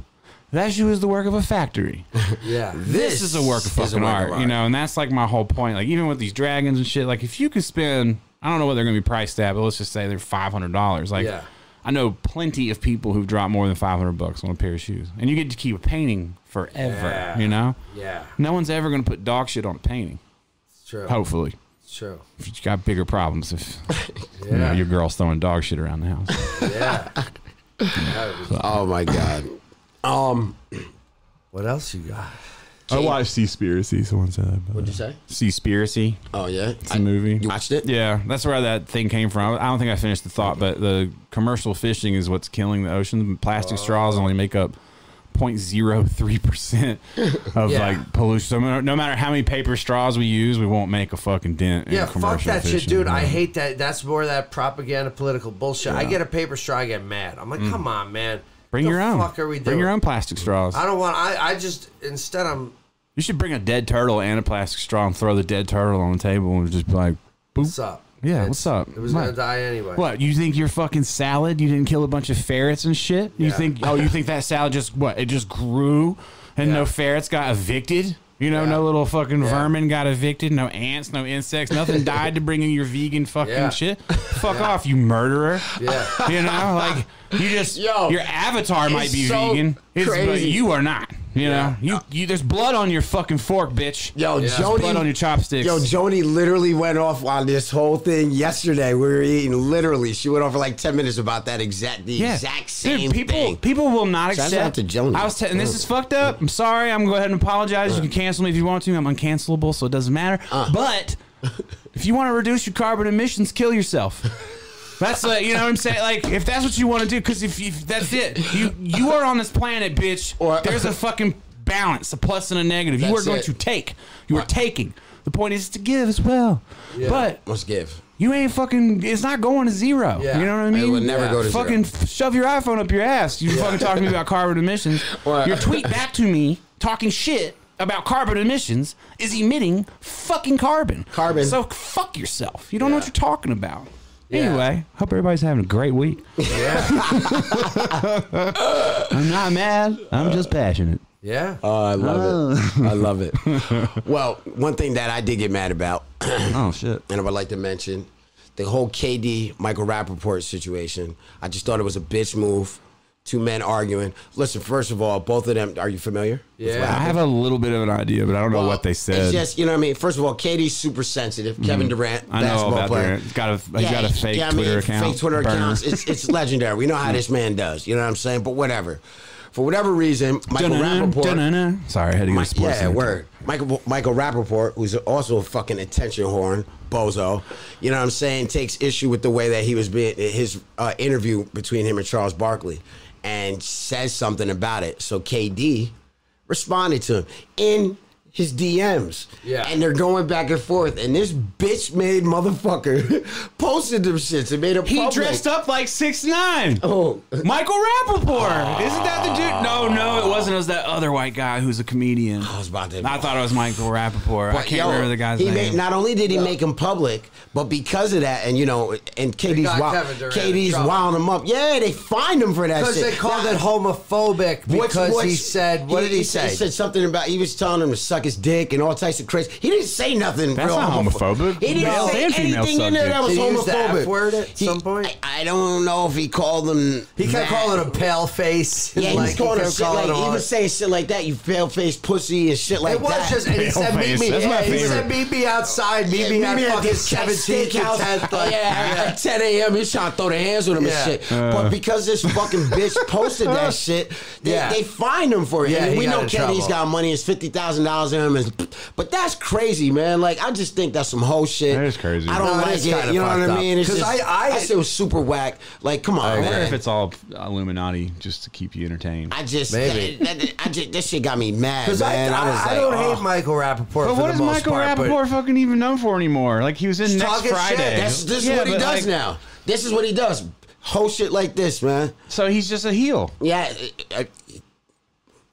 Speaker 4: That shoe is the work of a factory
Speaker 1: Yeah.
Speaker 4: this is a work of
Speaker 3: is a
Speaker 4: fucking
Speaker 3: work
Speaker 4: art,
Speaker 3: of
Speaker 4: you
Speaker 3: art.
Speaker 4: know, and that's like my whole point. Like even with these dragons and shit, like if you could spend, I don't know what they're gonna be priced at, but let's just say they're five hundred dollars. Like
Speaker 1: Yeah.
Speaker 4: I know plenty of people who've dropped more than five hundred bucks on a pair of shoes, and you get to keep a painting forever.
Speaker 1: Yeah.
Speaker 4: You know,
Speaker 1: Yeah.
Speaker 4: no one's ever gonna put dog shit on a painting.
Speaker 1: It's true.
Speaker 4: Hopefully,
Speaker 1: It's true.
Speaker 4: if you got bigger problems if
Speaker 1: Yeah.
Speaker 4: you know, your girl's throwing dog shit around the house.
Speaker 1: yeah. That was-
Speaker 3: Oh my god. Um.
Speaker 1: what else you got?
Speaker 2: I watched Seaspiracy. Someone said uh, that.
Speaker 3: What'd you say?
Speaker 4: Seaspiracy,
Speaker 3: Oh yeah.
Speaker 4: it's a movie.
Speaker 3: You watched it?
Speaker 4: Yeah, that's where that thing came from. I don't think I finished the thought, but the commercial fishing is what's killing the ocean. Plastic
Speaker 1: Oh.
Speaker 4: straws only make up 0.03% of
Speaker 1: Yeah.
Speaker 4: like pollution. So no- no matter how many paper straws we use, we won't make a fucking dent.
Speaker 1: Yeah,
Speaker 4: in
Speaker 1: fuck
Speaker 4: commercial
Speaker 1: that shit,
Speaker 4: fishing.
Speaker 1: dude. I hate that. That's more of that propaganda, political bullshit. I get a paper straw, I get mad. I'm like, come on, man.
Speaker 4: Mm. Bring
Speaker 1: the
Speaker 4: your own.
Speaker 1: Fuck are we doing?
Speaker 4: Bring your own plastic straws.
Speaker 1: I don't want. I. I just instead I'm
Speaker 4: You should bring a dead turtle and a plastic straw and throw the dead turtle on the table and just be like,
Speaker 1: what's
Speaker 4: boop.
Speaker 1: up.
Speaker 4: Yeah,
Speaker 1: It's-
Speaker 4: what's up?
Speaker 1: It was
Speaker 4: What?
Speaker 1: gonna die anyway.
Speaker 4: What you think your fucking salad? You didn't kill a bunch of ferrets and shit. You
Speaker 1: Yeah.
Speaker 4: think? Oh, you think that salad just what? It just grew, and no
Speaker 1: Yeah.
Speaker 4: ferrets got evicted. You know, no little fucking vermin got evicted. No ants, no insects, nothing died to bring in your vegan fucking
Speaker 1: Yeah.
Speaker 4: shit. Fuck off, you murderer.
Speaker 1: Yeah.
Speaker 4: You know, like you just
Speaker 3: Yo,
Speaker 4: your avatar might be
Speaker 3: so
Speaker 4: vegan, it's, but
Speaker 3: crazy.
Speaker 4: you are not. You know, you you there's blood on your fucking fork, bitch.
Speaker 3: Yo,
Speaker 1: Yeah.
Speaker 3: Jody.
Speaker 4: blood on your chopsticks.
Speaker 3: Yo, Joni literally went off on this whole thing yesterday. We were eating. Literally, she went on for like ten minutes about that exact, the exact same
Speaker 4: Dude, people,
Speaker 3: thing.
Speaker 4: People will not
Speaker 3: Shout
Speaker 4: accept.
Speaker 3: out to Uh. Joni.
Speaker 4: I was, te- and this is fucked up. I'm sorry. I'm gonna go ahead and apologize.
Speaker 3: Uh.
Speaker 4: You can cancel me if you want to. I'm uncancelable, so it doesn't matter. But if you want to reduce your carbon emissions, kill yourself. That's like, you know what I'm saying. Like, if that's what you want to do, because if, if that's it, you you are on this planet, bitch.
Speaker 3: Or-
Speaker 4: there's a fucking balance, a plus and a negative. You are
Speaker 3: That's
Speaker 4: going
Speaker 3: it. Uh.
Speaker 4: to take. You are taking. The point is to give as well. But
Speaker 3: Must give.
Speaker 4: you ain't fucking. It's not going to zero.
Speaker 1: Yeah.
Speaker 4: You know what I mean?
Speaker 3: would never go to
Speaker 4: fucking f- shove your iPhone up your ass. You fucking talking to me about carbon emissions.
Speaker 3: Or-
Speaker 4: your tweet back to me talking shit about carbon emissions is emitting fucking carbon.
Speaker 3: Carbon.
Speaker 4: So fuck yourself. You don't know what
Speaker 1: Yeah.
Speaker 4: you're talking about.
Speaker 1: Yeah.
Speaker 4: Anyway, hope everybody's having a great week. I'm not mad. I'm just passionate.
Speaker 1: Yeah.
Speaker 3: Oh, I love it. I love it. Well, one thing that I did get mad about, and
Speaker 4: Oh shit.
Speaker 3: I would like to mention, the whole KD Michael Rappaport situation. I just thought it was a bitch move. Two men arguing. Listen, first of all, both of them. Are you familiar? with
Speaker 1: Yeah.
Speaker 3: what
Speaker 4: I have a little bit of an idea, but I don't know
Speaker 3: Well,
Speaker 4: what they
Speaker 3: It's
Speaker 4: said. Mm-hmm.
Speaker 3: just you know what I mean. First of all, KD's super sensitive. Kevin Durant,
Speaker 4: I know
Speaker 3: basketball
Speaker 4: about
Speaker 3: player.
Speaker 4: Durant. He's got a he's got a
Speaker 3: he-
Speaker 4: fake
Speaker 3: yeah, I mean,
Speaker 4: Twitter account.
Speaker 3: Fake Twitter
Speaker 4: burner.
Speaker 3: accounts. It's it's legendary. We know how this man does. You know what I'm saying? But whatever. For whatever reason, Michael
Speaker 4: Dun-dun-dun,
Speaker 3: Rappaport.
Speaker 4: dun-dun-dun. Sorry, I had to go
Speaker 3: Mi-
Speaker 4: to sports.
Speaker 3: yeah,
Speaker 4: center.
Speaker 3: word. Michael Michael Rappaport, who's also a fucking attention horn bozo. You know what I'm saying? Takes issue with the way that he was being his uh, interview between him and Charles Barkley, and says something about it. So KD responded to him in his DMs.
Speaker 1: Yeah.
Speaker 3: And they're going back and forth. And this bitch made motherfucker posted them shits and made a
Speaker 4: He dressed up like six nine.
Speaker 3: Oh.
Speaker 4: Michael Rappaport. Isn't that the dude? No, no, it wasn't. It was that other white guy who's a comedian.
Speaker 3: I was about to.
Speaker 4: I thought it was Michael Rappaport. I
Speaker 3: But,
Speaker 4: can't
Speaker 3: yo,
Speaker 4: remember the guy's
Speaker 3: he
Speaker 4: name.
Speaker 3: Made, not only did he make him public, but because of that, and you know, and KD's
Speaker 1: got
Speaker 3: wild,
Speaker 1: Kevin Durant in
Speaker 3: KD's
Speaker 1: trouble.
Speaker 3: wound him up. Yeah, they fined him for that
Speaker 1: Because
Speaker 3: shit.
Speaker 1: they called
Speaker 3: Now,
Speaker 1: it homophobic
Speaker 3: what's-
Speaker 1: because he
Speaker 3: what's-
Speaker 1: said, what did he, say?
Speaker 3: He said something about he was telling him to suck his dick and all types of crazy. He didn't say nothing.
Speaker 4: That's
Speaker 3: real
Speaker 4: not
Speaker 2: homophobic.
Speaker 3: He didn't
Speaker 4: Males
Speaker 3: say
Speaker 4: and female
Speaker 3: anything in there that was
Speaker 1: subjects. Did he use the
Speaker 3: homophobic.
Speaker 1: F word at
Speaker 3: He-
Speaker 1: some point?
Speaker 3: I, I don't know if he called him.
Speaker 1: he
Speaker 3: that.
Speaker 1: kept calling him pale face. and,
Speaker 3: Yeah, he was
Speaker 1: like,
Speaker 3: calling him
Speaker 1: kept
Speaker 3: shit like
Speaker 1: calling him
Speaker 3: he
Speaker 1: all-
Speaker 3: was saying shit like that. You pale faced pussy and shit like
Speaker 1: It was
Speaker 3: that.
Speaker 1: just, and he said, meet
Speaker 4: Pale-face,
Speaker 1: me.
Speaker 4: that's my
Speaker 1: He
Speaker 4: favorite.
Speaker 1: said, meet me outside. Meet me
Speaker 3: Yeah,
Speaker 1: at
Speaker 3: at
Speaker 1: fucking
Speaker 3: this
Speaker 1: 17th
Speaker 3: steakhouse.
Speaker 1: and 10th.
Speaker 3: Oh,
Speaker 1: Like,
Speaker 3: yeah,
Speaker 1: yeah.
Speaker 3: at 10 a.m. He's trying to throw the hands with him
Speaker 1: Yeah.
Speaker 3: and shit.
Speaker 4: Uh.
Speaker 3: but because this fucking bitch posted that shit, they,
Speaker 1: Yeah.
Speaker 3: they fined him for it.
Speaker 1: Yeah,
Speaker 3: and
Speaker 1: he
Speaker 3: we
Speaker 1: got
Speaker 3: know
Speaker 1: in
Speaker 3: Kenny's
Speaker 1: trouble.
Speaker 3: got money. It's fifty thousand dollars in him. And, but that's crazy, man. Like I just think that's some whole shit.
Speaker 4: That is crazy.
Speaker 3: I don't
Speaker 1: No, it
Speaker 3: like
Speaker 1: is
Speaker 3: it.
Speaker 1: kinda
Speaker 3: You know what
Speaker 1: fucked
Speaker 3: I
Speaker 1: up.
Speaker 3: mean? It's
Speaker 1: 'Cause
Speaker 3: just,
Speaker 1: I- I-
Speaker 3: that shit was super whack. Like, come on,
Speaker 4: I wonder
Speaker 3: man.
Speaker 4: if it's all Illuminati just to keep you entertained.
Speaker 3: I just,
Speaker 1: Maybe.
Speaker 3: that- that- I just, this shit got me mad,
Speaker 1: Because I,
Speaker 3: man. I,
Speaker 1: I,
Speaker 3: was
Speaker 1: I
Speaker 3: like,
Speaker 1: don't
Speaker 3: oh.
Speaker 1: hate Michael Rappaport for
Speaker 4: but what
Speaker 1: the
Speaker 4: is
Speaker 1: most
Speaker 4: Michael
Speaker 1: part. but-
Speaker 4: Rappaport fucking even known for anymore? Like he was in next
Speaker 1: talking shit.
Speaker 4: Friday.
Speaker 3: That's this
Speaker 4: Yeah,
Speaker 3: is what he
Speaker 4: but,
Speaker 3: does
Speaker 4: like,
Speaker 3: now. This is what he does. Whole shit like this, man.
Speaker 4: So he's just a heel.
Speaker 3: Yeah, it- it-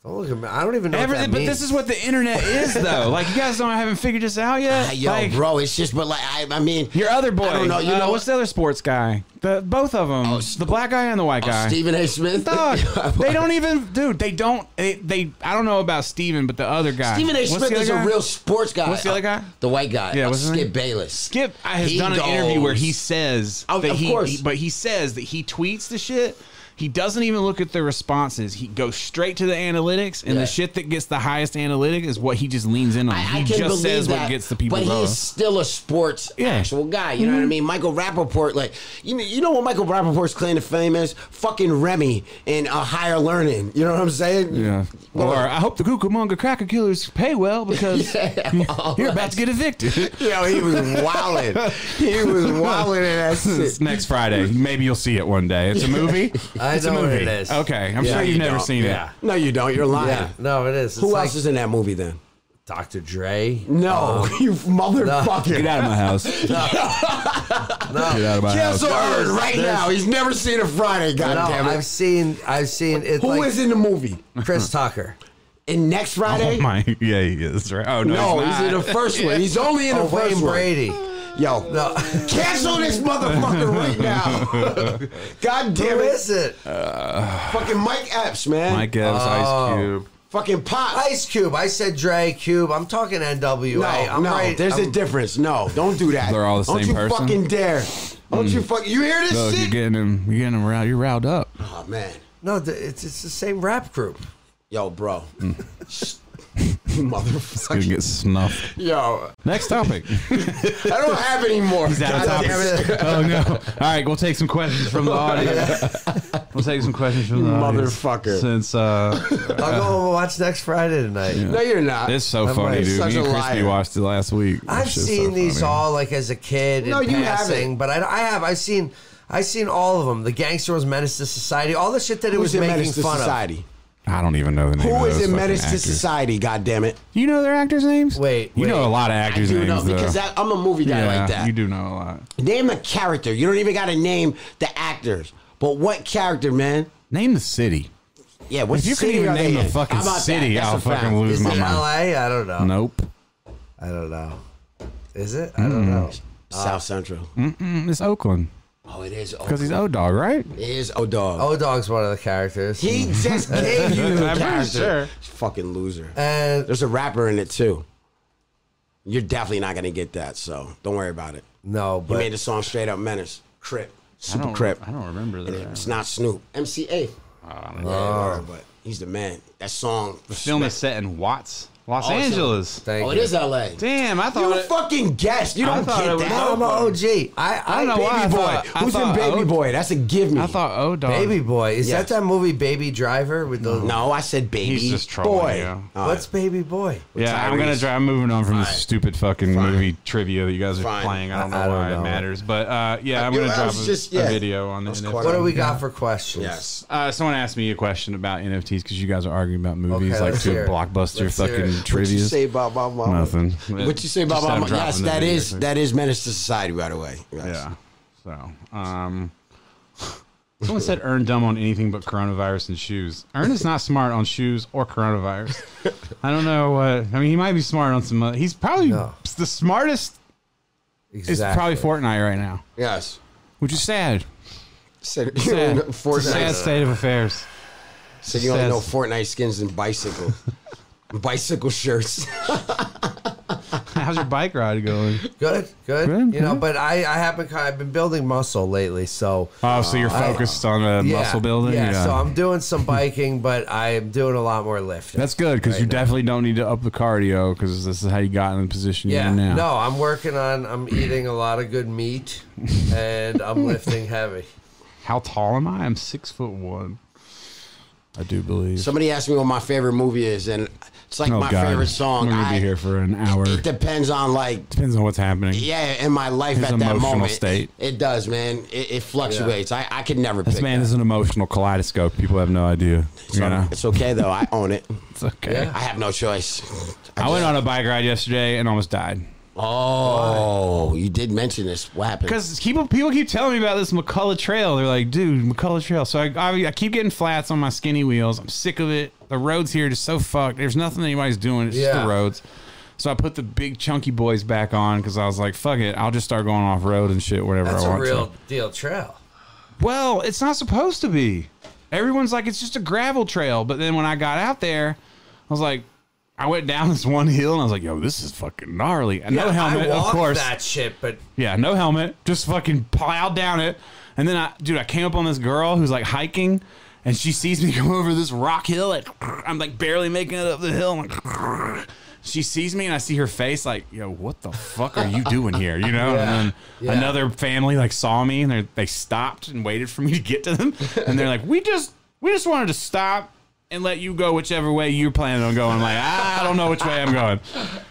Speaker 1: Don't look at me. I don't even know
Speaker 4: Everything,
Speaker 1: what that
Speaker 4: but this
Speaker 1: means.
Speaker 4: is what the internet is, though. Like you guys don't haven't figured this out yet.
Speaker 3: I- Ah, yo,
Speaker 4: Like,
Speaker 3: bro, it's just. But like, I, I mean,
Speaker 4: Your other boy.
Speaker 3: I don't know. You
Speaker 4: Uh,
Speaker 3: know Oh,
Speaker 4: what's the other sports guy? The both of them. the black guy and the white guy.
Speaker 3: Stephen A. Smith.
Speaker 4: Dog, they don't even, dude. They don't. They, they. I don't know about Steven, but the other guy.
Speaker 3: Stephen A.
Speaker 4: What's
Speaker 3: Smith
Speaker 4: the other
Speaker 3: is a
Speaker 4: guy?
Speaker 3: real sports guy.
Speaker 4: What's the other guy?
Speaker 3: The white guy.
Speaker 4: Yeah,
Speaker 3: Uh,
Speaker 4: what's his
Speaker 3: Skip
Speaker 4: name?
Speaker 3: Bayless.
Speaker 4: Skip I has
Speaker 3: He
Speaker 4: done an interview where he
Speaker 3: goes-
Speaker 4: says
Speaker 3: Oh,
Speaker 4: that
Speaker 3: of
Speaker 4: he,
Speaker 3: course.
Speaker 4: he- but he says that he tweets the shit. He doesn't even look at the responses. He goes straight to the analytics, and
Speaker 3: Yeah.
Speaker 4: the shit that gets the highest analytic is what he just leans in on.
Speaker 3: I, I
Speaker 4: he
Speaker 3: can
Speaker 4: just
Speaker 3: believe
Speaker 4: says
Speaker 3: that,
Speaker 4: what gets the people
Speaker 3: But
Speaker 4: going.
Speaker 3: he's still a sports
Speaker 4: Yeah. Mm-hmm.
Speaker 3: actual guy. You know what I mean? Michael Rappaport, like you know, you know what Michael Rappaport's claim to fame is? Fucking Remy in a higher learning. You know what I'm saying?
Speaker 4: Yeah.
Speaker 3: Well,
Speaker 4: or I hope the Cucamonga cracker killers pay well because you're about to get evicted.
Speaker 3: Yo, he was wilding. he was wilding in that
Speaker 4: It's
Speaker 3: shit.
Speaker 4: next Friday. Maybe you'll see it one day. It's a movie.
Speaker 1: I
Speaker 4: it's
Speaker 1: know
Speaker 4: a
Speaker 1: what
Speaker 4: movie.
Speaker 1: it is.
Speaker 4: Okay, I'm sure you've
Speaker 3: you
Speaker 4: never
Speaker 3: don't.
Speaker 4: seen
Speaker 1: Yeah.
Speaker 4: it.
Speaker 3: No, you don't. You're lying.
Speaker 1: Yeah, no, it is. It's
Speaker 3: Who
Speaker 1: like
Speaker 3: else is in that movie then? Oh.
Speaker 1: Dr. Dre.
Speaker 3: No, you motherfucker.
Speaker 4: Get out of my house. Get out of my
Speaker 3: Cancel Ern right
Speaker 1: There's-
Speaker 3: now. He's never seen a Friday.
Speaker 1: No,
Speaker 3: goddamn
Speaker 1: I've
Speaker 3: it.
Speaker 1: seen. I've seen it.
Speaker 3: Who is
Speaker 1: like
Speaker 3: in the movie?
Speaker 1: Chris Tucker?
Speaker 3: In next Friday?
Speaker 4: Oh my, yeah, he is right. Oh no,
Speaker 3: no,
Speaker 4: he's
Speaker 3: he's, in
Speaker 4: not.
Speaker 3: the first one. He's only in
Speaker 1: Oh,
Speaker 3: the first
Speaker 1: Wayne Brady.
Speaker 3: one. Yo,
Speaker 1: No.
Speaker 3: cancel this motherfucker right now. God
Speaker 1: Who
Speaker 3: damn it.
Speaker 1: is it?
Speaker 3: Fucking Mike Epps, man.
Speaker 4: Mike Epps, Ice Cube.
Speaker 3: Fucking Pop.
Speaker 1: Ice Cube. I said Dre Cube. I'm talking NWA.
Speaker 3: No,
Speaker 1: I'm
Speaker 3: no,
Speaker 1: right.
Speaker 3: there's a
Speaker 1: I'm,
Speaker 3: difference. No, don't do that.
Speaker 4: They're all the
Speaker 3: don't
Speaker 4: same
Speaker 3: you
Speaker 4: person? Hmm.
Speaker 3: fucking dare. Don't you fucking. You hear this
Speaker 4: Look, you're
Speaker 3: shit?
Speaker 4: getting him. You're getting him riled. You're riled up.
Speaker 3: oh, man.
Speaker 1: No, th- it's it's the same rap group.
Speaker 3: Yo, bro. Motherfucker.
Speaker 4: Gonna get snuffed.
Speaker 3: Yo,
Speaker 4: Next topic.
Speaker 3: I don't have any more.
Speaker 4: out of
Speaker 3: God
Speaker 4: topics.
Speaker 3: damn it.
Speaker 4: oh no! All right, we'll take some questions from the audience. We'll take some questions from the audience.
Speaker 3: Motherfucker.
Speaker 4: Since uh,
Speaker 1: I'll go and watch next Friday tonight.
Speaker 3: No, you're not.
Speaker 4: it's so
Speaker 1: I'm
Speaker 4: funny,
Speaker 1: like
Speaker 4: dude.
Speaker 3: such
Speaker 4: Me and
Speaker 3: a
Speaker 4: Crispy
Speaker 3: liar.
Speaker 4: watched it last week.
Speaker 1: I've
Speaker 4: It's just
Speaker 1: seen
Speaker 4: so
Speaker 1: these
Speaker 4: funny.
Speaker 1: all like as a kid.
Speaker 3: No,
Speaker 1: in
Speaker 3: you
Speaker 1: passing,
Speaker 3: haven't.
Speaker 1: But I, I have. I've seen. I've seen all of them. The Gangster was Menace to Society. All the shit that it
Speaker 3: Who's
Speaker 1: was
Speaker 3: in
Speaker 1: making
Speaker 3: Menace to
Speaker 1: fun
Speaker 3: Society?
Speaker 4: I don't even know the name.
Speaker 3: Who
Speaker 4: of
Speaker 3: is
Speaker 4: those
Speaker 3: in
Speaker 4: fucking
Speaker 3: Menace to
Speaker 4: actors.
Speaker 3: Society? God damn it!
Speaker 4: You know their actors' names?
Speaker 1: Wait,
Speaker 4: you know
Speaker 1: wait.
Speaker 4: a lot of
Speaker 3: I
Speaker 4: actors'
Speaker 3: do
Speaker 4: names
Speaker 3: know
Speaker 4: though.
Speaker 3: because I, I'm a movie guy
Speaker 4: yeah,
Speaker 3: like that.
Speaker 4: you do know a lot.
Speaker 3: Name a character. You don't even got to name the actors, but what character, man?
Speaker 4: Name the city.
Speaker 3: Yeah, what
Speaker 4: If you
Speaker 3: city
Speaker 4: couldn't even
Speaker 3: are they
Speaker 4: name the
Speaker 3: in?
Speaker 4: fucking
Speaker 3: How about that?
Speaker 4: city,
Speaker 3: That's
Speaker 4: I'll
Speaker 3: a
Speaker 4: fucking
Speaker 3: fact.
Speaker 1: of.
Speaker 4: lose
Speaker 1: Is
Speaker 4: my
Speaker 1: it
Speaker 4: mind.
Speaker 1: L.A.? I don't know.
Speaker 4: Nope.
Speaker 1: I don't know. Is it? I
Speaker 4: Hmm.
Speaker 1: don't know.
Speaker 3: South Central.
Speaker 4: Mm, It's Oakland
Speaker 3: Oh, it is.
Speaker 4: because
Speaker 3: Because
Speaker 4: he's O Dog, right?
Speaker 3: it is O'Dog.
Speaker 1: O Dog's one of the characters.
Speaker 3: He just gave you the
Speaker 4: I'm pretty
Speaker 3: character.
Speaker 4: sure.
Speaker 3: Fucking loser.
Speaker 1: and
Speaker 3: There's a rapper in it too. You're definitely not gonna get that, so don't worry about it.
Speaker 1: no,
Speaker 3: He made
Speaker 1: but
Speaker 3: the song straight up menace. Crip.
Speaker 4: I
Speaker 3: Super
Speaker 4: don't-
Speaker 3: Crip.
Speaker 4: I don't remember
Speaker 3: It's
Speaker 4: that. Oh,
Speaker 3: not Snoop. MCA. Yeah, but he's the man. That song.
Speaker 4: The film is set in Watts, Los
Speaker 3: it's-
Speaker 4: Angeles.
Speaker 1: thank
Speaker 3: Oh, it
Speaker 1: you.
Speaker 3: is LA.
Speaker 4: Damn, I thought
Speaker 3: You
Speaker 4: it-
Speaker 3: fucking guessed. You
Speaker 4: I
Speaker 3: don't
Speaker 4: thought
Speaker 3: get
Speaker 4: it was
Speaker 1: No,
Speaker 3: that.
Speaker 1: I'm an OG. I, I,
Speaker 4: don't know
Speaker 3: Baby
Speaker 4: why I
Speaker 3: boy.
Speaker 4: thought- I
Speaker 3: Who's
Speaker 4: thought
Speaker 3: in Baby
Speaker 4: O-
Speaker 3: Boy? That's a give me.
Speaker 4: I thought O Dog.
Speaker 1: Baby Boy. Is
Speaker 3: Yes.
Speaker 1: that that movie Baby Driver with the?
Speaker 3: No, I said Baby
Speaker 4: He's just trolling
Speaker 3: Boy.
Speaker 4: you.
Speaker 3: All
Speaker 1: What's Baby Boy?
Speaker 4: Yeah, I'm
Speaker 3: Tyrese.
Speaker 4: gonna try. I'm moving on from this stupid fucking movie trivia that you guys are
Speaker 3: Fine.
Speaker 4: playing. I don't know
Speaker 1: I- I don't
Speaker 4: why it
Speaker 1: know.
Speaker 4: matters, but uh, yeah, I'm
Speaker 3: you
Speaker 4: gonna
Speaker 3: know, I
Speaker 4: drop
Speaker 3: was
Speaker 4: a,
Speaker 3: just-
Speaker 4: a
Speaker 3: yeah.
Speaker 4: video on
Speaker 3: I
Speaker 4: this.
Speaker 3: was caught
Speaker 1: What
Speaker 3: up.
Speaker 1: do we got for questions?
Speaker 3: Yes.
Speaker 4: Uh, someone asked me a question about NFTs because you guys are arguing about movies
Speaker 1: Okay,
Speaker 4: like
Speaker 1: let's
Speaker 4: two
Speaker 1: hear it.
Speaker 4: blockbuster
Speaker 1: Let's hear
Speaker 4: fucking
Speaker 1: it.
Speaker 3: What you say
Speaker 4: trivia.
Speaker 3: about my mama?
Speaker 4: Nothing.
Speaker 3: What you say about
Speaker 4: Just
Speaker 3: my
Speaker 4: I'm
Speaker 3: mama?
Speaker 4: dropping
Speaker 3: Yes,
Speaker 4: the
Speaker 3: that
Speaker 4: video.
Speaker 3: is that is menace to society, by the way. Yes.
Speaker 4: Yeah. So, um, Someone said Earn dumb on anything but coronavirus and shoes. Earn is not smart on shoes or coronavirus. I don't know what. I mean, he might be smart on some. Uh, he's probably
Speaker 1: No.
Speaker 4: the smartest. Is probably
Speaker 1: Exactly.
Speaker 4: Fortnite right now,
Speaker 3: Yes.
Speaker 4: which is sad.
Speaker 3: Said, you
Speaker 4: Sad.
Speaker 3: only know
Speaker 4: It's a sad
Speaker 3: Fortnite.
Speaker 4: state of affairs.
Speaker 3: Said you only
Speaker 4: sad.
Speaker 3: know Fortnite skins and bicycle, bicycle shirts.
Speaker 4: How's your bike ride going?
Speaker 1: Good, good.
Speaker 4: Good,
Speaker 1: you know,
Speaker 4: good.
Speaker 1: but I, I have been kind I've been building muscle lately, so
Speaker 4: Oh, so you're
Speaker 1: I-
Speaker 4: focused on uh,
Speaker 1: yeah,
Speaker 4: muscle building.
Speaker 1: Yeah, so I'm doing some biking, but I'm doing a lot more lifting.
Speaker 4: That's good because
Speaker 1: right
Speaker 4: you
Speaker 1: now.
Speaker 4: definitely don't need to up the cardio because this is how you got in the position
Speaker 1: yeah.
Speaker 4: you're in now.
Speaker 1: No, I'm working on. I'm eating a lot of good meat, and I'm lifting heavy.
Speaker 4: How tall am I? I'm six foot one. I do believe.
Speaker 3: Somebody asked me what my favorite movie is, and it's like
Speaker 4: oh
Speaker 3: my
Speaker 4: God,
Speaker 3: favorite song.
Speaker 4: We're gonna
Speaker 3: I-
Speaker 4: be here for an hour.
Speaker 3: It depends on like
Speaker 4: Depends on what's happening.
Speaker 3: yeah, in my life
Speaker 4: His
Speaker 3: at that
Speaker 4: emotional
Speaker 3: moment.
Speaker 4: state.
Speaker 3: It does, man. It, it fluctuates. I, I could never
Speaker 4: This
Speaker 3: pick.
Speaker 4: man
Speaker 3: that.
Speaker 4: is an emotional kaleidoscope. People have no idea. You know,
Speaker 3: It's okay though. I own it.
Speaker 4: it's okay.
Speaker 1: Yeah.
Speaker 3: I have no choice.
Speaker 4: I went on a bike ride yesterday and almost died.
Speaker 3: Oh, you did mention this. What happened?
Speaker 4: Because people people keep telling me about this McCullough Trail. They're like, dude, McCullough Trail. So I, I, I keep getting flats on my skinny wheels. I'm sick of it. The roads here are just so fucked. There's nothing anybody's doing. It's just
Speaker 1: Yeah.
Speaker 4: the roads. So I put the big chunky boys back on because I was like, fuck it. I'll just start going off road and shit, whatever
Speaker 1: That's
Speaker 4: I
Speaker 1: a
Speaker 4: want.
Speaker 1: real
Speaker 4: to.
Speaker 1: deal trail.
Speaker 4: Well, it's not supposed to be. Everyone's like, it's just a gravel trail. But then when I got out there, I was like, I went down this one hill and I was like, yo, this is fucking gnarly. And no
Speaker 1: Yeah,
Speaker 4: helmet,
Speaker 1: I walked
Speaker 4: of course.
Speaker 1: that shit, but
Speaker 4: Yeah, no helmet, just fucking plowed down it. And then I, dude, I came up on this girl who's like hiking, and she sees me come over this rock hill. Like, I'm like barely making it up the hill. I'm like, she sees me, and I see her face like, yo, what the fuck are you doing here? You know? And then
Speaker 1: Yeah, yeah.
Speaker 4: another family like saw me, and they they stopped and waited for me to get to them, and they're like, we just we just wanted to stop. And let you go whichever way you're planning on going. I'm like, I don't know which way I'm going.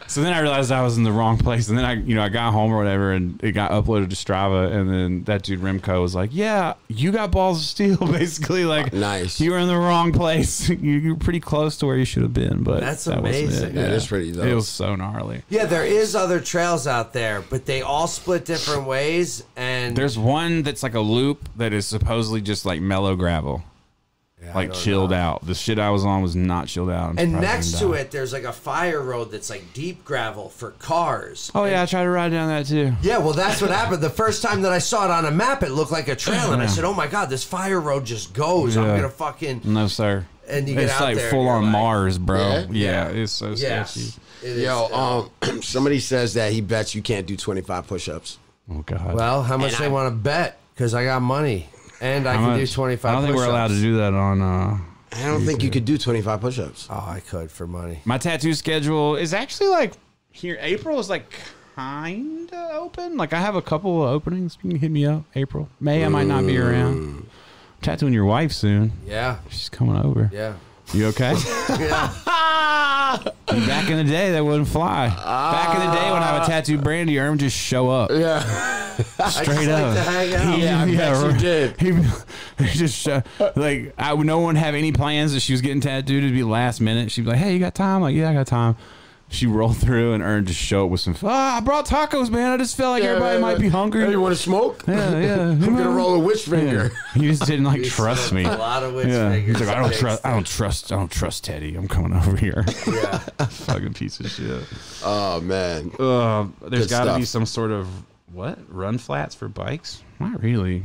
Speaker 4: So then I realized I was in the wrong place, and then I, you know, I got home or whatever, and it got uploaded to Strava, and then that dude Remco was like, "Yeah, you got balls of steel, basically. Like,
Speaker 3: Nice.
Speaker 4: You were in the wrong place. You, you're pretty close to where you should have been, but
Speaker 1: That's
Speaker 4: that wasn't
Speaker 1: amazing.
Speaker 4: It.
Speaker 1: Yeah,
Speaker 3: that's pretty dope.
Speaker 4: It was so gnarly.
Speaker 1: yeah, there is other trails out there, but they all split different ways. And
Speaker 4: There's one that's like a loop that is supposedly just like mellow gravel, like chilled out. The shit I was on was not chilled out. I'm
Speaker 1: and
Speaker 4: surprised I
Speaker 1: next
Speaker 4: didn't
Speaker 1: to
Speaker 4: die.
Speaker 1: it, there's like a fire road that's like deep gravel for cars.
Speaker 4: Oh yeah, I tried to ride down that too.
Speaker 1: Yeah, well, that's what happened. The first time that I saw it on a map, it looked like a trail, and I said, "Oh my god, this fire road just goes. I'm
Speaker 4: Yeah. Mm.
Speaker 1: gonna fucking
Speaker 4: No sir.
Speaker 1: And you get
Speaker 4: it's
Speaker 1: out
Speaker 4: like
Speaker 1: there and
Speaker 4: full
Speaker 1: you're
Speaker 4: on
Speaker 1: like-
Speaker 4: Mars, bro.
Speaker 3: Yeah?
Speaker 4: Yeah, it's so sketchy.
Speaker 1: yes." It is-
Speaker 3: Yo, um, somebody says that he bets you can't do 25 push-ups.
Speaker 4: Oh god.
Speaker 1: well, how much
Speaker 3: and
Speaker 1: they
Speaker 3: I-
Speaker 1: want to bet? Because I got money, and I
Speaker 4: How
Speaker 1: can do
Speaker 4: much?
Speaker 1: 25.
Speaker 4: I don't think we're allowed to
Speaker 1: push-ups.
Speaker 4: do that on. Uh,
Speaker 3: I don't think you could do 25 push-ups.
Speaker 1: Oh, I could for money.
Speaker 4: my tattoo schedule is actually like here. April is like kind of open. Like I have a couple of openings. You can hit me up. April, May, I might not be around. Tattooing your wife soon.
Speaker 1: Yeah,
Speaker 4: She's coming over.
Speaker 1: yeah.
Speaker 4: You okay?
Speaker 1: yeah.
Speaker 4: Back in the day, that wouldn't fly. Back in the day, when I would tattoo Brandy, Erm just show up.
Speaker 3: Yeah.
Speaker 4: straight
Speaker 1: like
Speaker 4: up.
Speaker 1: to hang out.
Speaker 4: He-
Speaker 3: Yeah, I bet you
Speaker 4: right.
Speaker 3: did.
Speaker 4: He, he just uh, like I no one had any plans that she was getting tattooed. It'd be last minute. She'd be like, "Hey, you got time?" Like, "Yeah, I got time." She rolled through and earned just show up with some. Ah, I brought tacos, man. I just felt like everybody might be hungry.
Speaker 3: Hey, you want to smoke?
Speaker 4: yeah, yeah.
Speaker 3: I'm gonna roll a witch
Speaker 4: Yeah.
Speaker 3: finger.
Speaker 4: You just didn't like trust me.
Speaker 1: A lot of witch
Speaker 4: Yeah,
Speaker 1: fingers.
Speaker 4: he's like, I don't
Speaker 1: Fixed
Speaker 4: trust. I don't trust. I don't trust Teddy. I'm coming over here.
Speaker 1: Yeah.
Speaker 4: Fucking piece of shit.
Speaker 3: Oh man.
Speaker 4: Uh,
Speaker 3: Good
Speaker 4: there's got to
Speaker 3: stuff.
Speaker 4: be some sort of what run flats for bikes? Not really.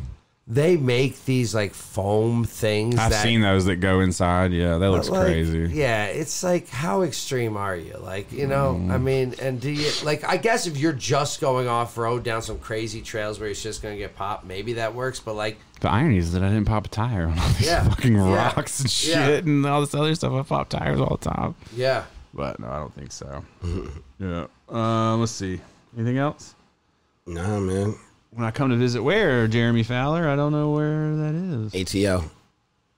Speaker 1: they make these like foam things.
Speaker 4: I've
Speaker 1: that,
Speaker 4: seen those that go inside. Yeah, that looks
Speaker 1: Like,
Speaker 4: crazy.
Speaker 1: Yeah, it's like how extreme are you? Like, you know,
Speaker 4: Mm.
Speaker 1: I mean, and do you like I guess if you're just going off road down some crazy trails where it's just gonna get popped, maybe that works, but like
Speaker 4: The irony is that I didn't pop a tire on all these
Speaker 1: Yeah.
Speaker 4: fucking
Speaker 1: Yeah.
Speaker 4: rocks and shit
Speaker 1: Yeah.
Speaker 4: and all this other stuff. I pop tires all the time.
Speaker 1: yeah.
Speaker 4: But no, I don't think so. yeah. Uh, let's see. Anything else?
Speaker 3: Nah, man.
Speaker 4: When I come to visit where, Jeremy Fowler, I don't know where that is.
Speaker 3: ATL.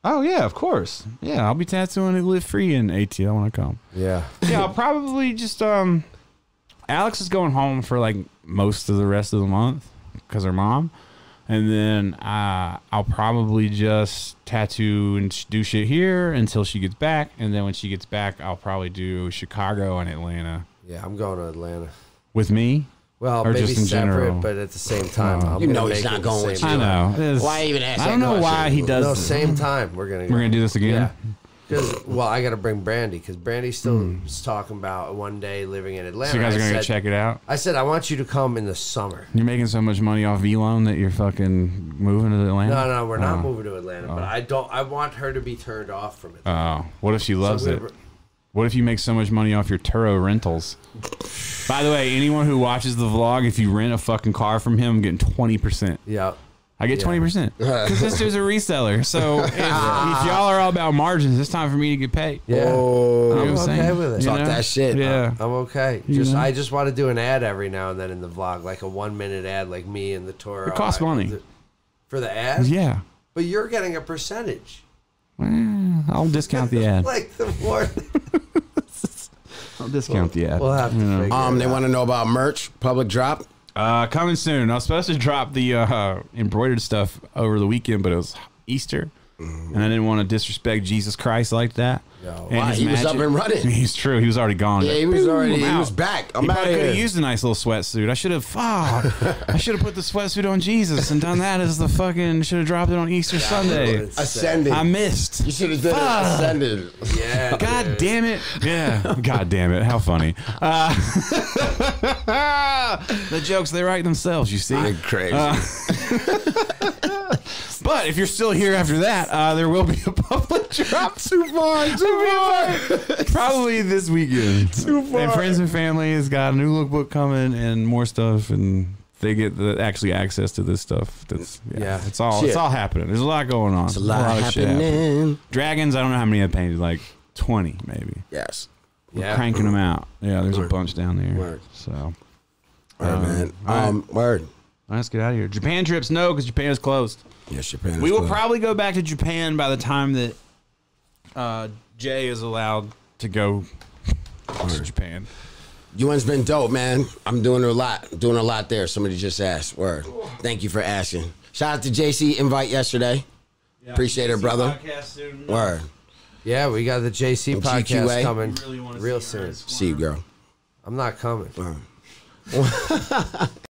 Speaker 4: Oh, yeah, of course. Yeah, I'll be tattooing it live free in ATL when I come.
Speaker 1: Yeah.
Speaker 4: yeah, I'll probably just um. Alex is going home for like most of the rest of the month because her mom, and then uh, I'll probably just tattoo and sh- do shit here until she gets back, and then when she gets back, I'll probably do Chicago and Atlanta
Speaker 1: Yeah, I'm going to Atlanta.
Speaker 4: with me.
Speaker 1: Well,
Speaker 4: Or
Speaker 1: maybe
Speaker 4: just in
Speaker 1: separate,
Speaker 4: general. Uh,
Speaker 1: but at the same time, I'm
Speaker 3: You
Speaker 1: gonna
Speaker 3: know he's
Speaker 1: make
Speaker 3: not
Speaker 1: it the
Speaker 3: going
Speaker 1: same
Speaker 3: with
Speaker 4: I
Speaker 1: time.
Speaker 4: know. It's-
Speaker 3: Why even ask
Speaker 4: I
Speaker 3: that
Speaker 4: don't know why
Speaker 3: question?
Speaker 4: he does.
Speaker 1: No,
Speaker 4: this.
Speaker 1: same time. We're gonna. Go.
Speaker 4: We're gonna do this again.
Speaker 1: Because well, I got to bring Brandy because Brandy still is talking about one day living in Atlanta.
Speaker 4: Hmm. So you guys
Speaker 1: I
Speaker 4: are gonna go
Speaker 1: said-
Speaker 4: check it out.
Speaker 1: I said I want you to come in the summer.
Speaker 4: You're making so much money off V loan that you're fucking moving to Atlanta.
Speaker 1: No, no, we're not
Speaker 4: Oh.
Speaker 1: moving to Atlanta, but I don't. I want her to be turned off from it.
Speaker 4: Oh, what if she
Speaker 1: So
Speaker 4: loves
Speaker 1: we-
Speaker 4: it? What if you make so much money off your Turo rentals? By the way, anyone who watches the vlog, if you rent a fucking car from him, I'm getting twenty percent.
Speaker 1: Yeah.
Speaker 4: I get twenty percent because this dude's a reseller. So if, if y'all are all about margins, it's time for me to get paid.
Speaker 1: Yeah.
Speaker 3: Oh,
Speaker 4: You know
Speaker 1: I'm
Speaker 4: what I'm
Speaker 1: okay
Speaker 4: saying?
Speaker 1: with it.
Speaker 4: You
Speaker 3: Talk that shit.
Speaker 4: Yeah. Uh,
Speaker 1: I'm okay. Just I just want to do an ad every now and then in the vlog, like a one minute ad, like me and the Toro.
Speaker 4: It costs
Speaker 1: I-
Speaker 4: money.
Speaker 1: the- for the ad.
Speaker 4: yeah.
Speaker 1: But you're getting a percentage.
Speaker 4: Well, I'll discount the ad.
Speaker 1: Like the more
Speaker 4: I'll discount the ad.
Speaker 1: we'll have to figure
Speaker 3: Um,
Speaker 1: it
Speaker 3: they
Speaker 1: out.
Speaker 3: want to know about merch, public drop.
Speaker 4: Uh, coming soon. I was supposed to drop the uh, embroidered stuff over the weekend, but it was Easter,
Speaker 1: Mm-hmm.
Speaker 4: and I didn't want to disrespect Jesus Christ like that.
Speaker 1: No.
Speaker 4: And
Speaker 3: Wow,
Speaker 4: his
Speaker 3: he was up and running.
Speaker 4: He's true. He was already gone.
Speaker 3: Yeah, he was
Speaker 4: Boom,
Speaker 3: already-
Speaker 4: I'm
Speaker 3: he
Speaker 4: out.
Speaker 3: was back. I'm
Speaker 4: he probably
Speaker 3: outta
Speaker 4: coulda
Speaker 3: here.
Speaker 4: used a nice little sweatsuit. I should have. Fuck. I should have put the sweatsuit on Jesus and done that as the fucking. Should have dropped it on Easter Sunday.
Speaker 1: It's, uh,
Speaker 3: Ascended.
Speaker 4: I missed.
Speaker 3: you should have done
Speaker 4: Fuck.
Speaker 3: it. Ascended.
Speaker 1: Yeah.
Speaker 4: God
Speaker 1: dude.
Speaker 4: damn it. Yeah. God damn it. How funny. Uh, the jokes, they write themselves, you see.
Speaker 3: I'm crazy.
Speaker 4: But if you're still here after that, uh, there will be a public drop. Too far. Too far. Probably this weekend. Too far. And friends and family has got a new lookbook coming and more stuff and. They get the actually access to this stuff. That's yeah.
Speaker 1: Yeah.
Speaker 4: It's all it's
Speaker 3: Shit.
Speaker 4: all happening. There's a lot going on. It's
Speaker 3: A lot happening.
Speaker 4: Dragons. I don't know how many I painted. Like twenty, maybe.
Speaker 3: Yes.
Speaker 4: We're
Speaker 1: Yeah.
Speaker 4: cranking them out. Yeah, there's a bunch down there.
Speaker 3: Word.
Speaker 4: So
Speaker 3: All right, man. Um, word.
Speaker 4: let's get out of here. Japan trips, no, because Japan is closed.
Speaker 3: Yes, Japan. is
Speaker 4: we will
Speaker 3: closed.
Speaker 4: probably go back to Japan by the time that uh, Jay is allowed to go to Japan.
Speaker 3: UN's been dope, man. I'm doing a lot, doing a lot there. Somebody just asked. Word. Thank you for asking. Shout out to JC invite yesterday. Appreciate it, brother. Word.
Speaker 1: Yeah, we got the JC
Speaker 3: And
Speaker 1: podcast
Speaker 3: GQA.
Speaker 1: coming
Speaker 4: Really wanna
Speaker 1: real
Speaker 4: see her.
Speaker 1: soon.
Speaker 3: See you, girl.
Speaker 1: I'm not coming.